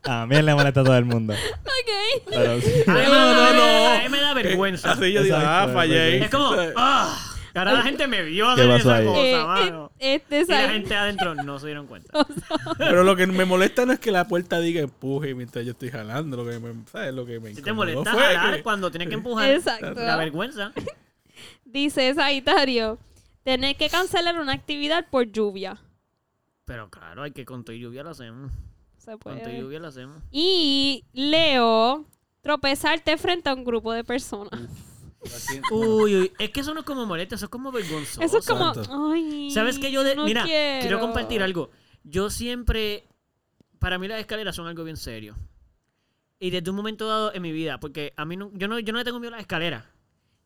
C: También le molesta a todo el mundo.
B: Ok.
A: (laughs)
C: Pero sí.
A: A mí me
D: No,
A: da-
D: no, no.
A: A mí me da vergüenza.
D: Así yo digo,
C: Exacto,
D: ah, fallé.
A: Es como, ah, que ahora la gente me vio
C: ¿Qué
A: hacer
C: pasó
A: esa
C: ahí?
A: cosa,
B: Eh,
A: mano.
B: eh, este
A: Y la
B: sal-
A: gente adentro no se dieron cuenta.
D: Pero lo que me molesta no es que la puerta diga empuje mientras yo estoy jalando. Lo que me, ¿sabes? Lo que me
A: Si te
D: incomodó
A: molesta
D: fue
A: jalar
D: que-
A: cuando tienes que empujar,
B: Exacto.
A: la vergüenza.
B: Dice Sagitario, tener que cancelar una actividad por lluvia.
A: Pero claro, hay que con tu lluvia lo hacemos.
B: Se
A: Con
B: puede.
A: tu lluvia lo hacemos.
B: Y Leo, tropezarte frente a un grupo de personas.
A: pues. Uy, uy, es que eso no es como molesta, eso es como vergonzoso.
B: Eso es como.
D: santo.
B: Ay,
A: ¿Sabes que yo de-
B: no
A: Mira, quiero compartir algo. Yo siempre. Para mí las escaleras son algo bien serio. Y desde un momento dado en mi vida, porque a mí no, yo, no, yo no le tengo miedo a las escaleras.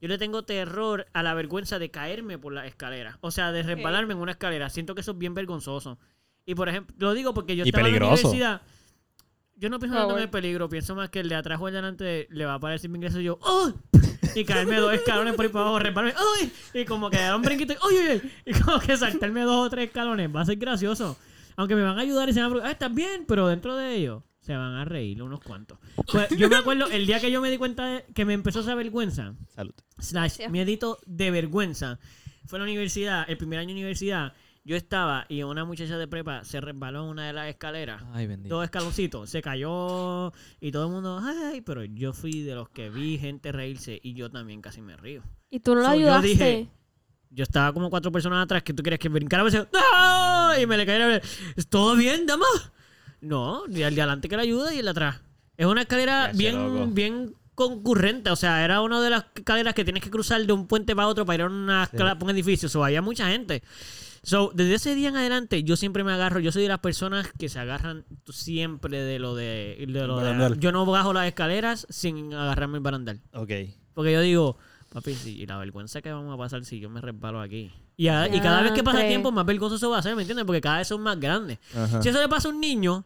A: Yo le tengo terror a la vergüenza de caerme por las escaleras. O sea, de resbalarme en una escalera. Siento que eso es bien vergonzoso. Y por ejemplo, lo digo porque yo
C: Y
A: estaba en
C: peligroso.
A: la universidad. Yo no pienso
B: Ah,
A: tanto en
B: bueno.
A: el peligro, pienso más que el de atrás o el de adelante le va a aparecer mi ingreso y yo ¡Oh! Y caerme dos escalones por ahí para abajo, resbalarme ¡Ay! Y como que dar un brinquito y ¡Uy, uy, uy! Y como que saltarme dos o tres escalones. Va a ser gracioso. Aunque me van a ayudar y se van a preguntar, ¡Ah, estás bien! Pero dentro de ellos se van a reír unos cuantos. Pues, yo me acuerdo el día que yo me di cuenta de- que me empezó esa vergüenza
C: Salud.
A: slash
B: Gracias.
A: miedito de vergüenza. Fue a la universidad, el primer año de universidad, yo estaba y una muchacha de prepa se resbaló en una de las escaleras.
C: Ay, bendito.
A: Dos escaloncitos, se cayó y todo el mundo, ay, pero yo fui de los que vi gente reírse y yo también casi me río.
B: Y tú no lo
A: So, yo
B: ayudaste.
A: dije, Yo estaba como cuatro personas atrás que tú quieres que brincara, me decía, "¡Ah!", ¡No! y me le caí la- ¿Todo bien, dama? No, y al de adelante que la ayuda y el de atrás. Es una escalera
C: Gracias, loco.
A: bien, bien concurrente. O sea, era una de las escaleras que tienes que cruzar de un puente para otro para ir a una escala- un edificio. O sea, había mucha gente. So, desde ese día en adelante, yo siempre me agarro. Yo soy de las personas que se agarran siempre de lo de. de lo de-
D: Barandal.
A: yo no bajo las escaleras sin agarrarme el barandal.
C: Ok.
A: Porque yo digo, papi, si, y la vergüenza que vamos a pasar si yo me resbalo aquí. Y, a- y cada vez que pasa el
B: Diantre.
A: tiempo, más vergonzoso va a ser, ¿me entiendes? Porque cada vez son más grandes.
C: Ajá.
A: Si eso le pasa a un niño,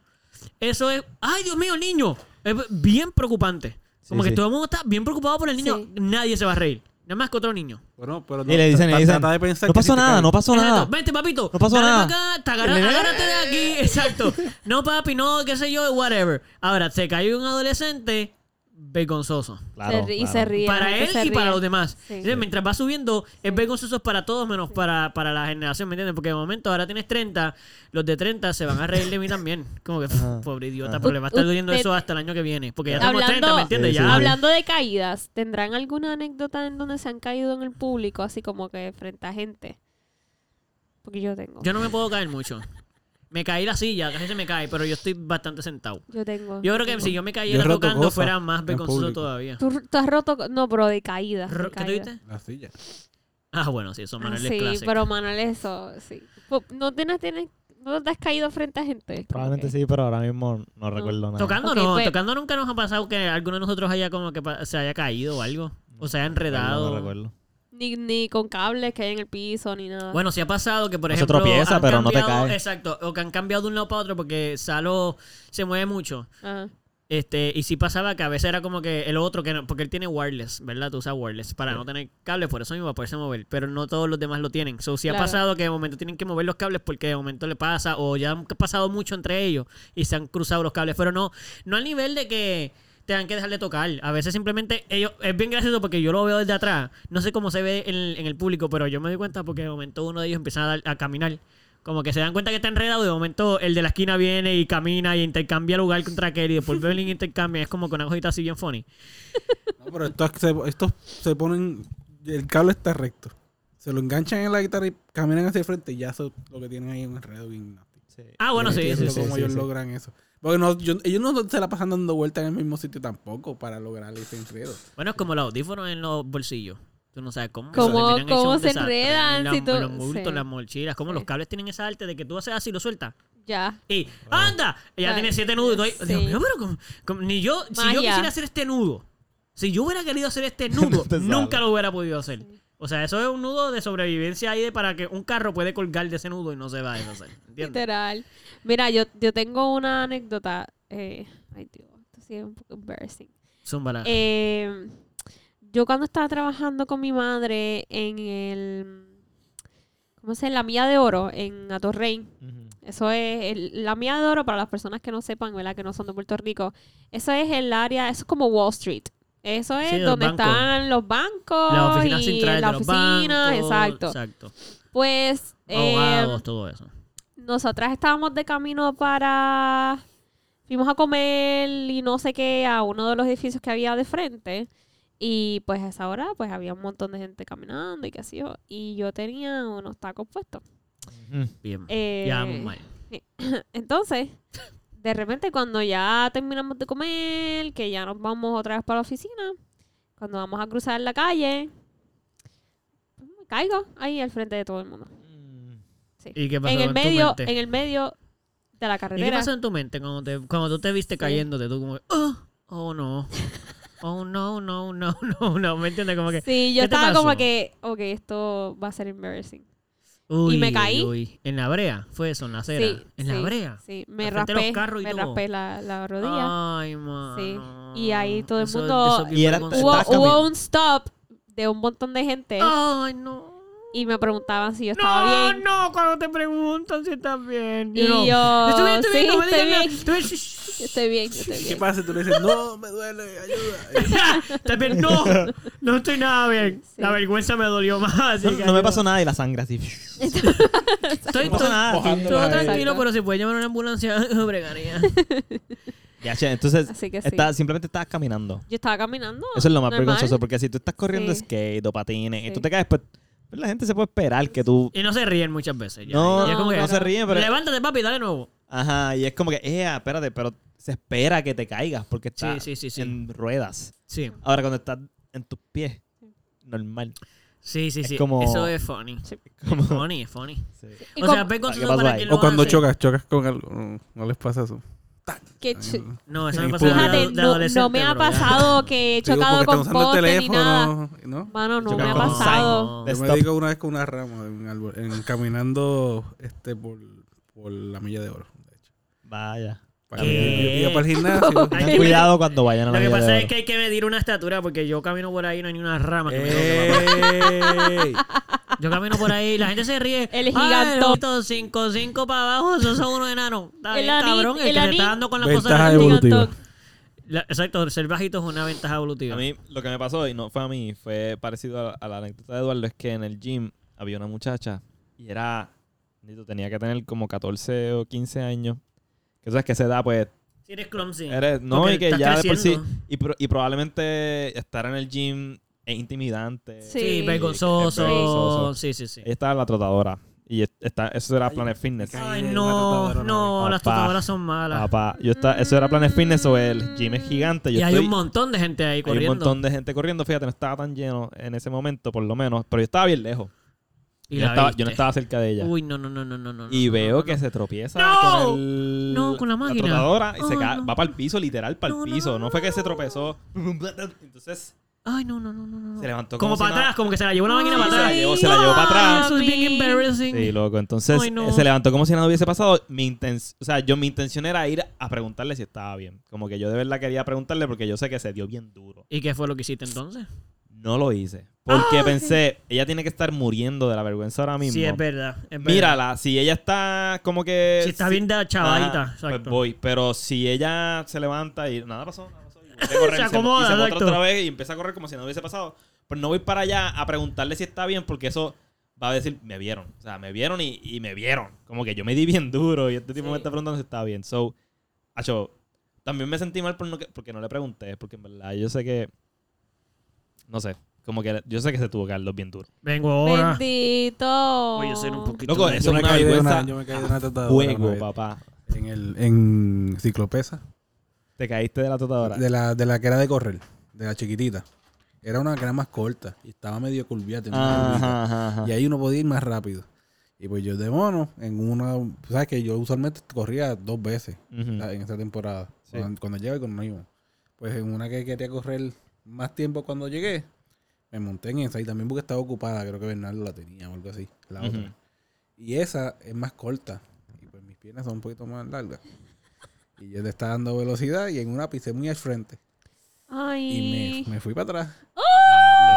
A: eso es, ay Dios mío, niño, es bien preocupante. Como
C: Sí,
A: que
C: sí.
A: todo el mundo está bien preocupado por el niño,
B: Sí.
A: nadie se va a reír. Nada más que otro niño.
D: Bueno, pero
C: Y le dicen, le
D: tra-
C: dicen,
D: trata de pensar
C: no
D: que si
C: pasó
D: te
C: nada,
D: caes-
C: no pasó nada.
A: Exacto. Vente, papito.
C: No pasó
A: dale
C: nada.
A: pa' acá, te agarra-
C: Le-
A: agárrate de aquí.
C: (laughs)
A: Exacto. No, papi, no, qué sé yo, whatever. Ahora, se cayó un adolescente vergonzoso.
B: Se
C: Claro,
B: ri- y
C: claro.
B: se ríe.
A: Para
B: la
A: él
B: gente se
A: y para
B: ríe.
A: los demás.
B: Sí.
A: Entonces, mientras va subiendo, es vergonzoso para todos menos para, para la generación, ¿me entiendes? Porque de momento ahora tienes 30, los de 30 se van a reír de mí también. Como que,
C: Ajá.
A: pobre idiota, pero le va a estar
B: U-
A: doliendo
B: usted-
A: eso hasta el año que viene. Porque ya estamos
B: Hablando,
A: 30, ¿me entiendes?
C: Sí, sí,
A: ya.
C: sí.
B: hablando de caídas, ¿tendrán alguna anécdota en donde se han caído en el público, así como que frente a gente? Porque yo tengo.
A: Yo no me puedo caer mucho. Me caí la silla, casi se me cae, pero yo estoy bastante sentado.
B: Yo tengo.
A: Yo creo que si yo me
D: Yo
A: cayera
D: he roto
A: tocando
D: cosas
A: fuera más
D: en
A: vergonzoso
D: público.
A: todavía.
B: ¿Tú, tú has roto. co- No, pero de caídas. de
A: Ro- ¿Qué
B: caídas.
A: tuviste?
D: La silla.
A: Ah, bueno, sí, eso
B: Ah,
A: Manuel
B: sí,
A: es clásico.
B: pero Manuel, eso, sí. Po- No te, no tienes- no te has caído frente a gente.
C: Probablemente sí, pero ahora mismo no, recuerdo nada.
A: Tocando
B: Ok,
A: no,
B: pues-
A: tocando nunca nos ha pasado que alguno de nosotros haya como que pa- se haya caído o algo. O se haya enredado.
C: No recuerdo.
B: Ni, ni con cables que hay en el piso, ni nada.
A: Bueno, sí ha pasado que, por
C: No se
A: ejemplo.
C: tropieza,
A: han
C: pero no te
A: cambiado-
C: cae.
A: Exacto. O que han cambiado de un lado para otro porque Salo se mueve mucho.
B: Ajá.
A: Este, y sí pasaba que a veces era como que el otro que no, porque él tiene wireless, ¿verdad? Tú usas wireless para no tener cables, por eso mismo para poderse mover, pero no todos los demás lo tienen. So, sí ha
B: Claro.
A: pasado que de momento tienen que mover los cables porque de momento le pasa o ya han pasado mucho entre ellos y se han cruzado los cables, pero no no al nivel de que tengan que dejar de tocar. A veces simplemente ellos es bien gracioso porque yo lo veo desde atrás, no sé cómo se ve en, en el público, pero yo me doy cuenta porque de momento uno de ellos empieza a, dar- a caminar. Como que se dan cuenta que está enredado y de momento el de la esquina viene y camina y intercambia lugar contra aquel y (laughs) después Berlin intercambia. Es como con una cosita así bien funny.
D: No, pero estos se, estos se ponen. El cable está recto. Se lo enganchan en la guitarra y caminan hacia el frente y ya eso es lo que tienen ahí en un enredo bien nasty.
A: Ah, bueno,
D: Yo no
A: sí.
D: entiendo
C: sí, sí,
D: cómo
C: sí,
D: ellos
C: sí.
D: logran eso. Porque no, yo- ellos no se la pasan dando vueltas en el mismo sitio tampoco para lograr ese enredo.
A: Bueno, es como los audífonos en los bolsillos. Tú no sabes cómo. eso
B: ¿Cómo-
A: terminan hecho
B: cómo
A: un
B: se
A: desastre.
B: enredan
A: Las-
B: si tú-
A: Los bultos,
B: sí.
A: las mochilas. Como
B: Sí.
A: los cables tienen esa arte de que tú haces así y lo sueltas.
B: Ya.
A: Y ¡anda! Ella
B: Ah,
A: tiene siete nudos. y todo ahí,
B: sí.
A: Dios mío, pero como- como- ni yo, si yo
B: Magia.
A: quisiera hacer este nudo, si yo hubiera querido hacer este nudo,
C: (laughs) No te sale.
A: nunca lo hubiera podido hacer. O sea, eso es un nudo de sobrevivencia ahí de para que un carro puede colgar de ese nudo y no se va a deshacer. ¿Entiendes?
B: Literal. Mira, yo, yo tengo una anécdota. eh, ay, Dios, esto sí es un poco embarrassing.
A: Zúmbala.
B: Eh, yo cuando estaba trabajando con mi madre en el... ¿Cómo se llama? La Mía de Oro, en Atorrey. Eso es el- la Mía de Oro, para las personas que no sepan, ¿verdad? Que no son de Puerto Rico. Eso es el área, eso es como Wall Street. Eso es
A: Sí, los
B: donde
A: bancos.
B: están los bancos
A: las oficinas
B: oh, y
A: centrales
B: la
A: de los
B: oficina,
A: bancos.
B: exacto.
A: Exacto.
B: Pues eh,
A: Abogados, todo eso.
B: nosotras estábamos de camino para. Fuimos a comer y no sé qué a uno de los edificios que había de frente. Y pues a esa hora, pues había un montón de gente caminando y qué sé yo. Y yo tenía unos tacos puestos.
C: Mm.
A: Bien.
B: Eh,
A: ya vamos mal.
B: Entonces, de repente, cuando ya terminamos de comer, que ya nos vamos otra vez para la oficina, cuando vamos a cruzar la calle, pues, me caigo ahí al frente de todo el mundo. Sí.
A: ¿Y qué pasó
B: En el
A: en tu
B: medio,
A: mente?
B: en el medio de la
A: ¿Y qué
B: carretera.
A: pasó en tu mente cuando, te- cuando tú te viste
B: Sí.
A: cayéndote? Tú como, oh, oh
B: (laughs)
A: no. Oh no, no, no, no, no. ¿Me entiendes? Como que.
B: Sí, yo
A: ¿Qué te
B: estaba
A: pasó?
B: como que, ok, esto va a ser embarrassing.
A: Uy,
B: Y me caí.
A: uy, uy. En la brea, fue eso, en la acera.
B: Sí,
A: en la
B: sí,
A: brea.
B: Sí, me
A: Al frente de los
B: raspé,
A: carros y Ah,
B: me
A: todo.
B: raspé la, la rodilla.
A: Ay, mano.
B: Y ahí todo el
A: Eso-
B: mundo-
A: eso es bien
C: Y era-
A: vergonzoso.
B: hubo,
C: Estabas caminando.
B: hubo un stop de un montón de gente
A: Ay, no.
B: y me preguntaban si yo estaba
A: Ah. No,
B: bien.
A: no, cuando te preguntan si estás bien.
B: Y
A: no.
B: yo,
A: Estoy bien, estoy bien,
B: sí,
A: no me
B: estoy
A: digas nada.
B: bien.
A: Estoy bien, shh, shh, shh.
B: Yo estoy bien, yo estoy
D: ¿Y qué
B: bien.
D: pasa? Tú le dices, no, me duele, ayuda.
A: (laughs) ¿Estás bien? No, no estoy nada bien.
B: Sí.
A: La vergüenza me dolió más. así
C: No,
A: que
C: no me
A: ayuda.
C: pasó nada y la sangre así. (laughs)
A: Estoy,
C: No pasó
A: estoy-
C: nada.
D: Mojando
A: Todo
D: la-
A: tranquilo,
B: Exacto.
A: pero si puede llamar a una ambulancia, (laughs) bregaría.
C: Ya, che, entonces,
B: Así que sí.
C: está- simplemente estabas caminando.
B: Yo estaba caminando.
A: Oh,
C: Eso es lo más
B: normal.
C: vergonzoso, porque si tú estás corriendo
B: Sí.
C: skate o patines y tú
B: Sí.
C: te caes, pues, pues la gente se puede esperar que tú...
A: Y no se ríen muchas veces. ya.
C: No,
A: Ya es como
C: no,
A: que,
B: pero-
C: se ríen, pero...
A: Levántate, papi, dale de nuevo.
C: Ajá, y es como que, eh, espérate, pero se espera que te caigas porque estás
A: Sí, sí, sí, sí.
C: en ruedas.
A: Sí,
C: Ahora cuando estás en tus pies, normal.
A: sí, sí.
C: Es
A: sí.
C: como-
A: Eso es
C: (laughs)
A: funny. Es funny, es funny.
C: Sí.
B: Y
A: O sea,
B: como-
A: ve con
C: Ah,
A: su
C: ¿qué pasó
A: para
C: ahí?
A: que lo
D: O cuando
A: hace.
D: chocas, chocas con algo. No, no les pasa eso.
B: que ch-
A: No, eso me
D: Sí,
A: pasa de-
B: Fíjate,
A: de
B: no,
A: adolescente,
B: no me ha
A: bro, ya. (laughs)
B: pasado que he
D: Digo,
B: chocado
D: porque
B: con
D: están usando
B: poste
D: el
B: ni nada.
D: teléfono. ¿no?
B: Mano, no
C: Chocan
B: me ha
C: con un
B: pasado.
A: No.
C: De
D: Yo me
C: stop.
D: dedico una vez con una rama de un árbol, en- caminando este por, por la milla de oro. De hecho.
C: Vaya.
D: Para,
A: ¿Qué?
D: yo, yo iba para
A: (laughs)
D: el gimnasio.
A: Ay,
C: Tengan cuidado cuando vayan a la
A: Lo que
C: Villa de
A: pasa es
C: Oro.
A: que hay que medir una estatura porque yo camino por ahí y no hay ni una rama. que me
C: Eh.
A: toque, papá.
D: ¡Ey!
A: Yo camino por ahí y la gente se ríe.
B: El
A: Ay,
B: gigantón.
A: los 5 5 para abajo, esos son unos enanos. Está
B: El
A: bien,
B: aní-
A: cabrón, el,
B: el
A: que se
B: aní-
A: está dando con las
D: Ventaja
A: cosas.
D: de- Evolutiva.
B: TikTok.
A: La- exacto, ser bajito es una ventaja evolutiva.
C: A mí lo que me pasó, y no fue a mí, fue parecido a la, a la anécdota de Eduardo, es que en el gym había una muchacha y era, nito, tenía que tener como 14 o 15 años. Que sabes que se da, pues,
A: Si eres clumsy.
C: eres, no,
A: Porque
C: y que
A: estás
C: ya de por sí,
A: creciendo.
C: y, pro- y probablemente estar en el gym es intimidante.
B: Sí.
A: Sí,
C: Es
A: vergonzoso.
C: vergonzoso.
A: Sí, sí, sí.
C: Ella estaba en la trotadora y es- está, eso era Planet Fitness.
A: Ay,
D: Caí en
A: no,
D: una trotadora,
A: no,
C: madre.
A: las
C: Papá.
A: tocadoras son malas.
C: Papá, yo está, eso era Planet Fitness o el gym es gigante. Yo
A: y hay
C: estoy-
A: un montón de gente ahí
C: Hay un
A: corriendo.
C: montón de gente corriendo, fíjate, no estaba tan lleno en ese momento, por lo menos, pero yo estaba bien lejos.
A: Y
C: yo,
A: la
C: no estaba, yo no
A: viste.
C: estaba cerca de ella.
A: Uy, no, no, no, no, no. no,
C: y
A: no,
C: veo
A: no,
C: que
A: no.
C: se tropieza
A: ¡No!
C: con, el-
A: No, con la máquina.
C: trotadora y se
A: Oh,
C: cae,
A: no.
C: va para el piso, literal, para el
A: No, no,
C: piso. No,
A: no,
C: fue que se
A: no.
C: tropezó. (laughs) Entonces
A: Ay, no, no, no, no, no.
C: se levantó
A: Como
C: como,
A: para
C: si nada.
A: atrás, como que se la llevó una máquina
C: Sí,
A: para
C: se la
A: atrás.
C: llevó, se la llevó para
A: Ay,
C: atrás.
A: Eso es bien embarrassing.
C: Sí, loco. Entonces
A: Ay, no.
C: eh, se levantó como si nada hubiese pasado. Mi intención, o sea, yo mi intención era ir a preguntarle si estaba bien. Como que yo de verdad quería preguntarle porque yo sé que se dio bien duro.
A: ¿Y qué fue lo que hiciste entonces?
C: No lo hice. Porque pensé, ella tiene que estar muriendo de la vergüenza ahora mismo.
A: Ah, Sí, es verdad. es verdad.
C: Mírala, si ella está como que.
A: Si está bien de la chavadita,
C: Ajá,
A: exacto.
C: Pues voy, pero si ella se levanta y nada pasó,
A: (laughs)
C: nada pasó. Y vuelve a
A: Se
C: correr, y se,
A: acomoda,
C: y se muestra
A: exacto.
C: otra vez y empieza a correr como si no hubiese pasado. Pero no voy para allá a preguntarle si está bien, porque eso va a decir, me vieron. O sea, me vieron y, y me vieron. Como que yo me di bien duro y este tipo
A: Sí.
C: me está preguntando si está bien. So, acho, también me sentí mal por no que- porque no le pregunté, porque en verdad yo sé que. No sé, como que yo sé que se tuvo que dar los bien duro.
A: Vengo ahora.
B: Bendito.
A: Voy a hacer un poquito.
C: Loco,
A: de-
D: Yo
C: eso es
D: me
C: una
D: caí de
C: vergüenza.
D: una, yo me caí de una trotadora. una
C: Juego,
D: vez.
C: papá.
D: En, el, en ciclopesa.
C: Te caíste de la trotadora.
D: De la, de la que era de correr, de la chiquitita. Era una que era más corta y estaba medio curviada. tenía una curvita.
C: Ajá, ajá, ajá.
D: Y ahí uno podía ir más rápido. Y pues yo de mono, en una. ¿Sabes que Yo usualmente corría dos veces
C: Ujú.
D: en esta temporada.
C: Mm. Sí.
D: Cuando, cuando llegaba y cuando no iba. Pues en una que quería correr más tiempo cuando llegué, me monté en esa. Y también porque estaba ocupada, creo que Bernardo la tenía o algo así. La
C: Ujú.
D: otra. Y esa es más corta. Y pues mis piernas son un poquito más largas. Y yo le estaba dando velocidad y en una pisé muy al frente. Y
B: Ay.
D: me, me fui para atrás.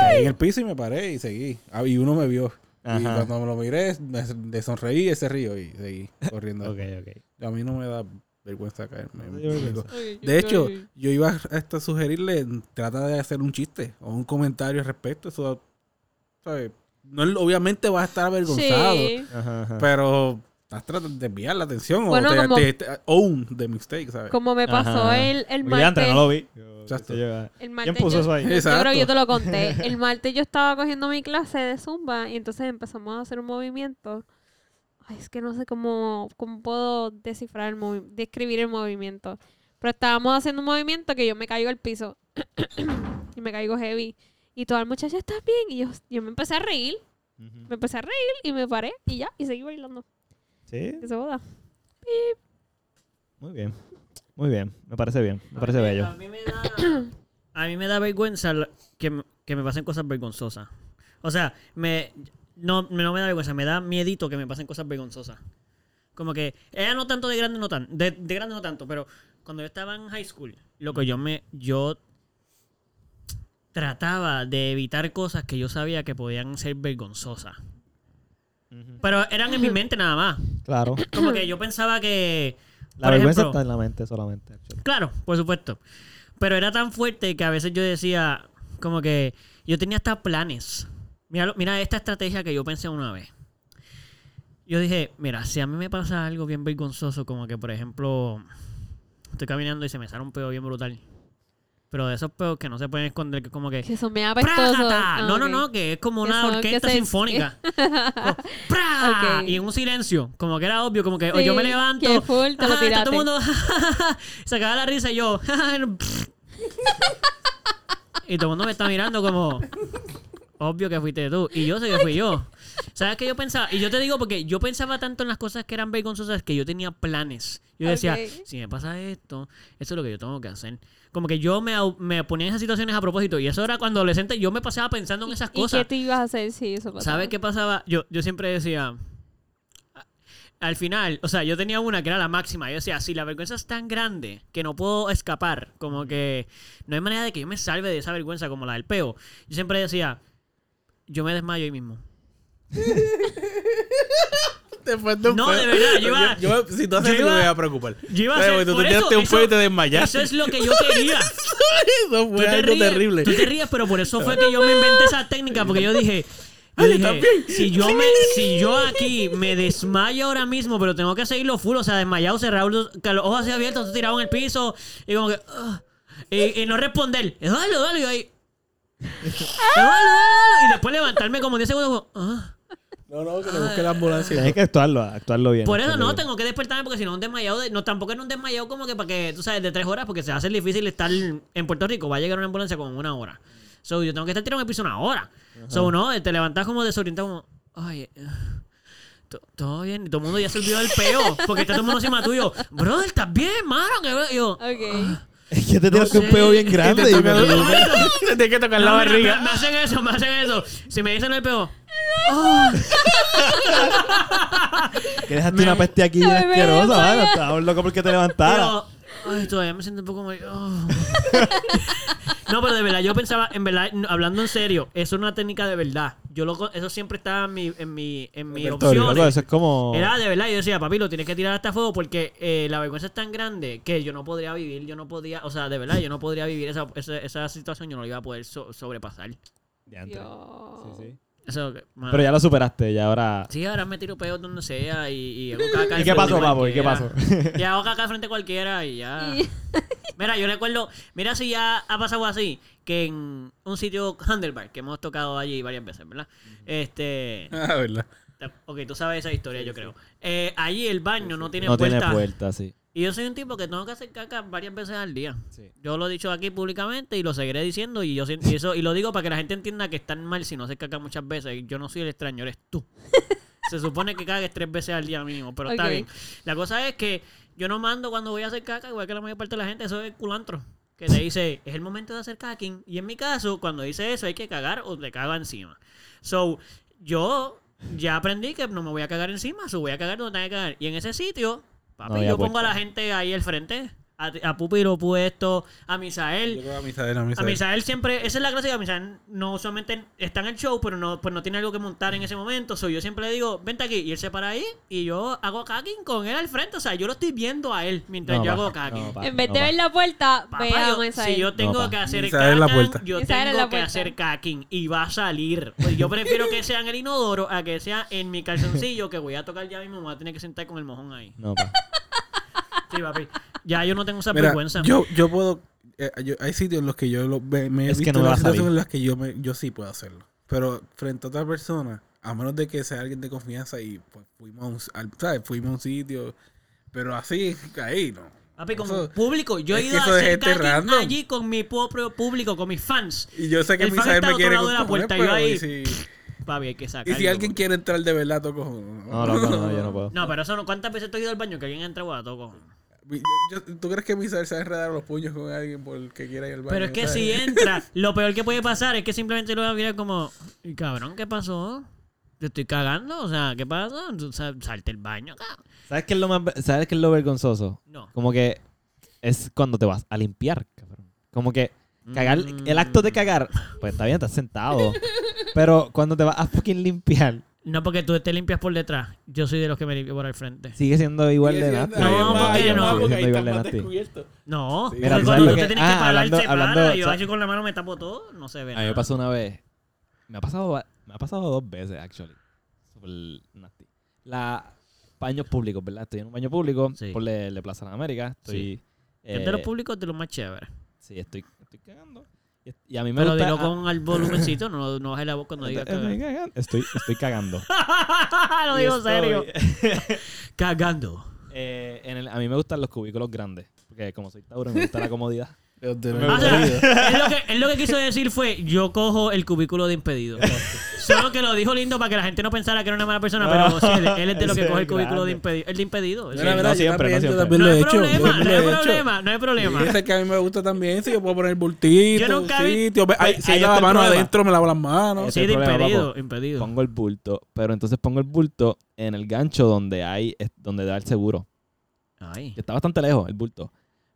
D: Caí en el piso y me paré y seguí. Ah, y uno me vio. Y
C: Ajá.
D: cuando me lo miré, me me sonreí y se rió y seguí corriendo.
C: (laughs) Ok, ok.
D: A mí no me da vergüenza caerme.
C: No te da vergüenza.
B: Ay,
D: De hecho,
B: ay, ay.
D: yo iba a hasta sugerirle, trata de hacer un chiste o un comentario al respecto. Eso, ¿sabes? No, es- obviamente vas a estar avergonzado,
B: Sí.
C: Ajá, ajá.
D: pero estás tratando de desviar la atención
B: Bueno,
D: o te,
B: como-
D: te- te- own the mistake, ¿sabes?
B: Como me pasó
C: Ajá.
B: el, el
C: Porque ya antes
B: martes.
C: no lo vi. este,
D: Exacto.
B: El
C: ¿Quién
B: martes
C: puso
B: yo-
C: eso ahí?
B: Yo creo que
D: Exacto.
B: yo te lo conté. El martes yo estaba cogiendo mi clase de zumba y entonces empezamos a hacer un movimiento. Ay, es que no sé cómo, cómo puedo descifrar el movi- describir el movimiento. Pero estábamos haciendo un movimiento que yo me caigo al piso (coughs) y me caigo heavy. Y toda la muchacha está bien. Y yo, yo me empecé a reír, me
C: Ujú.
B: empecé a reír y me paré y ya, y seguí bailando.
C: Sí,
B: Que se joda.
C: muy bien. Muy bien, me parece bien, me parece
A: A
C: bello.
A: mí me da, a mí me da (coughs) vergüenza la- que, me- que me pasen cosas vergonzosas. O sea, me no, me- no me da vergüenza, me da miedito que me pasen cosas vergonzosas. Como que, ella no tanto de grande, no tanto, de, de grande no tanto, pero cuando yo estaba en high school, loco, yo me, yo trataba de evitar cosas que yo sabía que podían ser vergonzosas.
C: Ujú.
A: Pero eran en mi mente nada más.
C: Claro,
A: Como que yo pensaba que...
C: la
A: por
C: vergüenza
A: ejemplo,
C: está en la mente solamente. actually.
A: Claro, por supuesto. Pero era tan fuerte que a veces yo decía, como que yo tenía hasta planes. Mira, lo- mira esta estrategia que yo pensé una vez. Yo dije, mira, si a mí me pasa algo bien vergonzoso, como que por ejemplo, estoy caminando y se me sale un pedo bien brutal. Pero de esos peos que no se pueden esconder, que es como que.
B: Que son bien apestosos.
A: ¡Prácata!
B: Ah,
A: No, no,
B: ok.
A: no, que es como
B: Que
A: una
B: son- que
A: orquesta
B: se- (laughs)
A: sinfónica. Como, ¡prá!
B: Ok.
A: Y en un silencio, como que era obvio, como que o yo me
B: Sí,
A: levanto.
B: que full, te lo
A: ajá, está todo el
B: tiraste.
A: mundo. (laughs) se acaba la risa y yo. (laughs) y todo el mundo me está mirando como. Obvio que fuiste tú. Y yo sé que fui yo. ¿Sabes qué yo pensaba? Y yo te digo porque yo pensaba tanto en las cosas que eran vergonzosas que yo tenía planes. Yo decía,
B: Ok.
A: si me pasa esto, eso es lo que yo tengo que hacer. Como que yo me, au- me ponía en esas situaciones a propósito. Y eso era cuando adolescente yo me pasaba pensando en esas
B: ¿Y
A: cosas.
B: qué te ibas a hacer si eso pasaba?
A: ¿Sabes qué pasaba? Yo, yo siempre decía. a- Al final, o sea, yo tenía una que era la máxima. Yo decía, si la vergüenza es tan grande que no puedo escapar, como que no hay manera de que yo me salve de esa vergüenza como la del peo. Yo siempre decía, yo me desmayo ahí mismo.
D: Después de un
A: No,
D: peo.
A: de verdad, yo iba-
D: (laughs) yo, yo- si tú haces
A: yo
D: eso, no
A: iba-
D: me voy a preocupar.
A: yo iba a
D: Pero
A: hacer-
D: tú
A: por
D: te tiraste
A: eso-
D: un peo y te
A: eso-
D: desmayaste.
A: Eso es lo que yo quería.
D: (laughs) Eso
A: Tú
D: fue
A: te
D: algo
A: ríes,
D: terrible.
A: Tú te ríes, pero por eso fue que yo me inventé esa técnica, porque yo dije, yo
D: Ay,
A: dije,
D: también.
A: si yo me, si yo aquí me desmayo ahora mismo, pero tengo que seguirlo full, o sea, desmayado, cerrado, los, con los ojos así abiertos, tirado en el piso, y como que, "Ugh", y, y no responder, Eduardo, Eduardo, y yo ahí, "Eduardo, Eduardo", y después levantarme como 10 segundos, como, "Ah".
D: No, no, que le busque la ambulancia.
C: Tienes que actuarlo, actuarlo bien.
A: Por eso no,
C: tengo
A: tengo que despertarme porque si no, un desmayado, de- no, tampoco era un desmayado como que para que, tú sabes, de tres horas, porque se hace difícil estar en Puerto Rico, va a llegar una ambulancia como en una hora. So, yo tengo que estar tirando en el piso una hora. So, no, te levantas como desorientado, como, ay, eh, to- todo bien, y todo el mundo ya se olvidó del peo, porque está todo el mundo encima tuyo. Brother, estás bien, mano. que- y yo,
B: Ok.
C: Es que te tiraste
A: No
C: un
A: sé.
C: peo bien grande. y me-
D: Tienes que tocar
A: No, mira,
D: la barriga.
A: Me, me hacen eso, me hacen eso. Si me dicen el peo,
C: que dejaste una peste aquí bien
B: Ay, me
C: asquerosa,
B: desmayo.
C: mano. Estábamos locos porque te levantara.
A: Pero, ay, todavía me siento un poco mal. Oh. (laughs) No, pero de verdad, yo pensaba, en verdad, no, hablando en serio, eso es una técnica de verdad. Yo lo, co- eso siempre estaba en mi, en mi, en mi
C: Repertorio,
A: opción.
C: loco, Eso es como.
A: Era de verdad, yo decía, papi, lo tienes que tirar hasta fuego porque eh, la vergüenza es tan grande que yo no podría vivir, yo no podía, o sea, de verdad, yo no podría vivir esa, esa, esa situación, yo no la iba a poder so- sobrepasar.
C: Diantre. Ah. Sí, sí.
A: Eso, que- mano.
C: Pero ya lo superaste, ya ahora.
A: Sí, ahora me tiro peor donde sea y, y hago caca al
C: (laughs) ¿Y qué pasó,
A: frente
C: papo? ¿Y qué
A: cualquiera.
C: pasó?
A: Y hago caca al frente a cualquiera y
B: (laughs)
A: ya.
C: Ah.
B: Y-
A: Mira, yo recuerdo, mira si ya ha pasado así, que en un sitio Handelbar, que hemos tocado allí varias veces, ¿verdad? Este,
D: (laughs) Ah, verdad.
A: ok, tú sabes esa historia, yo creo. Eh, allí el baño no tiene
C: No
A: puerta.
C: tiene puerta, sí.
A: Y yo soy un tipo que tengo que hacer caca varias veces al día.
C: Sí.
A: Yo lo he dicho aquí públicamente y lo seguiré diciendo y yo si- y eso y lo digo para que la gente entienda que están mal si no haces caca muchas veces. Yo no soy el extraño, eres tú. Se supone que cagues tres veces al día mínimo, pero está
B: Ok.
A: bien. La cosa es que yo no mando cuando voy a hacer caca, igual que la mayor parte de la gente, eso es culantro. Que te dice, es el momento de hacer caking. Y en mi caso, cuando dice eso, hay que cagar o te caga encima. So, yo ya aprendí que no me voy a cagar encima, so voy a cagar donde tenga que cagar. Y en ese sitio, papi,
C: No había
A: yo pongo a
C: puerta.
A: la gente ahí al frente. A, a Pupi lo puesto, a
D: Yo
A: Misael.
D: creo que a Misael, a Misael.
A: A Misael siempre, esa es la clásica, Misael no solamente está en el show, pero no, pues no tiene algo que montar en ese momento. So, yo siempre le digo, vente aquí, y él se para ahí, y yo hago cacking con él al frente. O sea, yo lo estoy viendo a él mientras
C: No,
A: yo
C: pa,
A: hago cacking.
C: no, pa,
B: en vez
C: no,
B: de
C: pa.
B: ver la puerta,
A: Papá, yo-
B: veamos esa.
A: si yo tengo
C: No, pa.
A: que hacer
D: Misael en la
A: cacking,
D: puerta.
A: yo
B: Misael en la
A: tengo que
B: puerta.
A: hacer cacking y va a salir. Pues yo prefiero que sea en el inodoro a que sea en mi calzoncillo que voy a tocar ya mismo. Me voy a tener que sentar con el mojón ahí.
C: No, pa.
A: Sí, papi. Ya yo no tengo esa
D: Mira,
A: vergüenza.
D: yo, yo puedo. eh, yo- hay sitios en los que yo lo- me, me he
C: Es que
D: visto
C: no
D: en
C: va a
D: las situaciones
C: salir.
D: en las que yo, me, yo sí puedo hacerlo. Pero frente a otra persona, a menos de que sea alguien de confianza y pues, fuimos, a un, al- ¿sabes? fuimos a un sitio. Pero así, ahí no.
A: Papi, como
D: Eso-
A: público, yo he
D: es
A: ido
D: que
A: a
D: eso es
A: hacer
D: gente
A: cacking
D: random.
A: allí con mi propio público, con mis fans.
D: Y yo sé que
A: El fan
D: Misael
A: está
D: me
A: al
D: quiere
A: otro lado de la
D: con cojones,
A: puerta, yo
D: pero
A: ahí-
D: y si,
A: Papi, hay que
D: y
A: sacarlo.
D: si alguien quiere entrar de verdad, toco.
C: No, loco, no, yo no puedo.
A: (laughs) No, pero eso no. ¿Cuántas veces te he ido al baño que alguien entra a toco?
D: ¿Tú crees que Misael se va a enredar los puños con alguien por el que quiera ir al baño?
A: Pero es que
D: ¿sabes? (laughs)
A: si entra, lo peor que puede pasar es que simplemente lo va a mirar como, "Y, cabrón, ¿qué pasó? Te estoy cagando, o sea, ¿qué pasa? Tú sa- Salte el baño, cabrón.
C: ¿Sabes qué es lo más ver- ¿Sabes qué es lo vergonzoso?
A: No.
C: Como que es cuando te vas a limpiar, cabrón. Como que cagar, el acto
A: Mm.
C: de cagar, pues está bien, estás
B: (laughs)
C: sentado. Pero cuando te vas a fucking limpiar,
A: No, porque tú te limpias por detrás. Yo soy de los que me limpio por el frente.
C: sigue siendo igual
D: Sigue
C: de
D: siendo-
A: No,
C: nasty. Sigue
A: porque
C: siendo
A: no.
C: igual
D: porque ahí
C: de
D: está más
C: nasty.
D: descubierto.
A: No,
D: Sí.
A: porque
D: Mira, ¿tú sabes
A: cuando
D: lo
A: tú
C: que-
A: te tienes
C: ah,
A: que parar,
C: hablando-
A: se para,
C: hablando-
A: yo
C: sa-
A: así con la mano me tapo todo, no se ve
C: A mí me
A: nada.
C: pasó una vez. Me ha pasado, va- me ha pasado dos veces, actually. Super nasty. La baños públicos, ¿verdad? Estoy en un baño público
A: Sí.
C: por el de Plaza de América. Estoy.
A: Es
C: eh,
A: de los públicos de los más chéveres.
C: sí, estoy estoy cagando. Y, y a mí me
A: Pero
C: gusta...
A: dilo
C: ah,
A: con el volumencito, no, no bajes la voz cuando digas
C: estoy
A: (laughs) cagando.
C: cagando. Estoy, estoy cagando.
A: Lo
C: Y
A: digo
C: estoy-
A: serio. Cagando.
C: (laughs) Eh, en el- a mí me gustan los cubículos grandes. Porque como soy Tauro, me gusta
A: (laughs)
C: la comodidad.
D: Los de
A: O
D: los
A: sea,
D: oídos.
A: él, lo que, él lo que quiso decir fue: Yo cojo el cubículo de impedido. Solo que lo dijo lindo para que la gente no pensara que era una mala persona, pero
C: No.
A: sí, él, él es de lo
C: Ese
A: que coge el
C: es
A: cubículo de
C: grande.
A: impedido. El de impedido.
D: Mira,
A: sí.
C: no
D: mira, yo
C: siempre,
D: también,
C: no
D: yo
C: siempre.
D: también
A: No
D: lo he
A: hay
D: hecho, yo
A: problema, no
D: también
A: hay
D: lo he hecho.
A: problema, no hay problema.
D: Sí, ese que a mí me gusta también. Si yo puedo poner bultito,
A: Yo nunca vi-
D: sitio. ve- ay,
C: Ahí
D: si hay
C: está
D: la
C: el
D: mano
C: problema.
D: adentro, me lavo las manos.
C: Ese
A: Sí,
C: es
A: de
C: el problema,
A: impedido,
C: papo.
A: impedido.
C: Pongo el bulto, pero entonces pongo el bulto en el gancho donde hay, es- donde da el seguro.
A: Ay.
C: Que está bastante lejos el bulto.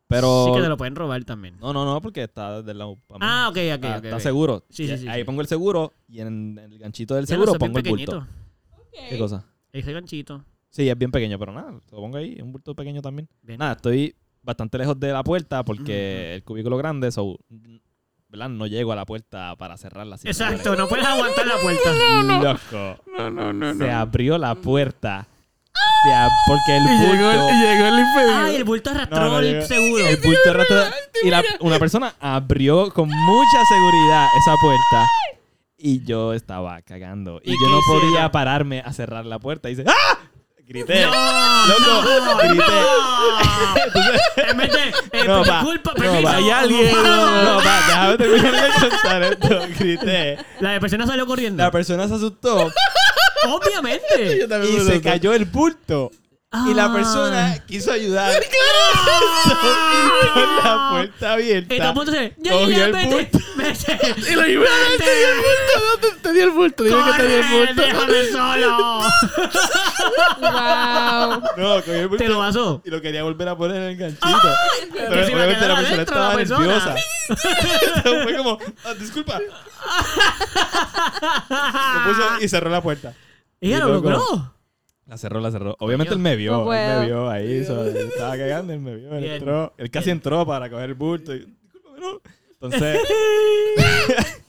C: Pero...
A: Sí que te lo pueden robar también.
C: No, no, no, porque está del lado... para mí.
A: Ah, ok, ok,
C: está,
A: ok.
C: está
A: ok.
C: seguro.
A: Sí, sí,
C: Y
A: sí,
C: ahí
A: sí.
C: pongo el seguro y en el ganchito del
A: Ya lo
C: seguro
A: sé, bien
C: pongo el bulto.
A: pequeñito.
C: ¿Qué cosa?
A: Ese ganchito.
C: Sí, es bien pequeño, pero nada, lo pongo ahí, un bulto pequeño también.
A: Bien.
C: Nada, estoy bastante lejos de la puerta porque
A: Ujú.
C: el cubículo grande, so, ¿verdad? No llego a la puerta para cerrarla. así que
A: Exacto, no puedes aguantar la puerta.
C: abre. Loco.
D: No, no, no.
C: Se abrió la puerta. Se ab- porque el
D: Y llegó,
C: bulto.
D: el- y llegó el
A: Ay, el
D: impedido.
A: bulto arrastró
C: No, Eh, no,
A: el
C: llega.
A: seguro.
C: El bulto de rato- Y la- una persona abrió con mucha seguridad esa puerta. Y yo estaba cagando. Y
A: ¿Y
C: yo
A: qué
C: no podía
A: hicieron?
C: pararme a cerrar la puerta. Y dice, ¡Ah! Grité.
A: eh,
C: Loco, grité.
A: ¡Ah! En vez de, eh,
C: No, va.
A: disculpa,
C: No,
A: permiso.
C: va.
D: Hay alguien.
C: No, va, déjame terminar de contar esto. Grité.
A: La persona salió corriendo.
C: La persona se asustó (laughs)
A: Obviamente.
C: y se cayó el bulto. Y la persona quiso ayudar. Con la puerta
A: Y todo
C: abierta.
A: el mundo se. Ya,
C: Cogió
A: ya,
C: el
A: vete. (laughs)
C: bulto.
A: Vete.
D: Y lo llevé. Te di el bulto, no, te- te di el bulto. Dime que te di el
A: Corre,
D: bulto.
C: (laughs)
A: déjame solo.
B: Wow.
C: No, cogió el
A: Te lo
C: bulto.
A: pasó.
C: Y lo quería volver a poner en el ganchito. Pero
A: Que se iba a
C: obviamente la
A: quedar
C: persona
A: adentro, la persona.
C: estaba nerviosa.
A: (laughs)
C: Entonces Fue como, "Ah, disculpa.
A: Ah.
C: Lo puso y cerró la puerta.
A: (laughs) Ella lo
C: Y luego-
A: logró.
C: La cerró, la cerró. Obviamente él me vio.
B: No
C: él
B: puedo.
C: me vio ahí. so- él estaba cagando, él me vio. Él
A: Bien.
C: entró. Él casi entró para coger el bulto. y, Discúlpame, no. Entonces,
A: (laughs)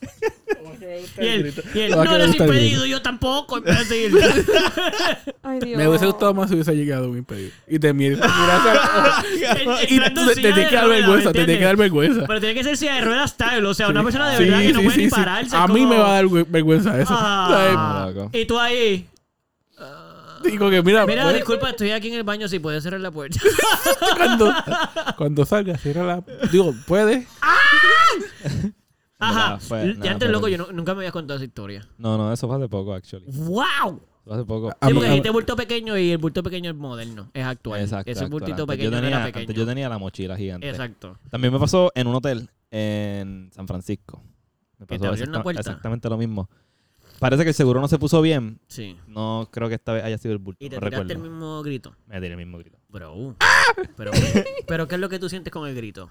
A: Y él, y él,
D: Lo va a
A: no
D: querer
A: eres
D: gustar el
A: impedido, yo tampoco. en vez
C: (laughs)
A: de ir.
B: Ay, Dios.
D: Me hubiese gustado más si hubiese llegado un impedido. Y te
A: (laughs)
D: miras. miras y
A: Entrando en
D: te, te
A: silla
D: tiene
A: de
D: que dar
A: ruedas,
D: vergüenza. Te tiene
A: ¿entiendes?
D: que dar vergüenza.
A: Pero tiene que ser silla de ruedas tal, o sea, una persona de
D: Sí,
A: verdad que no
D: sí,
A: puede
D: sí,
A: ni
D: sí.
A: pararse.
D: A mí
A: como-
D: me va a dar ver- vergüenza eso. (laughs)
A: Ah.
C: Loco.
A: Y tú ahí.
D: O sea, digo que mira, pues,
A: Mira,
D: puedes-
A: disculpa, estoy aquí en el baño, si puedes cerrar la puerta. (laughs)
D: cuando, cuando salga, cierra la. Digo, puedes.
A: Ajá.
C: Nada, fue-
A: L-
C: pues, nada,
A: ya antes,
C: fue
A: loco, yo
C: horrible.
A: no- nunca me habías contado esa historia.
C: no, no, eso fue hace poco, actually.
A: ¡Wow!
C: Eso fue hace poco.
D: A
A: Sí,
D: mí-
A: porque
D: a-
A: dijiste bulto pequeño y el bulto pequeño es moderno, es actual.
C: Exacto.
A: Ese
C: actual.
A: bultito
C: Antes
A: pequeño
C: yo tenía,
A: no era
C: antes
A: pequeño.
C: yo tenía la mochila gigante.
A: Exacto.
C: También me pasó en un hotel en San Francisco. Me
A: ¿Que te
C: pasó
A: abrieron la
C: exacta-
A: puerta?
C: exactamente lo mismo. Parece que el seguro no se puso bien.
A: Sí.
C: No creo que esta vez haya sido el bulto.
A: Y te
C: no
A: tiraste el
C: recuerdo.
A: mismo grito.
C: Me tiré el mismo grito.
A: Bro. Pero, uh, pero, ¿qué es lo que tú sientes con el grito?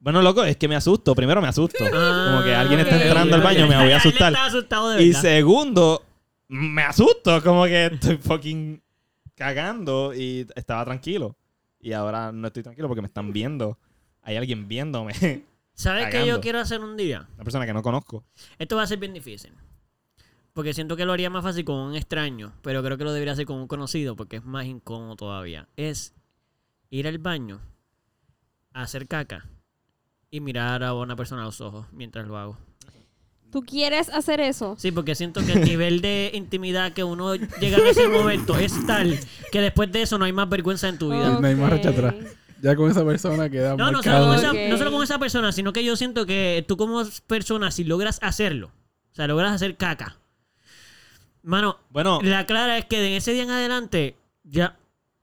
C: Bueno, loco, es que me asusto. Primero me
A: (laughs)
C: asusto. Como que alguien está
A: Ah, ok.
C: entrando al baño, me voy a asustar.
A: Él está asustado de
C: Y
A: verdad.
C: segundo, me asusto, como que estoy fucking cagando y estaba tranquilo. Y ahora no estoy tranquilo porque me están viendo. Hay alguien viéndome. (laughs)
A: ¿Sabes qué yo
C: cagando.
A: quiero hacer un día?
C: Una persona que no conozco.
A: Esto va a ser bien difícil. Porque siento que lo haría más fácil con un extraño, pero creo que lo debería hacer con un conocido porque es más incómodo todavía. Es ir al baño, hacer caca y mirar a una persona a los ojos mientras lo hago.
B: ¿Tú quieres hacer eso?
A: Sí, porque siento que el nivel de intimidad que uno llega en ese momento es tal que después de eso no hay más vergüenza en tu vida.
D: No hay más
B: Ok.
D: racha atrás. Ya con esa persona queda
A: No, no solo,
D: marcado.
A: con
B: cabrón.
A: esa,
B: Ok.
A: no solo con esa persona, sino que yo siento que tú como persona, si logras hacerlo, o sea, logras hacer caca. Mano,
C: Bueno,
A: La clara es que de ese día en adelante, ya,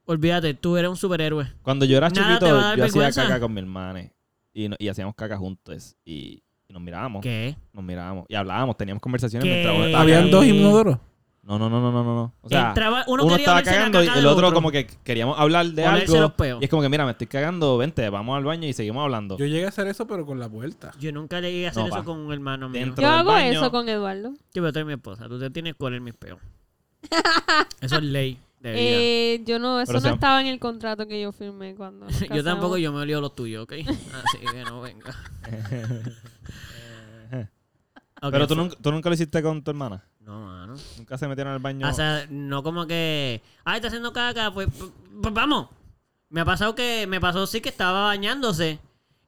A: olvídate, tú eres un superhéroe.
C: cuando yo era
A: Nada
C: chiquito,
A: te
C: yo
A: va a dar
C: hacía
A: vergüenza.
C: caca con mi hermana. Y, no- y hacíamos caca juntos. Y, y nos mirábamos.
A: ¿Qué?
C: Nos mirábamos. Y hablábamos, teníamos conversaciones
A: ¿Qué?
C: mientras uno estaba
D: Habían
C: cagando.
A: Eh,
D: dos hipnodoros.
C: No, no, no, no, no, no, no. O sea,
A: Entraba- uno
C: uno,
A: quería
C: estaba
A: olerse la
C: cagando y
A: caca
C: el
A: del
C: otro,
A: otro.
C: como que queríamos hablar de
A: Olerse los
C: algo.
A: peos.
C: Y es como que, mira, me estoy cagando, vente, vamos al baño y seguimos hablando.
D: Yo llegué a hacer eso, pero con la vuelta.
A: Yo nunca le llegué a hacer
C: No,
A: eso
C: pa.
A: con un hermano mío.
C: Dentro.
B: Yo
C: del
B: hago
C: baño.
B: eso con Eduardo.
A: Yo voy a traer a mi esposa, tú te tienes que oler mis peos. Eso es ley de vida.
B: Eh, yo no, eso
C: Pero
B: no
C: se-
B: estaba en el contrato que yo firmé cuando. nos
A: (laughs) (laughs) yo
B: casamos.
A: tampoco, yo me olí los tuyos, ¿ok? Así que no
C: (laughs)
A: venga. Ok,
C: Pero tú nunca, tú nunca lo hiciste con tu hermana.
A: No, mano.
C: Nunca se metieron al baño.
A: O sea, no como que. Ay, está haciendo caca, pues, pues, pues vamos. Me ha pasado que. Me pasó sí que estaba bañándose.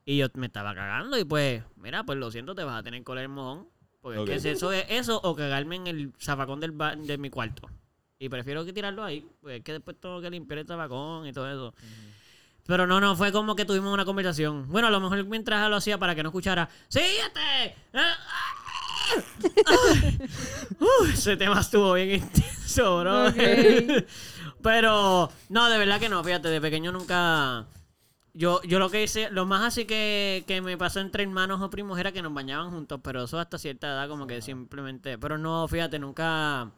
A: Y yo me estaba cagando y pues, mira, pues lo siento, te vas a tener que oler el mojón. Porque
C: Ok.
A: es que eso es eso o cagarme en el zafacón del ba- de mi cuarto. Y prefiero que tirarlo ahí, pues es que después tengo que limpiar el zafacón y todo eso. Pero no, no, fue como que tuvimos una conversación. Bueno, a lo mejor mientras lo hacía para que no escuchara, ¡Síguete! (laughs) Ah, ah, ah". Uh, ese tema estuvo bien intenso, bro.
B: Ok.
A: (laughs) Pero, no, de verdad que no, fíjate, de pequeño nunca... Yo, yo lo que hice, lo más así que, que me pasó entre hermanos o primos era que nos bañaban juntos, pero eso hasta cierta edad como que simplemente... Pero no, fíjate, nunca...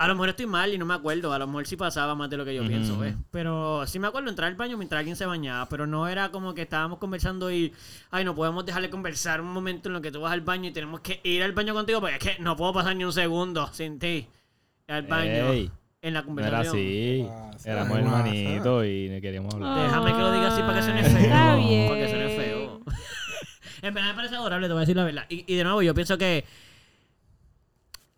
A: A lo mejor estoy mal y no me acuerdo, a lo mejor sí pasaba más de lo que yo
C: Ujú.
A: pienso, ¿ves? Pero sí me acuerdo entrar al baño mientras alguien se bañaba, pero no era como que estábamos conversando y, ay, no podemos dejarle conversar un momento en lo que tú vas al baño y tenemos que ir al baño contigo porque es que no puedo pasar ni un segundo sin ti al baño
C: Ey,
A: en la
C: No era
A: conversación.
C: así.
D: pasa?
C: Éramos
D: ¿Qué pasa?
C: hermanitos y no queríamos hablar.
A: Déjame que lo diga así para que
D: Ah,
A: suene feo.
B: Ay, Está bien.
A: Para que suene feo. (laughs) en verdad me parece adorable, te voy a decir la verdad. Y, y de nuevo, yo pienso que.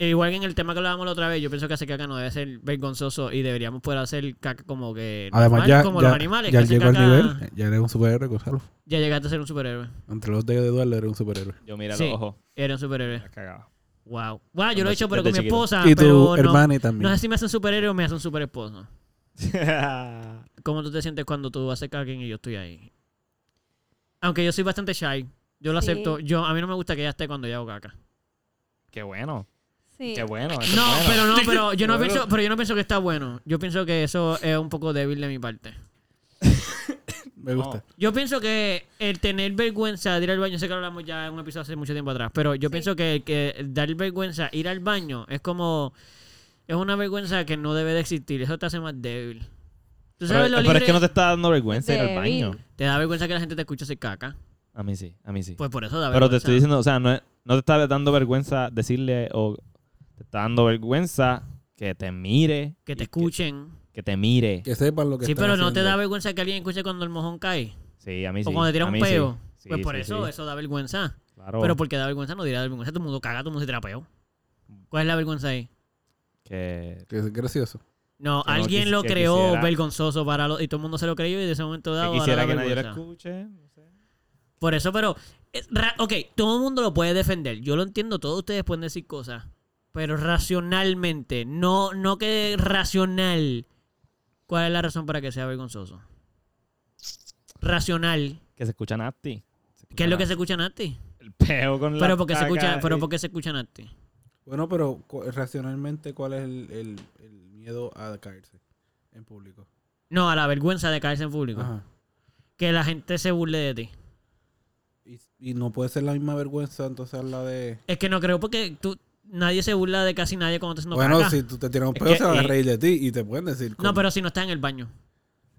A: Igual que en el tema que hablábamos la otra vez, yo pienso que hacer caca no debe ser vergonzoso y deberíamos poder hacer caca como que.
D: Además,
A: normal,
D: ya,
A: como
D: ya,
A: los animales.
D: ya
A: que hacen
D: llegó al
A: caca-
D: nivel. Ya eres un superhéroe, Gonzalo.
A: Ya llegaste a ser un superhéroe.
D: Entre los dedos de Eduardo eres un superhéroe.
C: Yo mira
A: Sí.
C: los ojos. (laughs)
A: Eres un superhéroe.
C: la cagaba.
A: (laughs) Wow. Wow, yo lo he hecho, pero con
C: Desde
A: mi
C: chiquito.
A: esposa.
D: y
A: Ah, pero
D: tu
A: no-
D: hermana
A: No,
D: también.
A: sé si me hacen superhéroe o me hacen superesposo. ¿Cómo tú te sientes cuando tú haces caca y yo estoy ahí? Aunque yo soy bastante shy. Yo lo
B: Sí.
A: acepto. Yo, a mí no me gusta que ella esté cuando yo hago caca.
C: Qué bueno.
B: Sí.
C: Qué (laughs) bueno. eso es
A: No,
C: bueno.
A: pero no, pero yo no
C: Bueno.
A: pienso, pero yo no pienso que está bueno. Yo pienso que eso es un poco débil de mi parte.
D: Me gusta.
A: Yo pienso que el tener vergüenza de ir al baño, sé que lo hablamos ya en un episodio hace mucho tiempo atrás, pero yo
B: Sí.
A: pienso que, que dar vergüenza, ir al baño, es como. Es una vergüenza que no debe de existir. Eso te hace más débil. ¿Tú
C: Pero, eh,
A: sabes lo
C: pero es
A: libre-
C: que no te está dando vergüenza ir al
B: Débil.
C: baño.
A: Te da vergüenza que la gente te escuche hacer caca.
C: A mí sí, a mí sí.
A: Pues por eso da vergüenza.
C: pero te estoy diciendo, o sea, no, es- no te está dando vergüenza decirle o te está dando vergüenza que te mire.
A: Que te
C: y
A: escuchen.
C: Que, te mire.
D: Que sepan lo que
A: Sí,
D: están
A: pero no te da
D: haciendo.
A: vergüenza que alguien escuche cuando el mojón cae.
C: Sí, a mí sí.
A: o cuando te tiras
C: a
A: un
C: mí sí.
A: peo.
C: Sí,
A: pues por
C: sí,
A: eso,
C: sí. Oh.
A: eso da vergüenza.
C: Claro.
A: Pero porque da vergüenza no dirá vergüenza. Todo el mundo caga, todo el mundo se trapeo. ¿Cuál es la vergüenza ahí?
C: que
D: Que es gracioso.
A: No,
C: Que no
A: alguien
C: quis-
A: lo
C: que
A: creó
C: quisiera-
A: vergonzoso para lo- y todo el mundo se lo creyó y de ese momento
C: que
A: dado. ahora
C: quisiera
A: da
C: que nadie lo
A: vergüenza.
C: escuche. no sé.
A: Por eso, pero. es ra- Ok, todo el mundo lo puede defender. Yo lo entiendo, todos ustedes pueden decir cosas. Pero racionalmente, no, no que racional. ¿Cuál es la razón para que sea vergonzoso? Racional.
C: Que se escucha nasty.
A: ¿Qué es lo que se
C: escucha
A: escucha Nati?
C: nasty. El peo con la
A: Pero porque se escucha,
C: caca
A: pero
C: y-
D: eh.
A: porque se escucha Nati.
D: Bueno, pero cu- racionalmente, ¿cuál es el, el- el miedo a caerse en público?
A: No, a la vergüenza de caerse en público.
D: Ajá.
A: Que la gente se burle de ti.
D: Y, y no puede ser la misma vergüenza, entonces la de.
A: Es que no creo porque tú nadie se burla de casi nadie cuando te haciendo
D: bueno,
A: caca.
D: si tú te tiras un
C: Es
D: pedo,
C: que-
D: se van a
C: y-
D: reír de ti y te pueden decir.
A: No,
D: cómo.
A: pero si no estás en el baño.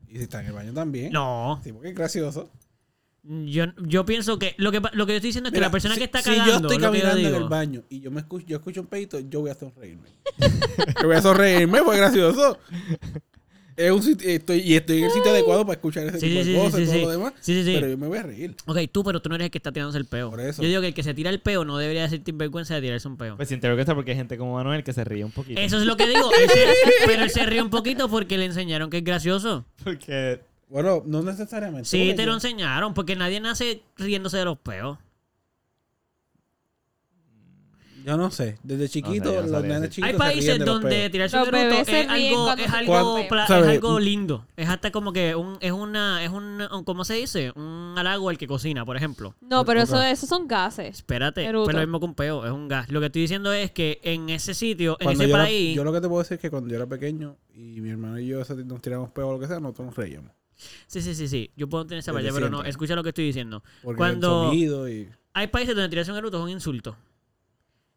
D: Y si está en el baño también.
A: No.
D: Sí, porque es gracioso.
A: Yo, yo pienso que lo, que pa- lo que yo estoy diciendo es que
D: Mira,
A: la persona
D: si-
A: que está
D: si
A: cagando,
D: yo
A: lo
D: estoy
A: que yo
D: caminando en
A: digo-
D: el baño y yo me escucho, yo escucho un pedito, yo voy
A: (laughs)
D: a sonreírme. yo voy a sonreírme, fue gracioso. Es un sitio- estoy, y estoy en el sitio adecuado para escuchar ese
A: Sí,
D: tipo
A: sí,
D: de
A: sí,
D: cosas
A: sí,
D: y todo
A: sí.
D: lo demás.
A: Sí, sí, sí.
D: Pero yo me voy a reír.
A: Ok, tú, pero tú no eres el que está tirándose el peo.
D: Por eso.
A: Yo digo que el que se tira el peo no debería sentir vergüenza de tirarse un peo.
C: Pues siento vergüenza porque hay gente como Manuel que se ríe un poquito.
A: Eso es lo que
D: (laughs)
A: digo. Ese- pero él se ríe un poquito porque le enseñaron que es gracioso.
C: Porque
D: Bueno, no necesariamente.
A: Sí,
D: porque
A: te lo
D: yo-
A: enseñaron, porque nadie nace riéndose de los peos.
D: Yo no sé. Desde chiquito,
C: yo no
D: los
C: sabía
D: nenes
C: decir.
D: chiquitos.
A: Hay
D: se
A: países
D: ríen de los
A: donde
D: pedos.
A: tirarse
B: Los
A: un eructo
B: bebés se
A: es
B: ríen
A: algo,
B: cuando
A: es
B: se
A: algo,
B: ponen
A: pla- es
D: ¿Sabe?
A: algo lindo. Es hasta como que un, es una, es un, ¿cómo se dice? Un halago al que cocina, por ejemplo.
B: No, pero eso, esos son gases.
A: Espérate,
B: Eructo.
A: pues lo mismo que un peo, es un gas. Lo que estoy diciendo es que en ese sitio, en
D: Cuando
A: ese
D: yo, era-
A: país,
D: yo lo que te puedo decir es que cuando yo era pequeño y mi hermano y yo ese- nos tiramos peos o lo que sea, nosotros nos reíamos.
A: sí, sí, sí, sí, yo puedo tener esa
D: Desde
A: parte, pero no,
D: siempre.
A: escucha lo que estoy diciendo.
D: Porque
A: Cuando-
D: el sonido y.
A: Hay países donde tirarse un eructo es un insulto.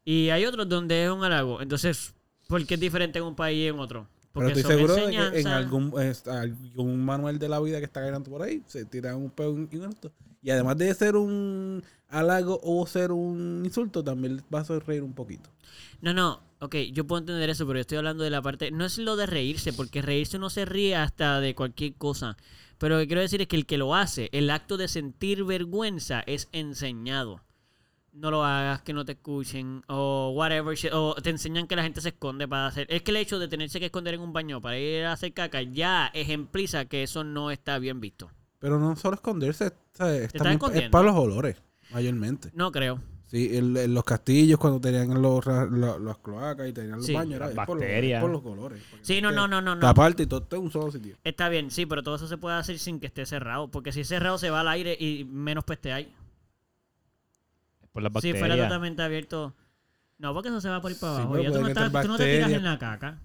A: Y hay otros donde es un halago. Entonces, ¿por qué es diferente en un país y en otro?
D: Pero
A: Porque
D: estoy
A: son
D: seguro de que en
A: enseñanzas.
D: algún, es- algún manual de la vida que está ganando por ahí, se tiran un peo y un insulto. Y además de ser un halago o ser un insulto, también vas a reír un poquito.
A: No, no, ok, yo puedo entender eso, pero yo estoy hablando de la parte. No es lo de reírse, porque reírse uno se ríe hasta de cualquier cosa. Pero lo que quiero decir es que el que lo hace, el acto de sentir vergüenza es enseñado. No lo hagas, que no te escuchen, o whatever, shit, o te enseñan que la gente se esconde para hacer. Es que el hecho de tenerse que esconder en un baño para ir a hacer caca ya ejempliza que eso no está bien visto.
D: Pero no solo esconderse, ¿sabes? Es
A: Te estás
D: también es
A: escondiendo.
D: para los olores, mayormente.
A: No creo.
D: Sí, el- en los castillos cuando tenían los, ra- la- las cloacas y tenían los
A: Sí,
D: baños, era
C: las
D: es por, los,
C: bacterias.
D: por los colores. porque
A: Sí, no,
D: te-
A: no, no, no, no.
D: Taparte y todo está en un solo sitio.
A: Está bien, sí, pero todo eso se puede hacer sin que esté cerrado. Porque si es cerrado se va al aire y menos peste hay.
C: Por las
A: Si
C: bacterias.
A: fuera totalmente abierto. No, porque eso se va por ir para
D: Sí,
A: abajo.
D: pero
A: Ya tú,
D: pueden
A: no estás-
D: entrar
A: tú no te tiras
D: bacterias.
A: en la caca.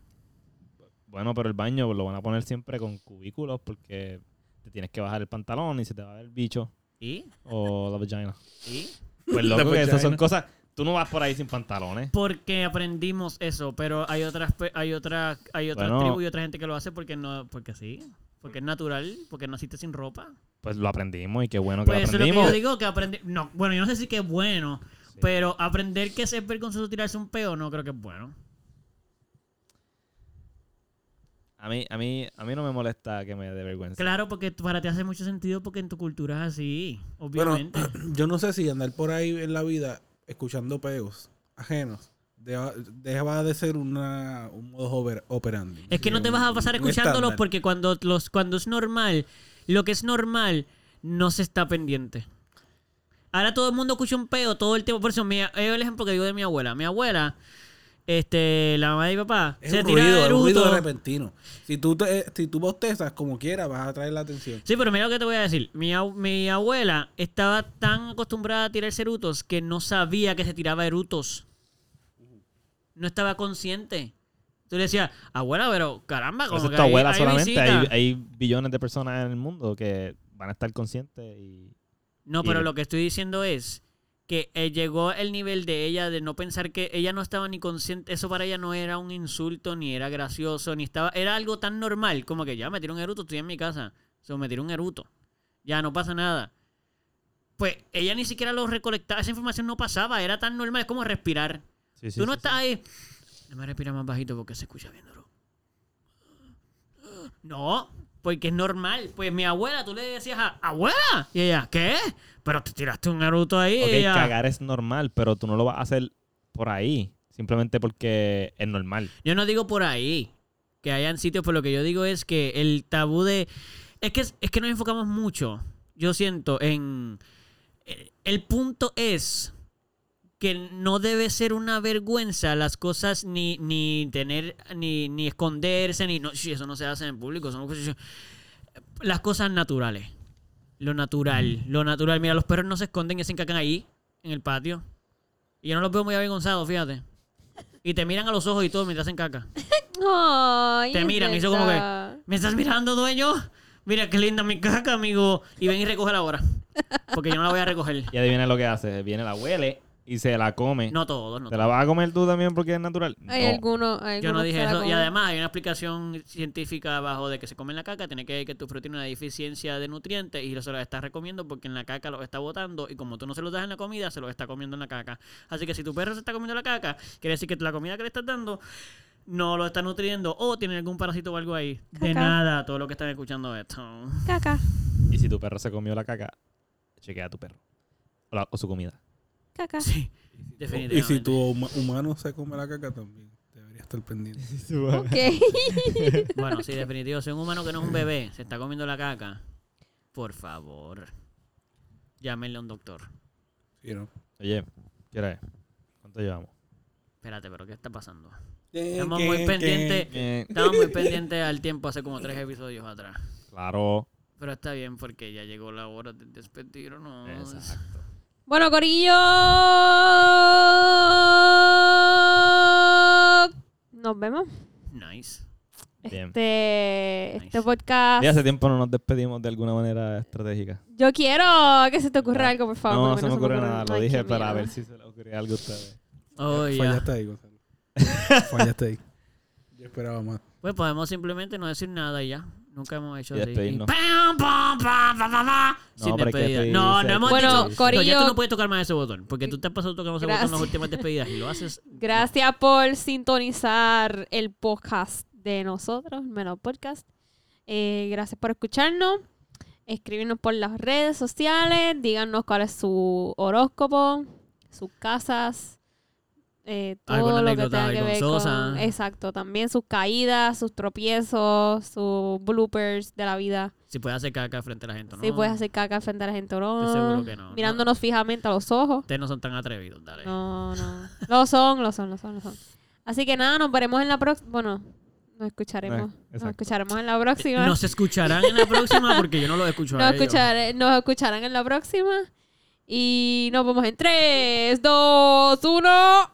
C: Bueno, pero el baño lo van a poner siempre con cubículos porque te tienes que bajar el pantalón y se te va a ver el bicho
A: ¿Y?
C: o la vagina.
A: ¿Y?
C: (laughs) Pues
D: La
C: loco, que esas son
D: vagina.
C: cosas... Tú no vas por ahí sin pantalones.
A: Porque aprendimos eso, pero hay otras pe- hay otras hay otras
C: Bueno.
A: tribus y otra gente que lo hace porque no porque sí, porque es natural, porque naciste sin ropa.
C: Pues lo aprendimos y qué bueno que
A: Pues
C: lo
A: eso es lo que
C: aprendimos.
A: yo digo que aprender no, bueno, yo no sé si que es bueno, pero aprender que es vergonzoso tirarse un peo no creo que es bueno.
C: A mí, a, mí, a mí no me molesta que me dé vergüenza.
A: Claro, porque t- para ti hace mucho sentido porque en tu cultura es así, obviamente.
D: (clears throat) Yo no sé si andar por ahí en la vida escuchando peos ajenos deba- dejaba de ser una, un modo over- operandi.
A: es que no te vas a pasar
D: Un
A: escuchándolos
D: estándar.
A: porque cuando los cuando es normal, lo que es normal no se está pendiente. Ahora todo el mundo escucha un peo todo el tiempo. Por eso mi- es el ejemplo que digo de mi abuela. Mi abuela, este, la mamá de mi papá,
D: Es
A: se
D: un
A: tira
D: ruido, es un ruido
A: eructo.
D: repentino. Si tú, te, si tú bostezas como quieras, vas a atraer la atención.
A: Sí, pero mira lo que te voy a decir. Mi, au- mi abuela estaba tan acostumbrada a tirar erutos que no sabía que se tiraba erutos. No estaba consciente. Tú le decías, abuela, pero caramba,
C: Pero
A: como
C: eso
A: que
C: es tu
A: hay-
C: abuela
A: hay
C: solamente.
A: visita".
C: Hay, hay billones de personas en el mundo que van a estar conscientes y...
A: No, pero
C: Y-
A: lo que estoy diciendo es que eh, llegó el nivel de ella de no pensar que ella no estaba ni consciente, eso para ella no era un insulto, ni era gracioso, ni estaba, era algo tan normal como que ya me tiró un eruto, estoy en mi casa, se me tiró un eruto, ya no pasa nada. Pues ella ni siquiera lo recolectaba, esa información no pasaba, era tan normal, es como respirar.
C: Sí, sí,
A: Tú no
C: sí,
A: estás ahí. No me respira más bajito porque se escucha bien duro. No, porque es normal. Pues mi abuela, tú le decías a abuela. Y ella, ¿qué? Pero te tiraste un eruto ahí.
C: Ok,
A: y ella,
C: cagar es normal, pero tú no lo vas a hacer por ahí, simplemente porque es normal.
A: Yo no digo por ahí que hayan sitios, pero lo que yo digo es que el tabú de. Es que, es que nos enfocamos mucho, yo siento, en. el- El punto es que no debe ser una vergüenza las cosas ni, ni tener, ni, ni esconderse, ni no, "Sí, eso no se hace en público, son cosas- las cosas naturales. Lo natural, lo natural. Mira, los perros no se esconden y se encacan ahí, en el patio. Y yo no los veo muy avergonzados, fíjate. Y te miran a los ojos y todo mientras hacen caca.
B: Ay,
A: Te
B: es
A: miran, me hizo como que,
B: verdad.
A: ¿me estás mirando, dueño? Mira qué linda mi caca, amigo. Y ven y recoge ahora. Porque yo no la voy a recoger.
C: Y adivina lo que hace, viene la huele y se la come.
A: No todos, no
C: ¿Te
A: todos.
C: la vas a comer tú también porque es natural?
B: Hay
C: No.
B: algunos. hay
A: Yo no
B: algunos que
A: dije
B: se la
A: eso. Y
B: comen.
A: además hay una explicación científica abajo de que se comen la caca. Tiene que ver que tu proteína una deficiencia de nutrientes y se los estás recomiendo porque en la caca los está botando. Y como tú no se los das en la comida, se los está comiendo en la caca. Así que si tu perro se está comiendo la caca, quiere decir que la comida que le estás dando no lo está nutriendo o tiene algún parásito o algo ahí. De
B: Caca.
A: nada, todo lo que están escuchando esto. (laughs)
B: Caca,
C: Y si tu perro se comió la caca, chequea a tu perro. O, la- o su comida.
A: (laughs)
B: caca.
A: Sí,
D: Y
A: definitivamente.
D: si tu huma- humano se come la caca también, debería estar pendiente.
B: Ok. (laughs)
A: Bueno, sí, definitivo. Si un humano que no es un bebé se está comiendo la caca, por favor, llámenle a un doctor.
D: ¿sí, no?
C: Oye, ¿qué hora es? ¿Cuánto llevamos?
A: Espérate, pero ¿qué está pasando? Estamos muy pendientes. Estábamos muy pendientes al tiempo hace como tres episodios atrás.
C: Claro.
A: Pero está bien porque ya llegó la hora de despedirnos.
C: Exacto.
B: Bueno, Corillo. Nos vemos.
A: Nice.
C: Bien.
B: Este, este
A: Nice.
B: podcast.
C: Y hace tiempo no nos despedimos de alguna manera estratégica.
B: Yo quiero que se te ocurra algo, por favor.
C: No, no
B: porque
C: se me ocurre nada. Lo
B: Ay,
C: dije
B: qué
C: para
B: miedo.
C: ver si se le ocurría algo a ustedes.
A: Oh, ya.
D: Fallaste ahí, Gonzalo.
A: (laughs)
D: Fallaste ahí. Yo esperaba más.
A: Pues podemos simplemente no decir nada y ya. Nunca hemos hecho
C: Y
A: así.
C: despedirnos.
A: ¡Pam, pam, pam, pam, pam, pam! Sin
C: No, pero hay que
A: despedida.
C: despedirse,
A: No,
C: hay
A: no
C: que
A: hemos
B: Bueno,
A: dicho. No, ya
B: Corillo-
A: tú no puedes tocar más ese botón. Porque tú te has pasado tocando ese botón en
B: Gracias.
A: las últimas despedidas y lo haces.
B: Gracias por sintonizar el podcast de nosotros, Menor Podcast. Eh, gracias por escucharnos. Escríbenos por las redes sociales. Díganos cuál es su horóscopo, sus casas, eh,
A: Alguna
B: todo lo que
A: anécdota
B: tenga que ver
A: vergonzosa.
B: con... Exacto, también sus caídas, sus tropiezos, sus bloopers de la vida.
A: Si puedes hacer caca frente a la gente, ¿no?
B: Si puedes hacer caca frente a la gente o no.
A: Estoy seguro que no, no.
B: Mirándonos fijamente a los ojos.
A: Ustedes no son tan atrevidos, dale.
B: No, no. Lo son, lo son, lo son, lo son. Así que nada, nos veremos en la próxima. Bueno, nos escucharemos.
C: Eh,
B: nos
C: exacto.
B: escucharemos en la próxima.
A: Nos escucharán en la próxima porque yo no los
B: (laughs)
A: escucho a
B: nos,
A: ellos.
B: escuchar- nos escucharán en la próxima. Y nos vemos en 3, 2, 1.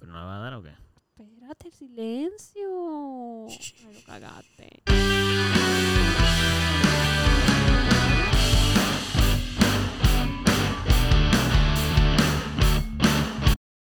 A: ¿Pero no la va a dar o qué?
B: Espérate, el silencio. Ay, lo cagaste.